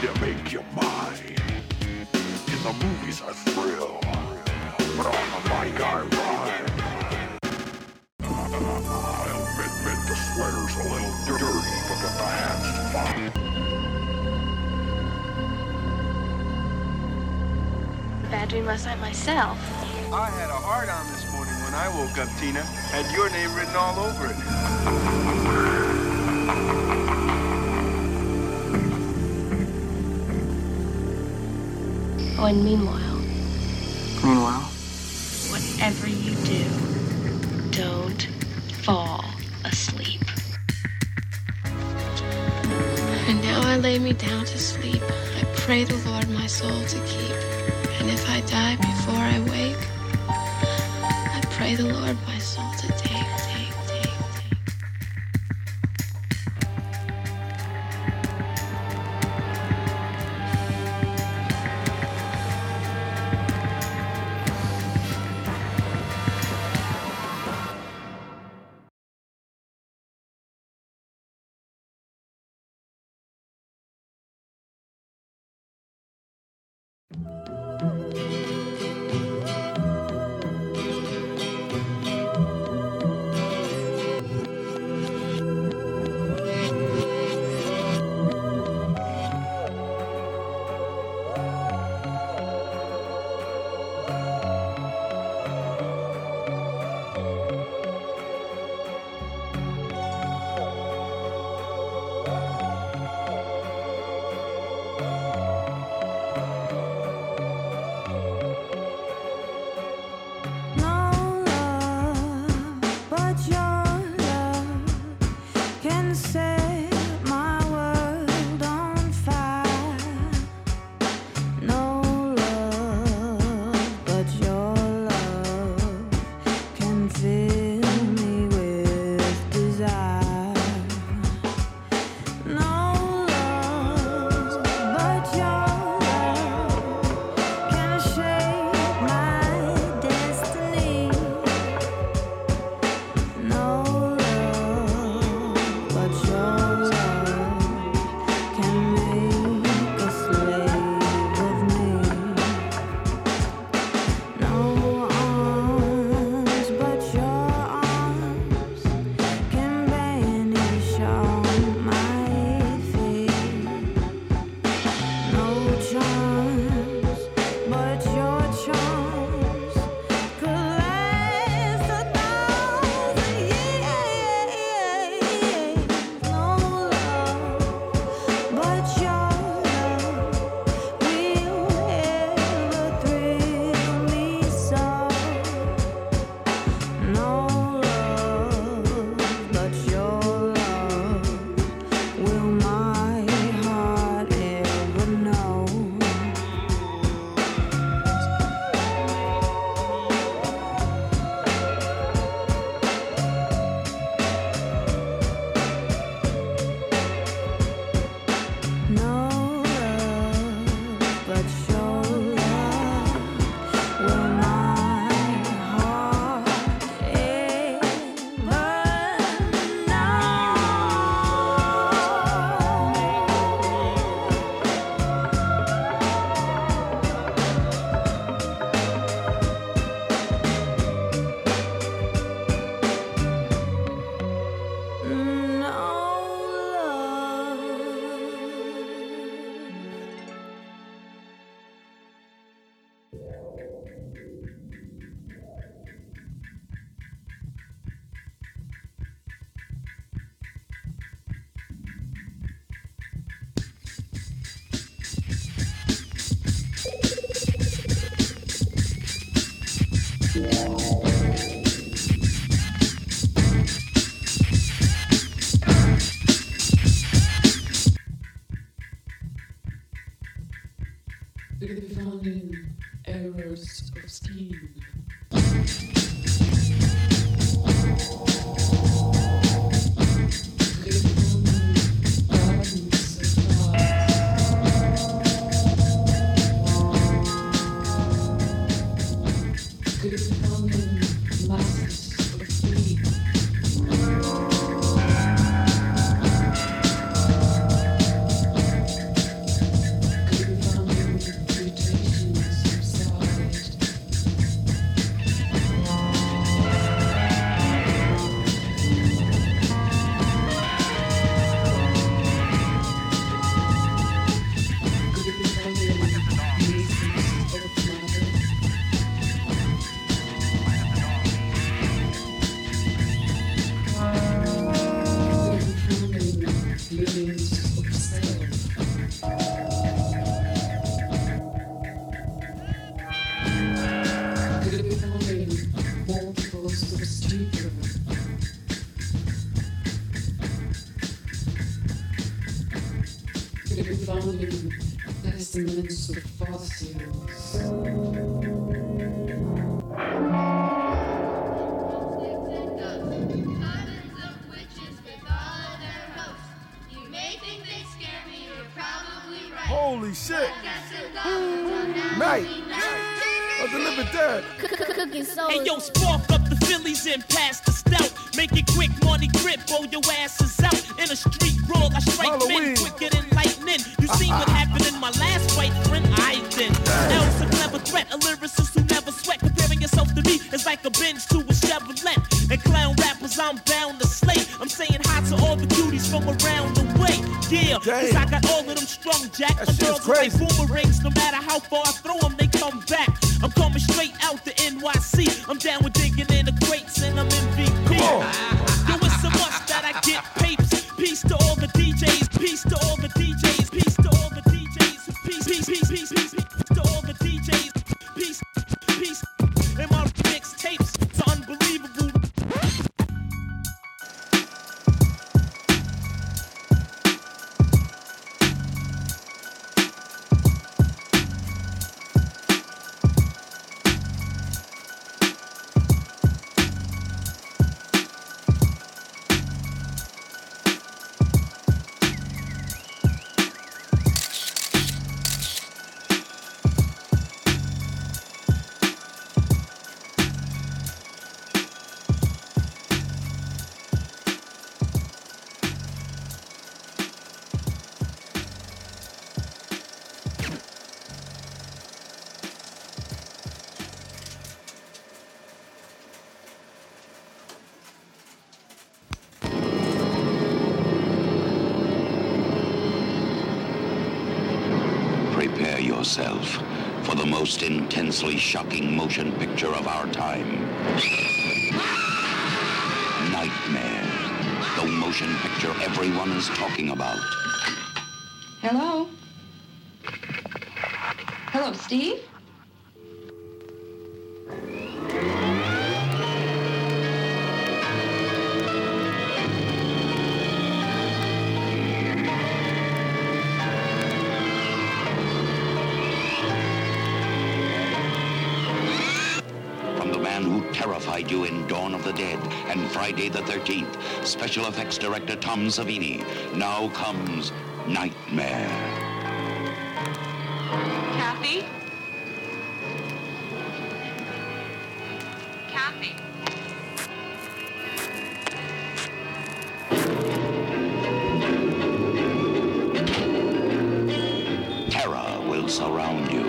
to make you mine. In the movies, I thrill, but on the mic, I rhyme. I'll admit the sweater's a little dirty, but the hat's fine. Bad dream last night myself. I had a hard on this morning when I woke up, Tina. Had your name written all over it. Oh, and meanwhile, Meanwhile, whatever you do, don't fall asleep. And now I lay me down to sleep. I pray the Lord my soul to keep. And if I die before I wake, I pray the Lord my soul to take, take, take. No love, but your love can set my world on fire. No love, but your love can fill me with desire. No love, but your love can shape my destiny. No love, but your love can make a slave of me. No arms, but your arms can banish all my fears. No charm. But your charms could last a thousand years. No love, but your love will ever thrill me so. No love, but your love will my heart ever know. No love, but your love will my heart ever know. Drowning errors of steam. the midst of fossils. You may think they scare me, you're probably right. Holy shit. Night. Night. I delivered that. Hey yo, spark up the Phillies and pass the stout. Make it quick, money grip, or your ass is out. In a street brawl, I strike men quicker than lightning. You seen what happened in my last fight, friend? I then. L's a clever threat, a lyricist who never sweat. Comparing yourself to me is like a bench to a Chevrolet. And clown rappers, I'm bound to slay. I'm saying hi to all the cuties from around the way. Yeah, cause I got all of them strung, Jack. The girls are like boomerangs, no matter how far I throw them, they come back. I'm coming straight out the NYC. I'm down with digging in the crates and I'm MVP. Come on. Yo, it's so much that I get papes. Peace to all the DJs. Peace to all the DJs. Peace to all the DJs. Peace, peace, peace, peace, peace, peace to all the DJs. Peace, peace. And my mixtapes, it's unbelievable. Prepare yourself for the most intensely shocking motion picture of our time. Nightmare. The motion picture everyone is talking about. Hello? Hello, Steve? From the man who terrified you in Dawn of the Dead and Friday the 13th, special effects director Tom Savini. Now comes Nightmare. Kathy? Kathy? Terror will surround you.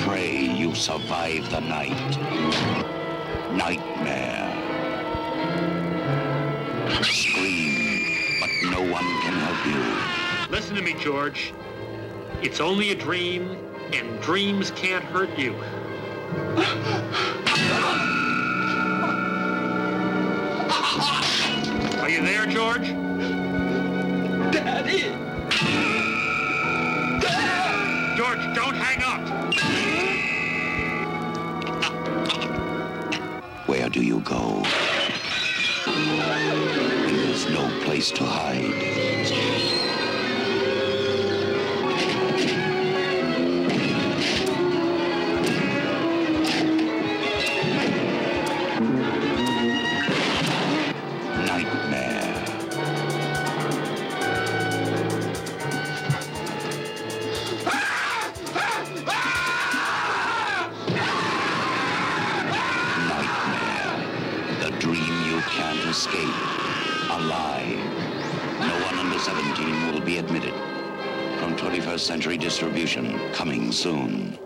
Pray you survive the night. Nightmare. Scream, but no one can help Listen to me, George. It's only a dream, and dreams can't hurt you. Are you there, George? Daddy! George, don't hang up! you. Where do you go? There is no place to hide. Nightmare. The dream you can't escape. A lie. No one under 17 will be admitted. From 21st Century Distribution, coming soon.